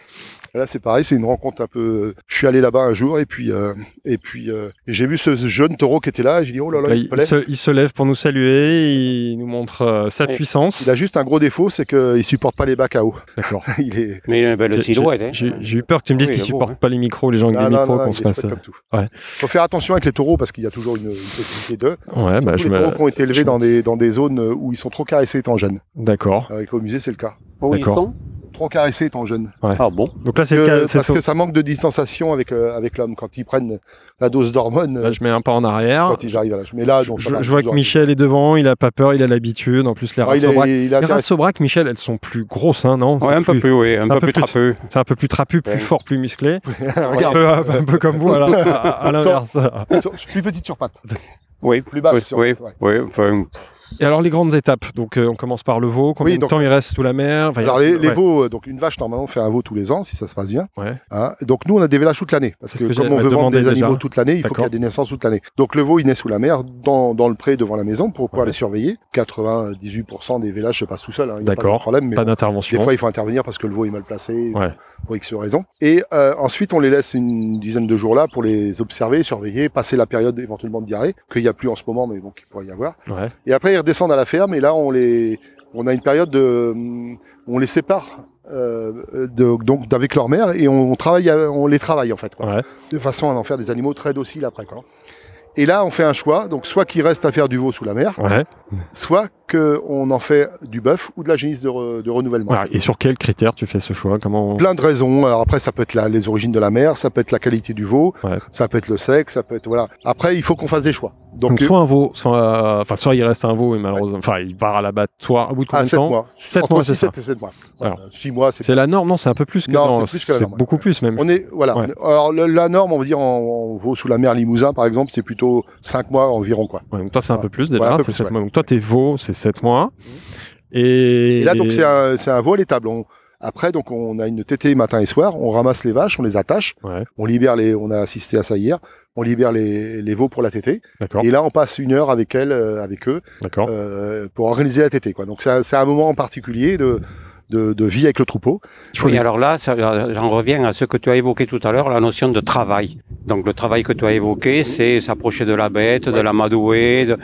C: Là, c'est pareil, c'est une rencontre un peu. Je suis allé là-bas un jour et puis euh, et puis euh, j'ai vu ce ce jeune taureau qui était là et j'ai dit oh là là,
A: Là,
C: il, me
A: il,
C: plaît.
A: se, il se lève pour nous saluer, il nous montre euh, sa
B: Et-
A: puissance.
C: Oh, Il a juste un gros défaut, c'est qu'il supporte pas les bacs à eau.
A: D'accord.
C: Il est
B: Mais une belle
A: J'ai-
B: silhouette. hein.
A: j'ai- J'ai j'ai eu peur que tu me dises
B: Oui,
A: qu'il
B: il est beau,
A: supporte
B: hein.
A: pas les micros, les gens avec
C: Non,
A: des
C: non,
A: micros,
C: non,
A: qu'on
C: il
A: se
C: est
A: fasse. euh,
C: chouette comme tout.
A: ouais.
C: Faut faire attention avec les taureaux parce qu'il y a toujours une, une possibilité d'eux.
A: Ouais, bah,
C: Tous
A: je
C: les
A: me.
C: taureaux qui ont été élevés
A: je
C: dans
A: me-
C: des dans des zones où ils sont trop caressés étant jeunes.
A: D'accord.
C: À l'écomusée, c'est le cas.
B: Où ils
A: d'accord.
B: sont
C: Trop caressés étant jeunes.
B: Ah bon
A: Donc là, c'est le
C: Que-
A: cas. c'est
C: parce
A: ça.
C: que ça manque de distanciation avec euh, avec l'homme quand ils prennent la dose d'hormones
A: Là,
C: euh,
A: Bah, je mets un pas en arrière.
C: quand ils arrivent à l'âge. Mais là,
A: Je,
C: donc, ça
A: je
C: va,
A: vois
C: ils
A: que
C: ont-
A: Michel est devant, il a pas peur, il a l'habitude. En plus, les
C: Ah,
A: races
C: il
A: aubrac.
C: est, il est
A: Les
C: intéressé.
A: races aubrac, Michel, elles sont plus grosses, hein, non
B: Ouais,
A: C'est
B: un peu
A: plus-
B: plus, oui, un, peu, plus trapeux.
A: C'est un peu plus trapu, plus
B: Ouais.
A: fort, plus musclé. Un
C: Regarde.
A: peu, un peu comme vous, à la- à- à l'inverse.
C: Sur- plus petite sur pattes,
B: Oui,
C: plus basse.
B: Oui,
C: sur pattes, ouais.
B: oui, enfin,
A: Et alors les grandes étapes. Donc euh, on commence par le veau. Combien
C: Oui, donc-
A: de temps il reste sous la mer Enfin, il
C: Alors
A: reste-
C: les, les
A: ouais,
C: veaux, euh, donc une vache normalement fait un veau tous les ans si ça se passe bien.
A: Ouais.
C: Hein. Donc nous on a des vélages toute l'année parce
A: C'est
C: que,
A: ce que
C: comme on
A: j'allais
C: veut
A: te
C: vendre des
A: demander déjà.
C: animaux toute l'année, il faut
A: D'accord.
C: qu'il y ait des naissances toute l'année. Donc le veau il naît sous la mer dans, dans le pré devant la maison pour pouvoir
A: Ouais.
C: les surveiller. 98% des vélages se passent tout seuls, hein, il y a pas de
A: D'accord.
C: problème. Mais
A: Pas
C: des
A: d'intervention.
C: fois il faut intervenir parce que le veau est mal placé
A: Ouais.
C: pour X raisons. Et euh, ensuite on les laisse une dizaine de jours là pour les observer, surveiller, passer la période éventuellement de diarrhée qu'il n'y a plus en ce moment mais bon qu'il pourrait y avoir.
A: Ouais.
C: Et après, ils redescendent à la ferme et là, on les, on a une période de, on les sépare euh, de, donc d'avec leur mère et on, travaille, on les travaille en fait, quoi.
A: Ouais.
C: de façon à en faire des animaux très dociles après. Quoi. Et là, on fait un choix, donc soit qu'ils restent à faire du veau sous la mer,
A: Ouais.
C: soit qu'on en fait du bœuf ou de la génisse de, re- de renouvellement.
A: Voilà. Et sur quels critères tu fais ce choix Comment on-
C: Plein de raisons. Alors après, ça peut être la- les origines de la mer, ça peut être la qualité du veau,
A: Ouais.
C: ça peut être le sexe, ça peut être voilà. Après, il faut qu'on fasse des choix.
A: Donc,
C: Donc,
A: soit un veau, soit, euh, enfin soit il reste un veau et malheureusement, enfin il part à l'abattoir au bout de
C: euh,
A: combien
C: à
A: de
C: 7
A: temps
C: Ah, mois.
A: Sept
C: Entre
A: mois,
C: six
A: c'est
C: et
A: ça.
C: sept- sept mois.
A: Alors.
C: 6 mois, c'est
A: C'est la norme, non, c'est un peu plus que
C: Non,
A: dans-
C: c'est plus que la norme,
A: beaucoup
C: ouais.
A: plus même.
C: On est voilà.
A: Mm. Ouais.
C: Alors le- la norme, on va dire en, en veau sous la mer Limousin par exemple, c'est plutôt 5 mois environ quoi.
A: Ouais, donc toi, c'est un
C: Ouais.
A: peu plus
C: Ouais, un
A: déjà,
C: peu
A: c'est
C: plus,
A: 7
C: ouais. Mm.
A: mois. Donc toi, t'es veau, c'est 7 mois. Et,
C: Et là donc c'est un, c'est un veau à l'étable. On- après donc on a une tétée matin et soir, on ramasse les vaches, on les attache,
A: Ouais.
C: on libère les, on a assisté à ça hier, on libère les, les veaux pour la tétée.
A: D'accord,
C: Et là on passe une heure avec elles, euh, avec eux,
A: d'accord.
C: euh, pour organiser la tétée quoi. Donc c'est un- c'est un moment en particulier de, de, de vie avec le troupeau.
A: Il faut
B: Et
A: les-
B: alors là, ça, euh, j'en reviens à ce que tu as évoqué tout à l'heure, la notion de travail. Donc le travail que tu as évoqué, c'est s'approcher de la bête, de l'amadouer, de...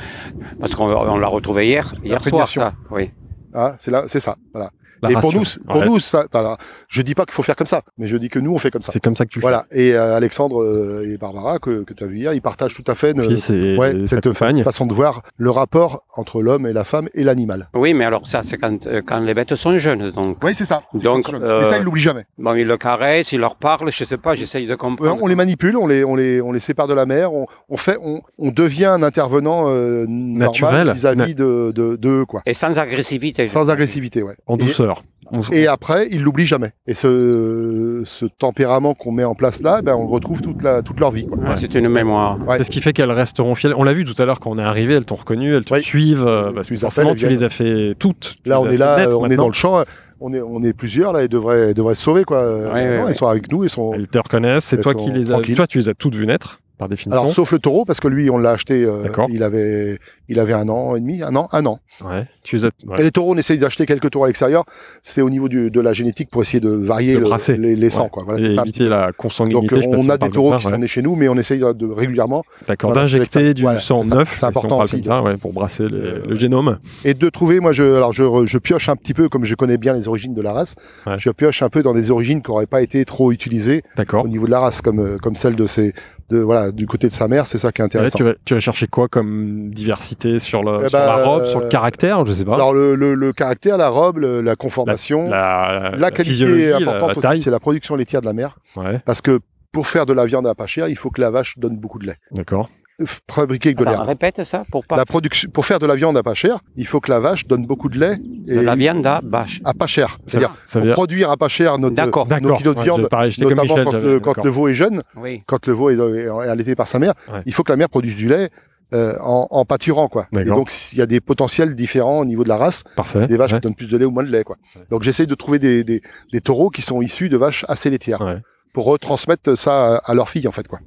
B: parce qu'on on l'a retrouvé hier, hier soir,
C: prédation.
B: ça. Oui.
C: Hein, c'est là, c'est ça. Voilà.
A: la
C: et pour
A: ration.
C: nous, pour
A: Ouais.
C: nous, ça, voilà. je dis pas qu'il faut faire comme ça, mais je dis que nous on fait comme ça.
A: c'est comme ça que tu le
C: Voilà. Et euh, Alexandre euh, et Barbara, que, que tu as vu hier, ils partagent tout à fait
A: fais.
C: euh,
A: Fils et,
C: ouais,
A: et sa
C: cette
A: compagne.
C: façon de voir le rapport entre l'homme et la femme et l'animal.
B: oui, mais alors ça, c'est quand, euh, quand les bêtes sont jeunes. Donc,
C: Oui, c'est ça. C'est
B: Donc,
C: quand ils sont jeunes.
B: euh,
C: Mais ça, ils l'oublient jamais.
B: bon, ils le caressent, ils leur parlent, je sais pas, j'essaye de
C: Euh,
B: comprendre.
C: on les manipule, on les, on les, on les sépare de la mère, on, on fait, on, on devient un intervenant euh,
A: Naturel.
C: normal vis-à-vis de, de, de eux, quoi.
B: Et sans agressivité. je
C: Sans
B: pense.
C: agressivité, ouais.
A: En
C: Et-
A: douceur. On-
C: Et après, ils l'oublient jamais. Et ce, ce tempérament qu'on met en place là, ben, on le retrouve toute, la, toute leur vie. Quoi.
B: Ah, C'est une mémoire.
C: Ouais.
A: C'est ce qui fait qu'elles resteront fielles. On l'a vu tout à l'heure quand on est arrivé, elles t'ont reconnu, elles te
C: Oui.
A: suivent. euh, parce
C: Tu
A: que
C: les appelles,
A: forcément,
C: elles
A: tu les as fait toutes. tu
C: Là,
A: les
C: on
A: as
C: est
A: fait
C: là,
A: naître
C: euh, on est
A: maintenant.
C: dans le champ, euh, on est, on est plusieurs là, ils devraient, ils devraient se sauver quoi. Euh,
B: Ouais, ouais,
C: non,
B: ouais.
C: Ils sont avec nous, ils sont.
A: Elles te reconnaissent. C'est
C: Elles
A: toi
C: sont
A: qui les as.
C: tranquilles.
A: Toi, tu les as toutes vues naître, par définition.
C: Alors sauf le taureau parce que lui, on l'a acheté. euh,
A: D'accord.
C: il avait, il avait un an et demi, un an, un an.
A: Ouais. Tu les as. ouais.
C: Et les taureaux, on essaye d'acheter quelques taureaux à l'extérieur. C'est au niveau du, de la génétique pour essayer de varier
A: De
C: le-
A: brasser.
C: les, les sangs
A: Ouais.
C: quoi. Voilà,
A: Et
C: c'est ça, un petit
A: éviter
C: peu.
A: la
C: Donc
A: consanguinité. je sais pas si
C: on a
A: parle
C: des
A: de
C: taureaux
A: ça,
C: qui
A: ouais.
C: sont nés chez nous, mais on essaye de, de- régulièrement.
A: D'accord,
C: Voilà,
A: d'injecter
C: ça-
A: du
C: voilà,
A: sang
C: c'est ça,
A: neuf,
C: c'est
A: mais si on
C: important
A: parle
C: aussi
A: comme
C: de-
A: ça, ouais, pour brasser les-
C: Euh,
A: le génome.
C: Et de trouver, moi, je, alors je, re- je pioche un petit peu, comme je connais bien les origines de la race,
A: Ouais.
C: je pioche un peu dans des origines qui n'auraient pas été trop utilisées
A: D'accord.
C: au niveau de la race, comme, euh, comme celle de ses, de, voilà, du côté de sa mère, c'est ça qui est
A: Et là,
C: intéressant.
A: tu, vas, tu vas chercher quoi comme diversité sur, le,
C: Eh
A: sur
C: ben,
A: la robe, sur le
C: euh,
A: caractère, je sais pas.
C: Alors le, le- le caractère, la robe, le- la conformation, la,
A: la,
C: qualité
A: physiologie,
C: est
A: la-
C: importante
A: la
C: aussi,
A: taille.
C: c'est la production laitière de la mer,
A: Ouais,
C: parce que pour faire de la viande à pas cher, il faut que la vache donne beaucoup de lait, Euh,
A: d'accord.
C: F- fabriquer
A: Ah bah,
C: avec de
B: Attends,
C: l'herbe.
B: Ah bah, répète ça pour pas.
C: La production, pour faire de la viande à pas cher, il faut que la vache donne beaucoup de lait et
B: de La viande à bâche.
C: à pas cher. C'est-à-dire
A: ça
C: pour
A: veut dire.
C: produire à pas cher notre,
B: D'accord.
C: nos
A: D'accord.
C: kilos de
A: ouais,
C: viande,
A: j'ai- pareil, j'étais comme
C: notamment
A: Michel,
C: quand,
A: j'avais-
C: le, quand
A: d'accord.
C: le veau est jeune,
B: Oui.
C: quand le veau est, est allaité par sa mère,
A: Ouais.
C: il faut que la mère produise du lait euh, en, en pâturant quoi. Et
A: D'accord.
C: donc il y a des potentiels différents au niveau de la race,
A: Parfait.
C: des vaches
A: ouais.
C: qui donnent plus de lait ou moins de lait quoi.
A: Ouais.
C: Donc j'essaye de trouver des, des, des taureaux qui sont issus de vaches assez laitières
A: Ouais.
C: pour retransmettre ça à, à leur fille en fait quoi.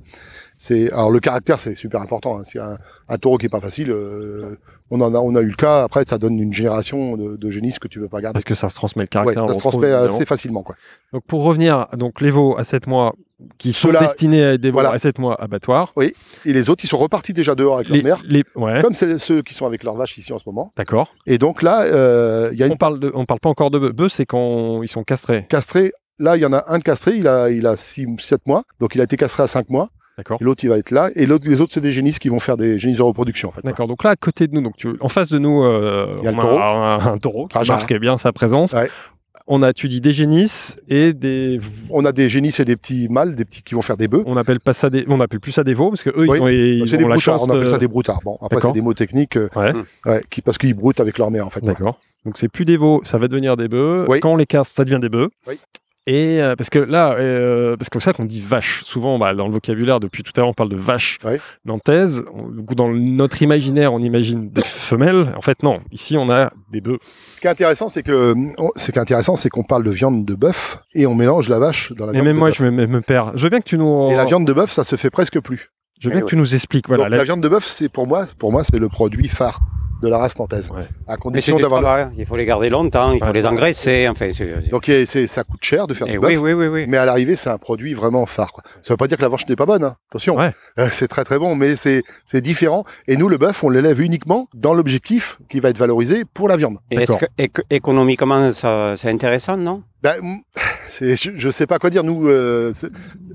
C: C'est alors le caractère c'est super important. hein. C'est un, un taureau qui est pas facile. euh, on en a on a eu le cas. Après ça donne une génération de, de génisses que tu peux pas garder.
A: Parce que ça se transmet le
C: Ouais,
A: Ah, caractère. on
C: ça se
A: retrouve,
C: transmet
A: évidemment.
C: assez facilement quoi.
A: Donc pour revenir, donc les veaux à 7 mois qui sont
C: Ceux-là,
A: destinés à être des veaux
C: voilà.
A: à 7 mois abattoirs.
C: Et les autres ils sont repartis déjà dehors avec
A: Les,
C: leur mère.
A: les- ouais,
C: Comme c'est ceux qui sont avec leur vache ici en ce moment.
A: d'accord.
C: Et donc là, euh, il y a
A: On
C: une
A: parle de, on parle pas encore de bœufs, bœufs, c'est quand ils sont castrés.
C: castrée. Là, il y en a un de castré, il a, il a 7 mois, donc il a été castré à 5 mois.
A: D'accord.
C: Et l'autre, il va être là. Et l'autre, les autres, c'est des génisses qui vont faire des génisses de reproduction, en fait.
A: D'accord. Donc là, à côté de nous, donc tu- en face de nous, euh,
C: Il y a le
A: on a
C: taureau.
A: un, un taureau qui
C: Rajah.
A: marque bien sa présence.
C: Ouais.
A: On a, tu dis, des génisses et des.
C: On a des génisses et des petits mâles, des petits qui vont faire des bœufs.
A: On appelle pas ça des. On appelle plus ça des veaux parce que eux,
C: Oui.
A: ils ont, ils
C: C'est
A: ont
C: des
A: la
C: broutards,
A: chance.
C: on appelle
A: de-
C: ça des broutards. Bon, après,
A: D'accord.
C: c'est des mots techniques, euh,
A: Ouais.
B: Mm.
C: ouais, qui, parce qu'ils broutent avec leur mère, en fait.
A: D'accord. Donc c'est plus des veaux, ça va devenir des bœufs.
C: Oui.
A: Quand on les castre, ça devient des bœufs.
C: Oui.
A: Et euh, parce que là, euh, parce que c'est ça qu'on dit vache. Souvent, bah, dans le vocabulaire, depuis tout à l'heure, on parle de vache
C: Oui.
A: nantaise. On- du coup, dans notre imaginaire, on imagine des femelles. En fait, non. Ici, on a des bœufs.
C: Ce qui est intéressant, c'est que, on- ce qui est intéressant, c'est qu'on parle de viande de bœuf et on mélange la vache dans la
A: Et
C: viande
A: même
C: de
A: moi,
C: bœuf.
A: je me, me- me perds. Je veux bien que tu nous.
C: Et la viande de bœuf, ça se fait presque plus.
A: Je veux bien
B: Eh
A: que tu nous expliques. Voilà,
C: Donc,
A: la-
C: la viande de bœuf, c'est pour moi, pour moi, c'est le produit phare. de la race nantaise.
A: Ouais.
C: À
B: Mais c'est
C: condition
B: du
C: d'avoir. le-
B: travail, Il faut les garder longtemps, il faut
A: Ouais.
B: les engraisser. Enfin, c'est- c'est-
C: Donc et c'est- ça coûte cher de faire
B: Eh
C: du bœuf.
B: oui, oui, oui, oui.
C: Mais à l'arrivée, c'est un produit vraiment phare. quoi. Ça veut pas dire que la vache n'est pas bonne, hein. attention.
A: Ouais.
C: Euh, c'est très très bon, mais c'est c'est différent. Et nous, le bœuf, on l'élève uniquement dans l'objectif qui va être valorisé pour la viande.
B: Et est-ce
A: D'accord.
B: que, éco- économiquement, ça, c'est intéressant, non
C: Ben, m- c'est- je, je sais pas quoi dire. Nous, euh, c'est-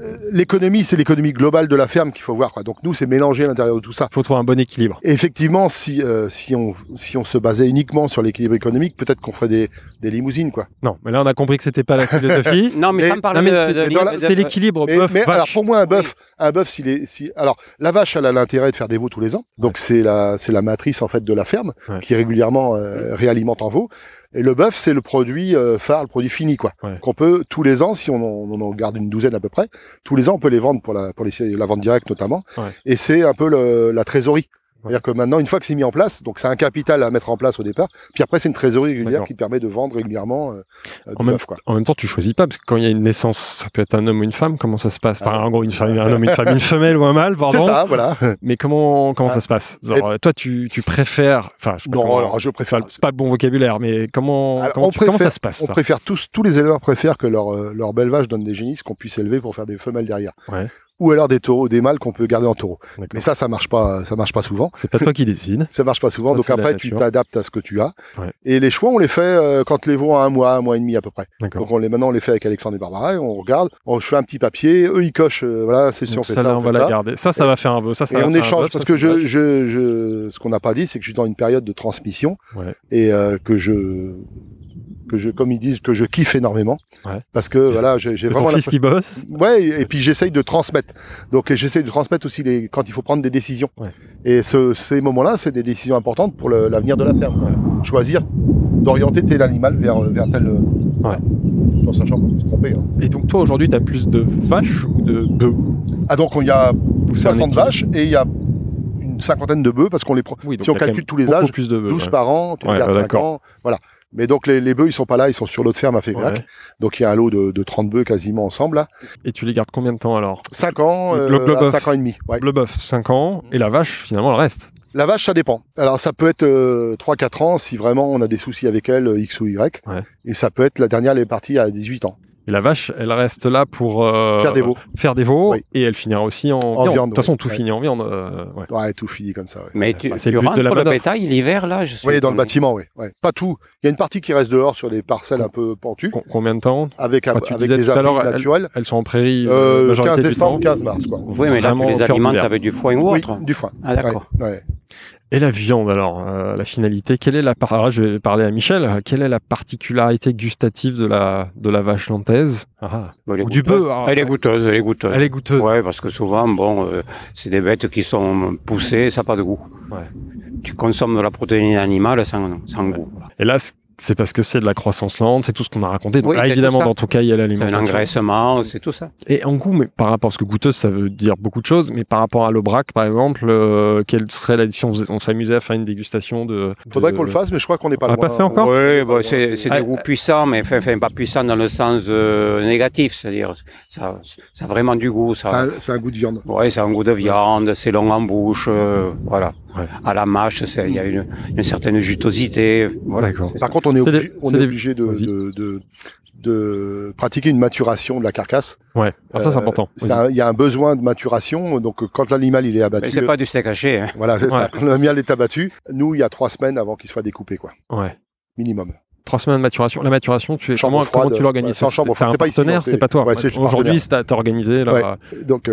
C: euh, l'économie, c'est l'économie globale de la ferme qu'il faut voir. Quoi. Donc nous, c'est mélangé à l'intérieur de tout ça.
A: Il faut trouver un bon équilibre.
C: Et effectivement, si euh, si on si on se basait uniquement sur l'équilibre économique, peut-être qu'on ferait des, des limousines, quoi.
A: Non, mais là, on a compris que c'était pas la philosophie.
B: Non, mais,
C: Mais-
B: sans parler
A: Non, mais
B: de-
A: c'est-
B: de-
A: mais
B: de-
A: dans la-
B: de-
A: c'est l'équilibre
C: Mais,
A: bœuf
C: mais alors
A: vache.
C: pour moi un bœuf, un bœuf s'il est si alors la vache elle a l'intérêt de faire des veaux tous les ans. Donc c'est la c'est la matrice en fait de la ferme
A: Ouais.
C: qui régulièrement euh, réalimente en veaux et le bœuf c'est le produit euh, phare, le produit fini quoi.
A: Ouais.
C: Qu'on peut tous les ans si on en, on en garde une douzaine à peu près, tous les ans on peut les vendre pour la pour les la vente directe notamment
A: Ouais.
C: et c'est un peu le- la trésorerie.
A: Ouais.
C: C'est-à-dire que maintenant, une fois que c'est mis en place, donc c'est un capital à mettre en place au départ, puis après c'est une trésorerie régulière
A: D'accord.
C: qui te permet de vendre régulièrement euh, euh,
A: En
C: du bœuf, quoi.
A: En même temps, tu choisis pas, parce que quand il y a une naissance, ça peut être un homme ou une femme, comment ça se passe Enfin,
C: Ah.
A: en gros, une femme, un homme, une femme, une femelle ou un mâle,
C: C'est
A: pardon.
C: ça, voilà.
A: Mais comment, comment
C: Ah.
A: ça se passe Genre, euh, Toi, tu, tu préfères. Enfin, je sais pas
C: Non,
A: comment-
C: alors, je
A: c'est pas-
C: préfère-
A: C'est pas le bon vocabulaire, mais comment,
C: Alors,
A: comment,
C: on
A: tu- comment
C: préfère-
A: ça se passe
C: On
A: ça
C: préfère tous, tous les éleveurs préfèrent que leur, euh, leur belle vache donne des génisses qu'on puisse élever pour faire des femelles derrière.
A: Ouais.
C: Ou alors des taureaux, des mâles qu'on peut garder en taureau.
A: D'accord.
C: Mais ça, ça marche pas, ça marche pas souvent.
A: C'est pas toi qui décides.
C: Ça marche pas souvent.
A: Ça,
C: Donc
A: c'est la
C: après, tu
A: nature.
C: t'adaptes à ce que tu as.
A: Ouais.
C: Et les choix, on les fait euh, quand les veaux ont un mois, un mois et demi à peu près.
A: D'accord.
C: Donc on les, maintenant, on les fait avec Alexandre et Barbara. Et on regarde, on je fais un petit papier. Eux, ils cochent. euh, voilà, c'est si on
A: Donc
C: fait
A: ça,
C: ça,
A: là, on
C: on
A: va
C: fait
A: la
C: ça.
A: garder. Ça, ça
C: Et-
A: va faire un vœu. Ça, ça
C: Et
A: va
C: on
A: faire un
C: échange
A: bœuf,
C: parce
A: ça,
C: que
A: c'est
C: je,
A: vache.
C: je, je, ce qu'on n'a pas dit, c'est que je suis dans une période de transmission
A: Ouais.
C: et euh, que je, que je, comme ils disent, que je kiffe énormément
A: Ouais.
C: parce que voilà, j'ai j'ai
A: C'est ton
C: vraiment. la-
A: fils qui bosse.
C: Ouais, et et puis j'essaye de transmettre. Donc et j'essaye de transmettre aussi les, quand il faut prendre des décisions.
A: Ouais.
C: Et ce, ces moments-là, c'est des décisions importantes pour le- l'avenir de la ferme. Choisir d'orienter tel animal vers, vers tel. Ouais. Dans sa chambre, on peut se tromper. hein.
A: Et donc, toi, aujourd'hui, t'as plus de vaches ou de bœufs
C: Ah donc on y a
A: Ou c'est un
C: 60
A: équilibre
C: vaches et il y a une cinquantaine de bœufs parce qu'on les prend.
A: Oui, donc
C: si on
A: t'as quand même
C: calcule tous les
A: beaucoup
C: âges,
A: plus de bœufs,
C: 12
A: ouais.
C: par an, tu
A: Ouais,
C: regardes
A: bah,
C: 5 ans, voilà. Mais donc les, les bœufs, ils sont pas là, ils sont sur l'autre ferme à Févrac.
A: Ouais.
C: Donc il y a un lot de, de 30 bœufs quasiment ensemble là.
A: Et tu les gardes combien de temps alors
C: 5 ans,
A: Le
C: euh,
A: globe, le
C: à
A: bœuf.
C: 5 ans et demi. ouais.
A: Le bœuf, 5 ans, et la vache, finalement, le reste.
C: La vache, ça dépend. Alors ça peut être 3-4 ans si vraiment on a des soucis avec elle, euh, X ou Y.
A: Ouais.
C: Et ça peut être la dernière, elle est partie à 18 ans.
A: Et la vache, elle reste là pour euh,
C: Faire des veaux.
A: faire des veaux,
C: Oui.
A: et elle finira aussi en, viande.
C: viande,
A: De toute façon,
C: oui.
A: tout
C: Ouais.
A: finit en viande. euh, ouais.
C: Ouais, tout fini comme ça. Ouais.
B: Mais tu,
A: Bah, c'est
B: tu
A: le but de
B: rentres
A: la
B: pour le
A: manœuvre.
B: bétail l'hiver, là je
C: Vous voyez,
B: suis-
C: dans le bâtiment, oui. Ouais. Pas tout. Il y a une partie qui reste dehors sur des parcelles un peu pentues,
A: Com- combien de temps
C: avec,
A: Bah, tu
C: avec
A: disais
C: des
A: tout à l'heure,
C: abris
A: elle-
C: naturels.
A: Elles sont en prairie euh,
C: Euh,
A: majorité
C: 15
A: du
C: décembre,
A: temps.
C: 15 mars, quoi.
B: Oui, mais là, tu
A: Vraiment au
B: les
A: cœur
B: alimentes
A: d'hiver.
B: avec du foin ou
C: Oui,
B: autre.
C: du foin.
B: Ah, d'accord.
C: Ouais, ouais.
A: Et la viande, alors, euh, la finalité, quelle est la par- alors là, je vais parler à Michel, euh, quelle est la particularité gustative de la, de la vache nantaise Ah,
B: Bah, elle est
A: Ou du
B: goûteuse.
A: bœuf, alors.
B: Elle est goûteuse, elle est
C: Euh,
B: goûteuse.
A: Elle est goûteuse.
B: Ouais, parce que souvent, bon, euh, c'est des bêtes qui sont poussées, ça n'a pas de goût.
A: Ouais.
B: Tu consommes de la protéine animale sans, sans goût.
A: Et là, c- c'est parce que c'est de la croissance lente, c'est tout ce qu'on a raconté. Donc
B: Oui,
A: là,
B: c'est
A: évidemment,
B: tout ça.
A: dans ton cas, il y a
B: C'est un
A: l'alimentation.
B: engraissement, c'est tout ça.
A: Et en goût, mais par rapport, parce que goûteuse, ça veut dire beaucoup de choses, mais par rapport à l'Aubrac, par exemple, euh, quelle serait la si on, faisait- on s'amusait à faire une dégustation de.
C: Faudrait
A: de-
C: qu'on le fasse, mais je crois qu'on n'est pas
A: On l'a
C: loin. hein.
A: pas fait encore
B: Oui, bon, bah,
C: c'est-
B: c'est c'est des
A: Ah,
B: goûts puissants, mais enfin, enfin, pas puissants dans le sens euh, négatif, c'est-à-dire ça, ça a vraiment du goût.
C: C'est
B: Ça.
C: un, c'est un goût de viande.
B: Ouais, c'est un goût de viande, c'est long en bouche, euh, voilà.
A: Ouais.
B: À la mâche, c'est- il y a une, une certaine jutosité. Voilà.
A: D'accord.
C: Par contre, on est
A: C'est
C: obligé,
A: des-
C: on
A: c'est
C: est
A: des-
C: obligé de,
A: Vas-y.
C: de, de, de pratiquer une maturation de la carcasse.
A: Ouais, Alors Ah, ça, c'est
C: Euh,
A: important.
C: c'est un- Il y a un besoin de maturation. Donc, euh, quand l'animal il est
B: Mais
C: abattu, euh,
B: c'est pas du steak haché. Hein.
C: voilà, c'est
A: Ouais.
C: ça. Quand l'animal est abattu, nous, il y a trois semaines avant qu'il soit découpé, quoi,
A: Ouais.
C: minimum.
A: Trois semaines de maturation. La maturation, tu es
C: Chambre
A: comment,
C: froide,
A: comment tu
C: ouais,
A: l'organises
C: sans chambre
A: C'est
C: froide,
A: un
C: c'est pas ici,
A: partenaire,
C: non,
A: c'est
C: c'est-
A: pas toi.
C: ouais, c'est chez le
A: Aujourd'hui, c'est à t'organiser. là.
C: Ouais. Donc, euh,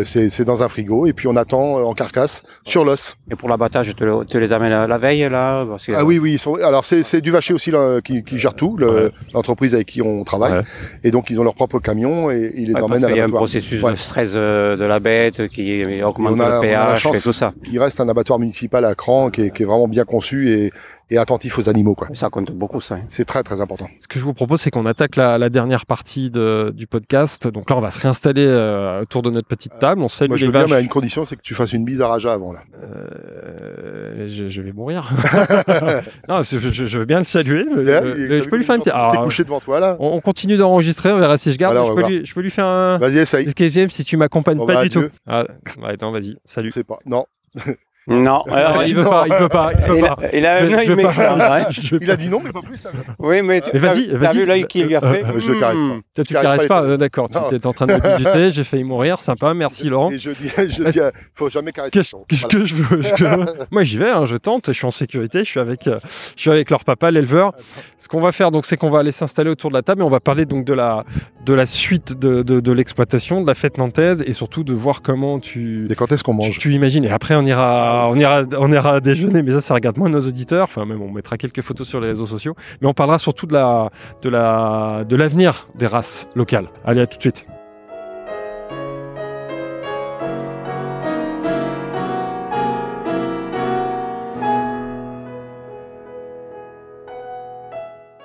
C: euh, c'est c'est dans un frigo et puis on attend euh, en carcasse sur l'os.
B: Et pour l'abattage, tu, le- tu les amènes la, la veille, là parce que-
C: Ah oui, oui. Ils sont... Alors, c'est c'est Duvaché aussi là, qui, qui gère tout, le-
A: Ouais.
C: l'entreprise avec qui on travaille.
A: Ouais.
C: Et donc, ils ont leur propre camion et ils
B: Ouais,
C: les
B: parce
C: emmènent à
B: qu'il Ah, y a un
C: l'abattoir.
B: processus
C: Ouais.
B: de stress euh, de la bête qui augmente
C: Et on a la-
B: le
C: on a la
B: pH
C: chance.
B: et tout ça.
C: Il reste un abattoir municipal à Cran qui est, qui est vraiment bien conçu et, et attentif aux animaux. quoi.
B: Ça compte beaucoup, ça. hein.
C: C'est très très important.
A: Ce que je vous propose, c'est qu'on attaque la, la dernière partie de- du podcast. Donc là, on va se réinstaller euh, autour de notre petite table. On salue
C: Moi je
A: les
C: veux bien,
A: vaches.
C: mais à une condition, c'est que tu fasses une bise à Raja avant là.
A: Euh, je, je vais mourir. non, je, je- je veux bien le saluer. mais,
C: Là,
A: euh,
C: Hein, il-
A: je peux lui faire une petite.
C: C'est
A: Alors,
C: couché devant toi là.
A: on, on continue d'enregistrer, on verra si je garde.
C: Voilà,
A: mais je,
C: on va Bah,
A: peux lui, je peux lui faire un.
C: Vas-y, essaye.
A: Excuse-moi si tu m'accompagnes
C: Bon,
A: pas
C: bah,
A: du
C: adieu.
A: tout. Ah, ouais, non, vas-y, salut. Ah,
C: Je sais pas. Non.
B: Non, alors,
A: il veut pas, il veut pas, il peut
B: il
A: pas.
B: a, il a un
A: Je- je
B: œil
A: vais pas-
B: méchant, là, hein.
A: Je-
C: Il a dit non, mais pas plus. là.
B: Oui, mais tu
A: Mais
B: as,
A: vas-y, vas-y.
B: vu l'œil qu'il lui a fait
C: Euh, je le caresse pas.
B: Hmm.
A: Toi, tu
C: J'arrive
A: caresses
C: pas à
A: pas, euh, d'accord. Tu
C: Non.
A: étais en train de me budgeter, j'ai failli mourir, sympa, merci Laurent.
C: Et je dis, je dis, euh, faut jamais caresser.
A: Qu'est-ce qu'est-ce que je veux, je veux Moi, j'y vais, hein, je tente, je suis en sécurité, je suis avec, euh, je suis avec leur papa, l'éleveur. Ce qu'on va faire, donc, c'est qu'on va aller s'installer autour de la table et on va parler donc de la, de la suite de, de, de l'exploitation, de la fête nantaise et surtout de voir comment tu,
C: Et quand est-ce qu'on
A: tu,
C: mange
A: tu imagines. Et après, on ira, on ira, on ira déjeuner, mais ça, ça regarde moins nos auditeurs. Enfin, même, on mettra quelques photos sur les réseaux sociaux. Mais on parlera surtout de la, de la, de l'avenir des races locales. Allez, à tout de suite.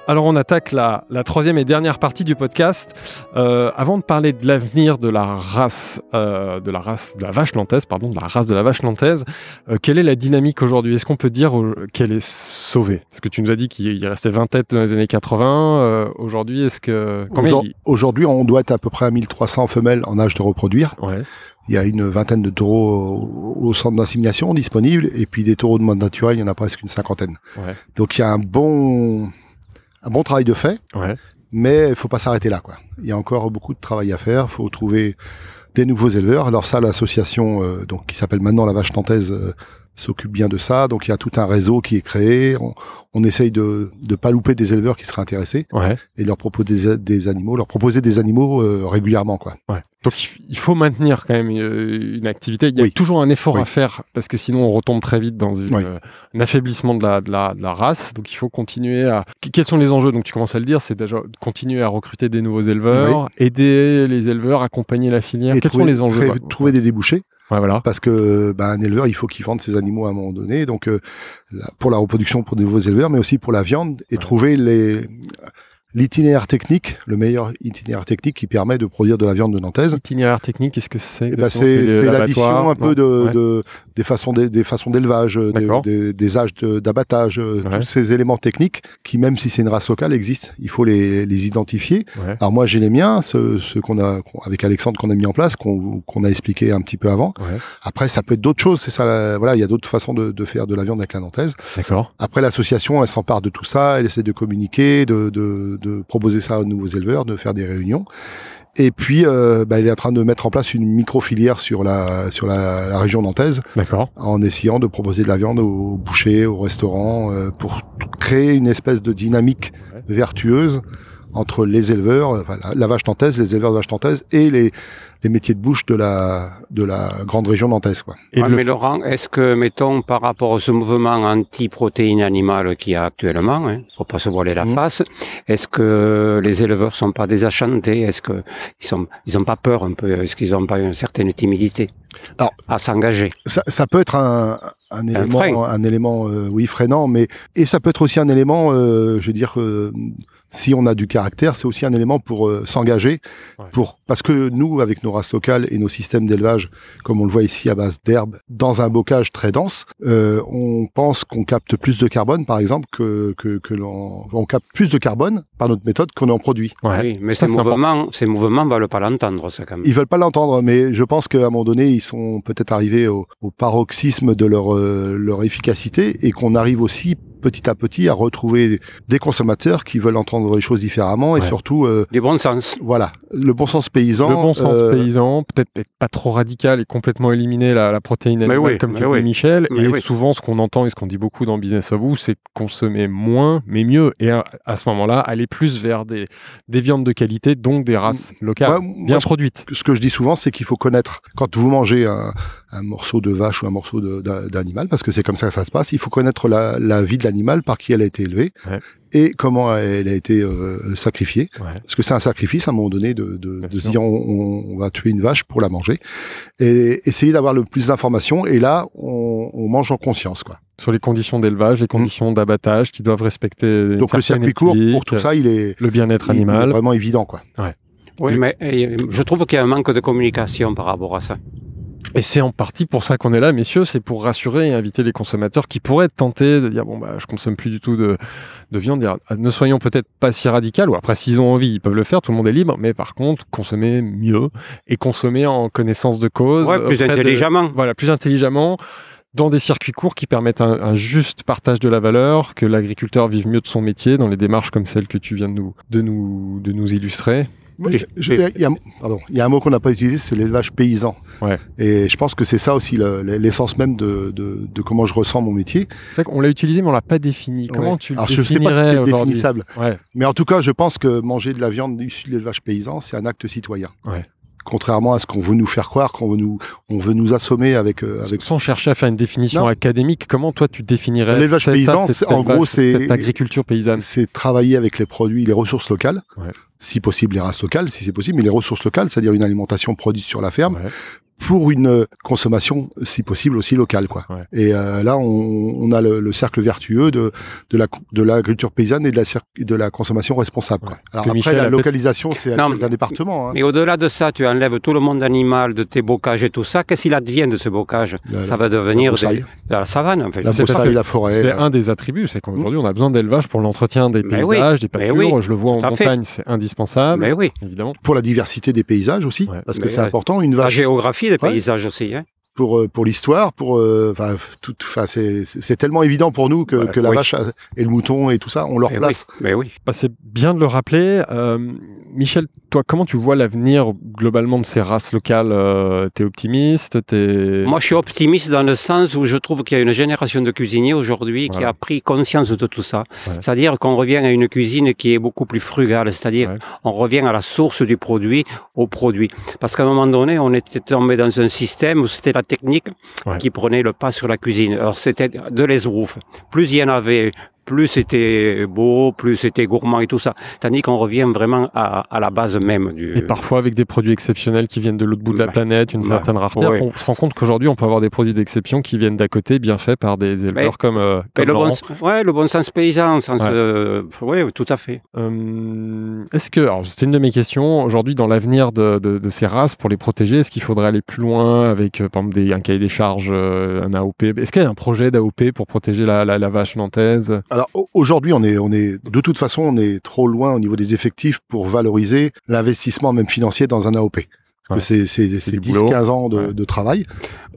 A: Alors on attaque la, la troisième et dernière partie du podcast. Euh, avant de parler de l'avenir de la race, euh, de la race de la vache nantaise, pardon, de la race de la vache nantaise, euh, quelle est la dynamique aujourd'hui Est-ce qu'on peut dire euh, qu'elle est sauvée Parce que tu nous as dit qu'il il restait 20 têtes dans les années 80. euh, aujourd'hui, est-ce que combien
C: Aujourd'hui- Aujourd'hui, on doit être à peu près à 1300 femelles en âge de reproduire.
A: il- Ouais.
C: Il y a une vingtaine de taureaux au- au centre d'insémination disponibles, et puis des taureaux de mode naturel, il y en a presque une cinquantaine.
A: Ouais.
C: Donc il y a un bon, un bon travail de fait.
A: Ouais.
C: Mais il faut pas s'arrêter là, quoi. Il y a encore beaucoup de travail à faire. Il faut trouver des nouveaux éleveurs. Alors ça, l'association euh, donc qui s'appelle maintenant la Vache Nantaise euh, s'occupe bien de ça. Donc il y a tout un réseau qui est créé. On, on essaye de ne pas louper des éleveurs qui seraient intéressés
A: Ouais.
C: et de leur proposer des, des animaux, leur proposer des animaux euh, régulièrement, quoi.
A: Ouais. Donc il f- il faut maintenir quand même euh, une activité. Il y a
C: Oui.
A: toujours un effort
C: Oui.
A: à faire parce que sinon on retombe très vite dans une,
C: Oui.
A: euh, un affaiblissement de la, de, la, de la race. Donc il faut continuer à. Qu- Quels sont les enjeux Donc tu commences à le dire, c'est déjà continuer à recruter des nouveaux éleveurs, aider les éleveurs, accompagner la filière. Quels
C: trouver,
A: sont les enjeux
C: très-
A: quoi
C: trouver des débouchés.
A: Ouais, voilà.
C: parce que ben, un éleveur, il faut qu'il vende ses animaux à un moment donné. Donc euh, la- pour la reproduction pour de nouveaux éleveurs, mais aussi pour la viande et
A: Ouais.
C: trouver les l'itinéraire technique, le meilleur itinéraire technique qui permet de produire de la viande de Nantaise.
A: Itinéraire technique, qu'est-ce que c'est
C: Eh ben,
A: exactement
C: c'est c'est
A: l'abattoir
C: l'addition un peu
A: Non
C: de,
A: Ouais.
C: de- des façons d'é- des façons d'élevage, euh, des-
A: D'accord.
C: des, des âges de- d'abattage, euh,
A: Ouais.
C: tous ces éléments techniques qui, même si c'est une race locale, existent. Il faut les, les identifier.
A: Ouais.
C: Alors moi, j'ai les miens, ceux, ceux qu'on a qu'on- avec Alexandre qu'on a mis en place, qu'on qu'on a expliqué un petit peu avant.
A: Ouais.
C: Après, ça peut être d'autres choses. C'est ça. la- voilà, il y a d'autres façons de, de faire de la viande avec la nantaise.
A: D'accord.
C: Après, l'association, elle s'empare de tout ça. Elle essaie de communiquer, de, de, de proposer ça aux nouveaux éleveurs, de faire des réunions. Et puis, euh, bah, elle est en train de mettre en place une micro-filière sur la sur la, la région nantaise,
A: D'accord.
C: en essayant de proposer de la viande aux bouchers, aux restaurants, euh, pour t- créer une espèce de dynamique
A: Ouais.
C: vertueuse entre les éleveurs, enfin, la, la vache nantaise, les éleveurs de vache nantaise et les les métiers de bouche de la de la grande région nantaise, quoi.
A: Et
B: Ouais,
A: de le-
B: Ah, mais Laurent, est-ce que, mettons, par rapport à ce mouvement anti-protéines animales qu'il y a actuellement, hein, faut pas se voiler la
A: Mmh.
C: Mhm.
B: face, est-ce que les éleveurs sont pas désenchantés Est-ce que ils sont, ils ont pas peur un peu Est-ce qu'ils ont pas une certaine timidité
C: Alors-
B: à s'engager
C: ça, ça peut être un, un élément,
B: frein.
C: un élément, euh, oui, freinant, mais et ça peut être aussi un élément, euh, je veux dire, euh, si on a du caractère, c'est aussi un élément pour euh, s'engager,
A: Ouais.
C: pour parce que nous, avec nos races locales et nos systèmes d'élevage, comme on le voit ici à base d'herbe, dans un bocage très dense, euh, on pense qu'on capte plus de carbone, par exemple, que que, que l'on on capte plus de carbone par notre méthode qu'on en produit.
A: Ouais.
B: Oui, mais
A: Ça,
B: ces
A: c'est important.
B: mouvements, ces mouvements ne veulent pas l'entendre, ça quand même.
C: Ils veulent pas l'entendre, mais je pense qu'à un moment donné, ils sont peut-être arrivés au, au paroxysme de leur, euh, leur efficacité et qu'on arrive aussi petit à petit à retrouver des consommateurs qui veulent entendre les choses différemment et
A: Ouais.
C: surtout, euh,
B: Du bon sens.
C: voilà, le bon sens paysan.
A: Le bon sens
C: euh,
A: paysan, peut-être être pas trop radical et complètement éliminer la, la protéine
B: Mais
A: animale,
B: oui,
A: comme tu
B: mais
A: le dis,
B: oui.
A: Michel.
B: Mais
A: et
B: oui.
A: souvent, ce qu'on entend et ce qu'on dit beaucoup dans Business of Woo, c'est consommer moins, mais mieux. Et à, à ce moment-là, aller plus vers des, des viandes de qualité, donc des races locales,
C: moi, moi,
A: bien
C: ce-
A: produites.
C: ce que je dis souvent, c'est qu'il faut connaître quand vous mangez un, un morceau de vache ou un morceau de- d'a- d'animal, parce que c'est comme ça que ça se passe. Il faut connaître la, la vie de l'animal, par qui elle a été élevée
A: Ouais.
C: et comment elle a été euh, sacrifiée.
A: Ouais.
C: Parce que c'est un sacrifice à un moment donné de, de,
A: Bien
C: de se
A: sûr.
C: dire on, on- on va tuer une vache pour la manger. Et essayer d'avoir le plus d'informations. Et là, on, on mange en conscience. Quoi.
A: Sur les conditions d'élevage, les conditions d'abattage qui doivent respecter. une
C: Mmh. Donc le
A: certaine
C: circuit court, pour
A: éthique,
C: tout ça, il est,
A: Le bien-être
C: il- il est
A: animal.
C: vraiment évident. Quoi.
B: Oui,
A: Le-
B: mais euh, je trouve qu'il y a un manque de communication par rapport à ça.
A: Et c'est en partie pour ça qu'on est là, messieurs, c'est pour rassurer et inviter les consommateurs qui pourraient être tentés de dire bon bah je consomme plus du tout de, de viande. Dire, ah, ne soyons peut-être pas si radical. Ou après s'ils ont envie, ils peuvent le faire. Tout le monde est libre. Mais par contre, consommer mieux et consommer en connaissance de cause,
B: Ouais, plus
A: auprès de-
B: intelligemment.
A: voilà, plus intelligemment. dans des circuits courts qui permettent un, un juste partage de la valeur, que l'agriculteur vive mieux de son métier dans les démarches comme celle que tu viens de nous, de nous, de nous illustrer.
C: Moi, je- je- Il y, a- pardon, il y a un mot qu'on n'a pas utilisé, c'est l'élevage paysan.
A: Ouais.
C: Et je pense que c'est ça aussi le- le- l'essence même de, de- de comment je ressens mon métier.
A: C'est vrai qu'on l'a utilisé, mais on l'a pas défini. Comment
C: Ouais.
A: tu le
C: Alors, je ne sais
A: définirais
C: pas si c'est
A: aujourd'hui
C: définissable,
A: Ouais.
C: mais en tout cas, je pense que manger de la viande issue de l'élevage paysan, c'est un acte citoyen.
A: Ouais.
C: Contrairement à ce qu'on veut nous faire croire, qu'on veut nous, on veut nous assommer avec. euh, avec...
A: Sans chercher à faire une définition
C: Non.
A: académique, comment toi tu définirais
C: L'élevage
A: cet-
C: paysan,
A: cet
C: c'est- en
A: élevage,
C: gros, c'est-
A: cette agriculture paysanne.
C: C'est travailler avec les produits, les ressources locales,
A: Ouais.
C: si possible les races locales, si c'est possible, mais les ressources locales, c'est-à-dire une alimentation produite sur la ferme.
A: Ouais.
C: pour une euh, consommation, si possible, aussi locale. Quoi.
A: Ouais.
C: Et euh, là, on, on a le, le cercle vertueux de, de, la, de l'agriculture paysanne et de la, cir- de la consommation responsable.
A: Ouais.
C: Quoi.
A: Parce
C: Alors
A: que
C: après,
A: Michel a
C: la
A: peut-être-
C: localisation, c'est
B: Non,
C: un
B: mais-
C: département. hein.
B: Mais au-delà de ça, tu enlèves tout le monde animal de tes bocages et tout ça. Qu'est-ce qu'il advient de ce bocage
C: La-
B: Ça
C: la-
B: va devenir
C: la
B: des-
C: broussaille,
B: de la savane, en fait.
C: la,
A: c'est parce
C: broussaille,
A: que
C: la forêt.
A: C'est
C: euh,
A: un des attributs, c'est qu'aujourd'hui on a besoin d'élevage pour l'entretien des
B: Mais
A: paysages,
B: oui.
A: des
B: Mais
A: pâtures.
B: oui.
A: Je le vois en
B: Tout à fait.
A: montagne, c'est indispensable,
B: Mais oui,
A: évidemment.
C: Pour la diversité des paysages aussi,
A: Ouais.
C: parce que
B: Mais
C: c'est
B: ouais.
C: important. Une
B: la
C: vache
B: géographie des
C: Ouais.
B: paysages aussi. Hein.
C: pour, euh, pour l'histoire, pour, euh, enfin, tout, tout- enfin, c'est, c'est- c'est tellement évident pour nous que,
B: Ouais,
C: que la
B: oui.
C: vache a- et le mouton et tout ça, on leur
B: Mais oui,
C: place.
B: mais oui.
A: Bah, c'est bien de le rappeler. Euh, Michel, toi, comment tu vois l'avenir globalement de ces races locales Euh, T'es optimiste T'es
B: Moi, je suis optimiste dans le sens où je trouve qu'il y a une génération de cuisiniers aujourd'hui qui
A: Voilà.
B: a pris conscience de tout ça.
A: Ouais.
B: C'est-à-dire qu'on revient à une cuisine qui est beaucoup plus frugale, c'est-à-dire
A: Ouais.
B: on revient à la source du produit, au produit. Parce qu'à un moment donné, on était tombé dans un système où c'était la technique
A: Ouais.
B: qui prenait le pas sur la cuisine. Alors, c'était de l'esbrouf. Plus il y en avait, plus c'était beau, plus c'était gourmand et tout ça. Tandis qu'on revient vraiment à, à la base même du...
A: Et parfois avec des produits exceptionnels qui viennent de l'autre bout de la
B: Bah,
A: planète, une
B: bah,
A: certaine rareté.
B: ouais.
A: On se rend compte qu'aujourd'hui, on peut avoir des produits d'exception qui viennent d'à côté, bien faits par des éleveurs comme, euh,
B: Mais
A: comme
B: le bon,
A: Laurent.
B: sens- ouais, le bon sens paysan, le sens,
A: Ouais.
B: euh, ouais, tout à fait.
A: Euh, est-ce que, alors c'est une de mes questions, aujourd'hui dans l'avenir de, de- de ces races, pour les protéger, est-ce qu'il faudrait aller plus loin avec euh, par exemple des, un cahier des charges, euh, un AOP Est-ce qu'il y a un projet d'AOP pour protéger la, la- la vache nantaise
C: Alors au- aujourd'hui, on est, on est, de toute façon, on est trop loin au niveau des effectifs pour valoriser l'investissement même financier dans un AOP.
A: Ouais.
C: Parce que C'est, c'est,
A: du
C: c'est
A: boulot.
C: 10-15 ans de,
A: Ouais.
C: de travail.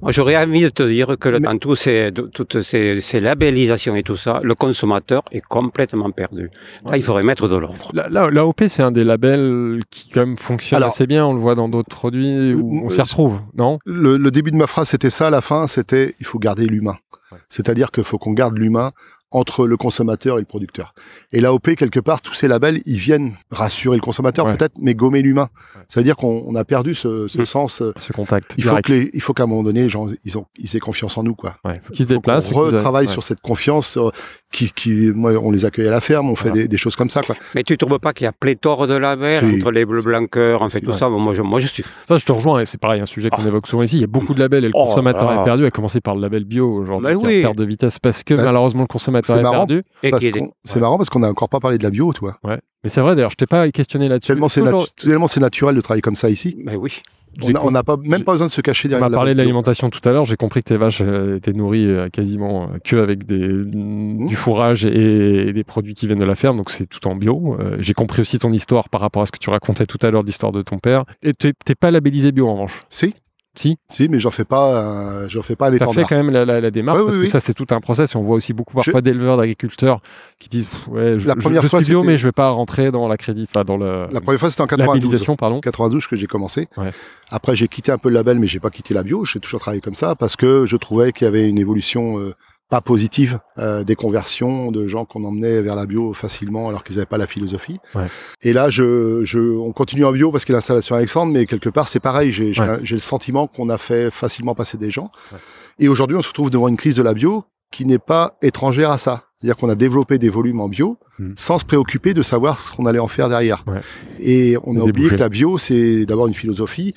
B: Moi, j'aurais envie de te dire que
C: Mais-
B: dans tous ces, de- toutes ces, ces labellisations et tout ça, le consommateur est complètement perdu. Là, il faudrait mettre de l'ordre.
A: La- la- L'AOP, c'est un des labels qui quand même fonctionne
C: Alors-
A: assez bien, on le voit dans d'autres produits où on
C: Euh,
A: s'y retrouve, non
C: Le, le début de ma phrase, c'était ça. La fin, c'était il faut garder l'humain.
A: Ouais.
C: C'est-à-dire qu'il faut qu'on garde l'humain entre le consommateur et le producteur. Et l'AOP, quelque part, tous ces labels, ils viennent rassurer le consommateur
A: Ouais.
C: peut-être, mais gommer l'humain.
A: Ouais.
C: Ça veut dire qu'on on a perdu ce, ce
B: Mm.
C: sens. euh,
A: Ce contact.
C: Il faut,
A: direct.
C: que les- il faut qu'à un moment donné, les gens, ils, ont, ils aient confiance en nous. quoi.
A: Ouais, faut qu'ils se
C: Donc,
A: déplacent. faut
C: on
A: qu'ils aillent-
C: retravaille
A: ouais.
C: sur cette confiance euh, qui, qui moi, on les accueille à la ferme, on fait
A: Voilà.
C: des, des choses comme ça. Quoi.
B: Mais tu trouves pas qu'il y a pléthore de labels
C: Si.
B: entre les bleus blancs en fait
C: Si,
B: tout
A: ouais.
B: ça. Bon, moi, je, moi, je suis.
A: Ça, je te rejoins, et c'est pareil, un sujet qu'on
B: Ah.
A: évoque souvent ici. Il y a beaucoup de labels et le
B: Oh là
A: consommateur
B: là.
A: est perdu, à commencer par le label bio aujourd'hui,
B: Mais
A: qui est en
B: oui.
A: perte de vitesse parce que
C: Bah,
A: malheureusement le consommateur
C: c'est
A: est
C: marrant.
A: perdu.
B: Et
C: Parce
B: qui est-
C: qu'on- C'est
A: ouais.
C: marrant parce qu'on n'a encore pas parlé de la bio, tu vois.
A: Mais c'est vrai d'ailleurs, je t'ai pas questionné là-dessus.
C: Tellement c'est,
A: Est-ce
C: natu-
A: qu'aujourd'hui-
C: tellement c'est naturel de travailler comme ça ici.
B: Mais Ben oui.
A: j'ai
C: On n'a
A: com-
C: pas, même
A: j'ai-
C: pas besoin de se cacher
A: On
C: derrière
A: m'a
C: la
A: parlé de
C: bio.
A: l'alimentation tout à l'heure, j'ai compris que tes vaches euh, étaient nourries euh, quasiment euh, que avec des,
C: Mmh.
A: du fourrage et, et des produits qui viennent de la ferme, donc c'est tout en bio. Euh, j'ai compris aussi ton histoire par rapport à ce que tu racontais tout à l'heure, l'histoire de ton père. Et t'es t'es pas labellisé bio en revanche.
C: Si.
A: Si.
C: Si, mais j'en fais pas, un- j'en fais pas un
A: T'as fait
C: étendard.
A: quand même la, la- la démarche
C: Ouais,
A: parce
C: oui,
A: que
C: oui.
A: ça c'est tout un process et on voit aussi beaucoup
C: Je-
A: parfois d'éleveurs, d'agriculteurs qui disent Pff, ouais, je,
C: La
A: je-
C: première
A: je
C: fois,
A: suis bio
C: c'était-
A: mais je vais pas rentrer dans la crédit, enfin dans le
C: La première fois, c'était en 92.
A: labellisation pardon.
C: 92 que j'ai commencé.
A: Ouais.
C: Après, j'ai quitté un peu le label, mais j'ai pas quitté la bio. J'ai toujours travaillé comme ça parce que je trouvais qu'il y avait une évolution euh, pas positive euh, des conversions de gens qu'on emmenait vers la bio facilement alors qu'ils n'avaient pas la philosophie.
A: Ouais.
C: Et là, je, je, on continue en bio parce qu'il y a l'installation Alexandre, mais quelque part, c'est pareil. J'ai j'ai
A: Ouais.
C: un- j'ai le sentiment qu'on a fait facilement passer des gens.
A: Ouais.
C: Et aujourd'hui, on se retrouve devant une crise de la bio qui n'est pas étrangère à ça. C'est-à-dire qu'on a développé des volumes en bio
A: Mhm.
C: sans se préoccuper de savoir ce qu'on allait en faire derrière.
A: Ouais.
C: Et on
A: Des
C: a oublié
A: débouchés.
C: que la bio, c'est d'abord une philosophie.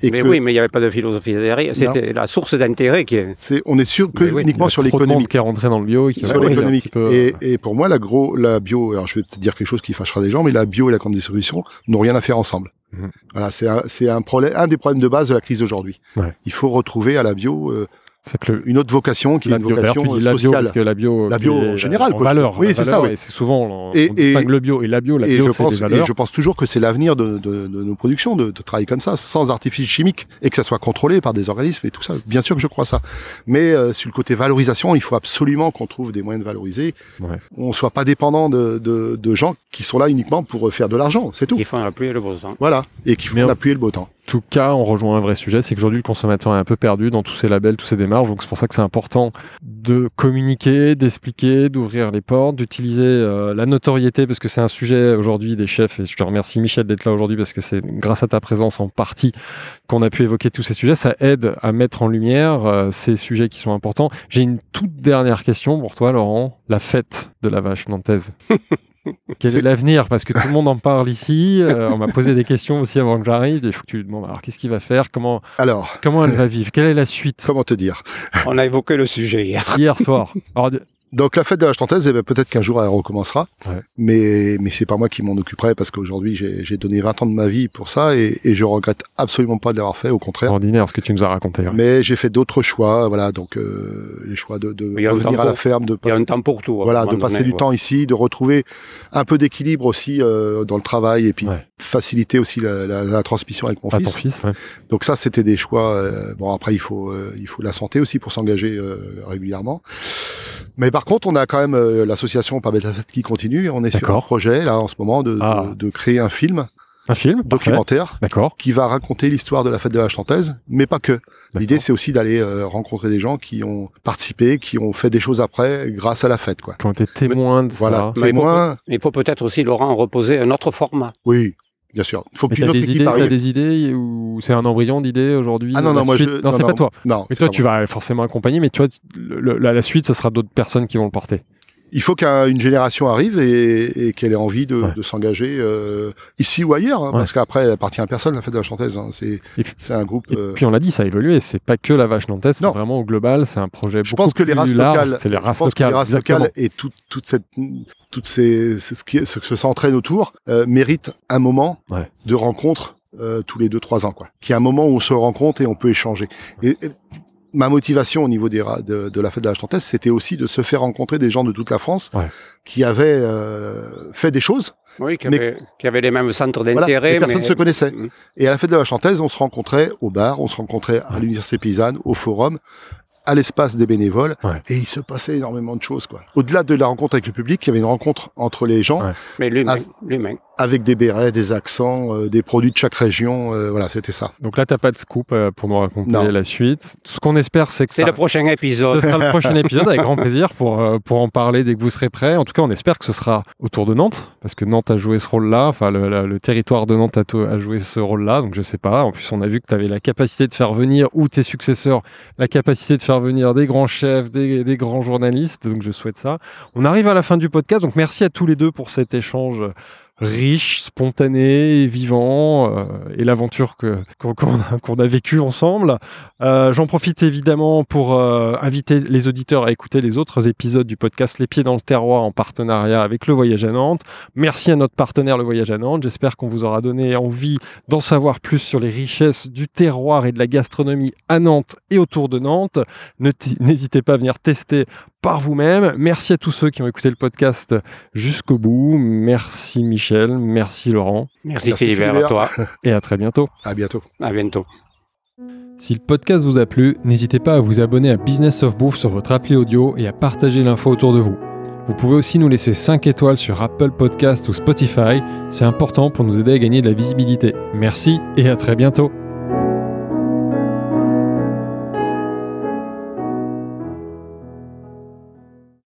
C: Et
B: mais
C: que
B: oui, mais il n'y avait pas de philosophie derrière. C'était la source d'intérêt qui est.
C: c'est, on est sûr que
B: Mais oui,
A: Il y
C: uniquement
A: a
C: sur
A: trop de monde
C: l'économique.
A: qui est rentré dans le bio et qui
C: Sur
A: va-
C: l'économique.
A: un petit peu- euh,
C: Et, et pour moi, la gros, la bio, alors je vais peut-être dire quelque chose qui fâchera des gens, mais la bio et la grande distribution n'ont rien à faire ensemble.
A: Mhm.
C: Voilà, c'est un, c'est un problème, un des problèmes de base de la crise d'aujourd'hui.
A: Ouais.
C: Il faut retrouver à la bio euh,
A: C'est que le-
C: une autre vocation qui est
A: la
C: une
A: bio, d'ailleurs,
C: vocation
A: tu dis
C: euh,
A: la bio,
C: sociale.
A: parce que la bio,
C: La bio
A: puis,
C: en
A: euh,
C: général,
A: en
C: quoi.
A: valeur.
C: Oui,
A: la
C: c'est
A: valeur,
C: ça, oui.
A: Et c'est souvent, on,
C: Et-
A: on distingue
C: et-
A: le bio et la bio. La
C: et
A: bio,
C: je
A: c'est
C: pense,
A: des
C: et
A: valeurs.
C: je pense toujours que c'est l'avenir de, de- de nos productions, de, de travailler comme ça, sans artifice chimique, et que ça soit contrôlé par des organismes et tout ça. Bien sûr que je crois ça. Mais euh, sur le côté valorisation, il faut absolument qu'on trouve des moyens de valoriser,
A: Ouais.
C: on soit pas dépendant de, de- de gens qui sont là uniquement pour euh, faire de l'argent, c'est tout.
B: Ils font la pluie et le beau temps.
C: Voilà, et qui
A: Mais
C: font
A: on-
C: appuyer le beau temps.
A: En tout cas, on rejoint un vrai sujet, c'est qu'aujourd'hui le consommateur est un peu perdu dans tous ces labels, tous ces démarches, donc c'est pour ça que c'est important de communiquer, d'expliquer, d'ouvrir les portes, d'utiliser euh, la notoriété, parce que c'est un sujet aujourd'hui des chefs, et je te remercie Michel d'être là aujourd'hui, parce que c'est grâce à ta présence en partie qu'on a pu évoquer tous ces sujets, ça aide à mettre en lumière euh, ces sujets qui sont importants. J'ai une toute dernière question pour toi Laurent, la fête de la vache nantaise. Quel est l'avenir Parce que tout le monde en parle ici. Euh, on m'a posé des questions aussi avant que j'arrive. Il faut que tu lui demandes alors qu'est-ce qu'il va faire Comment,
C: Alors,
A: comment elle va vivre Quelle est la suite
C: comment te dire
B: On a évoqué le sujet hier.
A: Hier soir. Alors, de-
C: Donc la fête de la chanteuse, eh ben, peut-être qu'un jour elle recommencera,
A: Ouais.
C: mais mais c'est pas moi qui m'en occuperai parce qu'aujourd'hui j'ai j'ai donné 20 ans de ma vie pour ça et, et je regrette absolument pas de l'avoir fait, au contraire.
A: extraordinaire ce que tu nous as raconté. hein. ouais.
C: Euh, Mais j'ai fait d'autres choix, voilà, donc euh, les choix de, de
B: Il y a un
C: revenir à
B: tempo.
C: la ferme,
B: Il
C: de
B: y a
C: passer,
B: un temps pour tout. à un
C: voilà, de
B: moment
C: passer
B: donné,
C: du
B: ouais.
C: temps ici, de retrouver un peu d'équilibre aussi euh, dans le travail et puis
A: Ouais.
C: faciliter aussi la, la- la transmission avec mon
A: À Ah, ton
C: fils. euh,
A: fils. ouais.
C: Donc ça, c'était des choix. euh, bon, après, il faut euh, il faut la santé aussi pour s'engager euh, régulièrement. Mais par contre, on a quand même euh, l'association Pas Bête la Fête qui continue. On est sur un
A: D'accord.
C: projet là en ce moment de, de-
A: Ah.
C: de créer un film
A: Un film. parfait.
C: documentaire
A: D'accord.
C: qui va raconter l'histoire de la fête de la Chantaise, mais pas que. L'idée, c'est aussi d'aller euh, rencontrer des gens qui ont participé, qui ont fait des choses après grâce à la fête, quoi.
A: Quand tu es témoin de
C: Voilà,
A: ça.
B: Mais
C: c'est moins.
B: Mais il faut peut-être aussi, Laurent, reposer un autre format.
C: Oui, bien sûr. Il faut
A: Mais
C: qu'une
A: t'as
C: autre
A: des idées,
C: équipe
A: t'as
C: arrive.
A: des idées ou c'est un embryon d'idées aujourd'hui
C: Ah non,
A: la
C: non, moi
A: suite
C: je.
A: Non, c'est pas toi.
C: Non.
A: Mais
C: c'est
A: toi,
C: pas
A: tu vas forcément accompagner, mais toi, tu- le- le- la, la suite, ce sera d'autres personnes qui vont le porter.
C: il faut qu'une génération arrive et, et qu'elle ait envie de,
A: Ouais.
C: de s'engager euh, ici ou ailleurs, hein,
A: Ouais.
C: parce qu'après elle appartient à personne la fête de la chanteuse. hein. C'est
A: Et puis-
C: c'est un groupe.
A: Et
C: euh,
A: puis on l'a dit, ça a évolué. C'est pas que la vache nantaise, c'est
C: Non.
A: vraiment au global, c'est un projet
C: je
A: beaucoup
C: pense que les
A: plus
C: races
A: large.
C: locales,
A: c'est les races
C: je pense que
A: locales,
C: les races
A: exactement.
C: locales et tout- toute cette, toutes ces, ce qui, ce que s'entraîne autour euh, méritent un moment
A: Ouais.
C: de rencontre euh, tous les deux trois ans, quoi. Qui est un moment où on se rencontre et on peut échanger. Et, et ma motivation au niveau des ra- de, de la fête de la Chantaise, c'était aussi de se faire rencontrer des gens de toute la France
A: Ouais.
C: qui avaient euh, fait des choses
B: Oui, qui
C: Mais-
B: avait, qui avait les mêmes centres
C: Voilà,
B: d'intérêt.
C: les personnes
B: mais-
C: se connaissaient.
B: Mm.
C: Et à la fête de la chantaise, on se rencontrait au bar, on se rencontrait à
A: Ouais.
C: l'université paysanne, au forum, à l'espace des bénévoles.
A: Ouais.
C: Et il se passait énormément de choses. quoi. Au-delà de la rencontre avec le public, il y avait une rencontre entre les gens,
A: Ouais.
B: Mais l'humain,
C: Ah.
B: l'humain.
C: avec des bérets, des accents, euh, des produits de chaque région. euh, voilà, c'était ça.
A: Donc là, t'as pas de scoop euh, pour nous raconter
C: Non.
A: la suite. Ce qu'on espère, c'est que
B: C'est
A: ça,
B: le prochain
A: ce
B: épisode.
A: sera le prochain épisode avec grand plaisir pour, euh, pour en parler dès que vous serez prêts. En tout cas, on espère que ce sera autour de Nantes, parce que Nantes a joué ce rôle-là. Enfin, le, la- le territoire de Nantes a, to- a joué ce rôle-là. Donc, je sais pas. En plus, on a vu que tu avais la capacité de faire venir, ou tes successeurs, la capacité de faire venir des grands chefs, des, des grands journalistes. Donc, je souhaite ça. On arrive à la fin du podcast. Donc, merci à tous les deux pour cet échange riche, spontané, vivant, euh, et l'aventure que- qu'on qu'on a, qu'on a vécue ensemble. Euh, J'en profite évidemment pour euh, inviter les auditeurs à écouter les autres épisodes du podcast Les Pieds dans le Terroir en partenariat avec Le Voyage à Nantes. Merci à notre partenaire Le Voyage à Nantes. J'espère qu'on vous aura donné envie d'en savoir plus sur les richesses du terroir et de la gastronomie à Nantes et autour de Nantes. Ne t- N'hésitez pas à venir tester par vous-même. Merci à tous ceux qui ont écouté le podcast jusqu'au bout. Merci Michel, merci Laurent
B: Merci,
C: Merci,
B: Philibert, à
C: Philibert.
B: toi.
A: et à très bientôt.
C: À bientôt.
B: À bientôt.
A: Si le podcast vous a plu, n'hésitez pas à vous abonner à Business of Bouffe sur votre appli audio et à partager l'info autour de vous. Vous pouvez aussi nous laisser 5 étoiles sur Apple Podcast ou Spotify, c'est important pour nous aider à gagner de la visibilité. Merci et à très bientôt.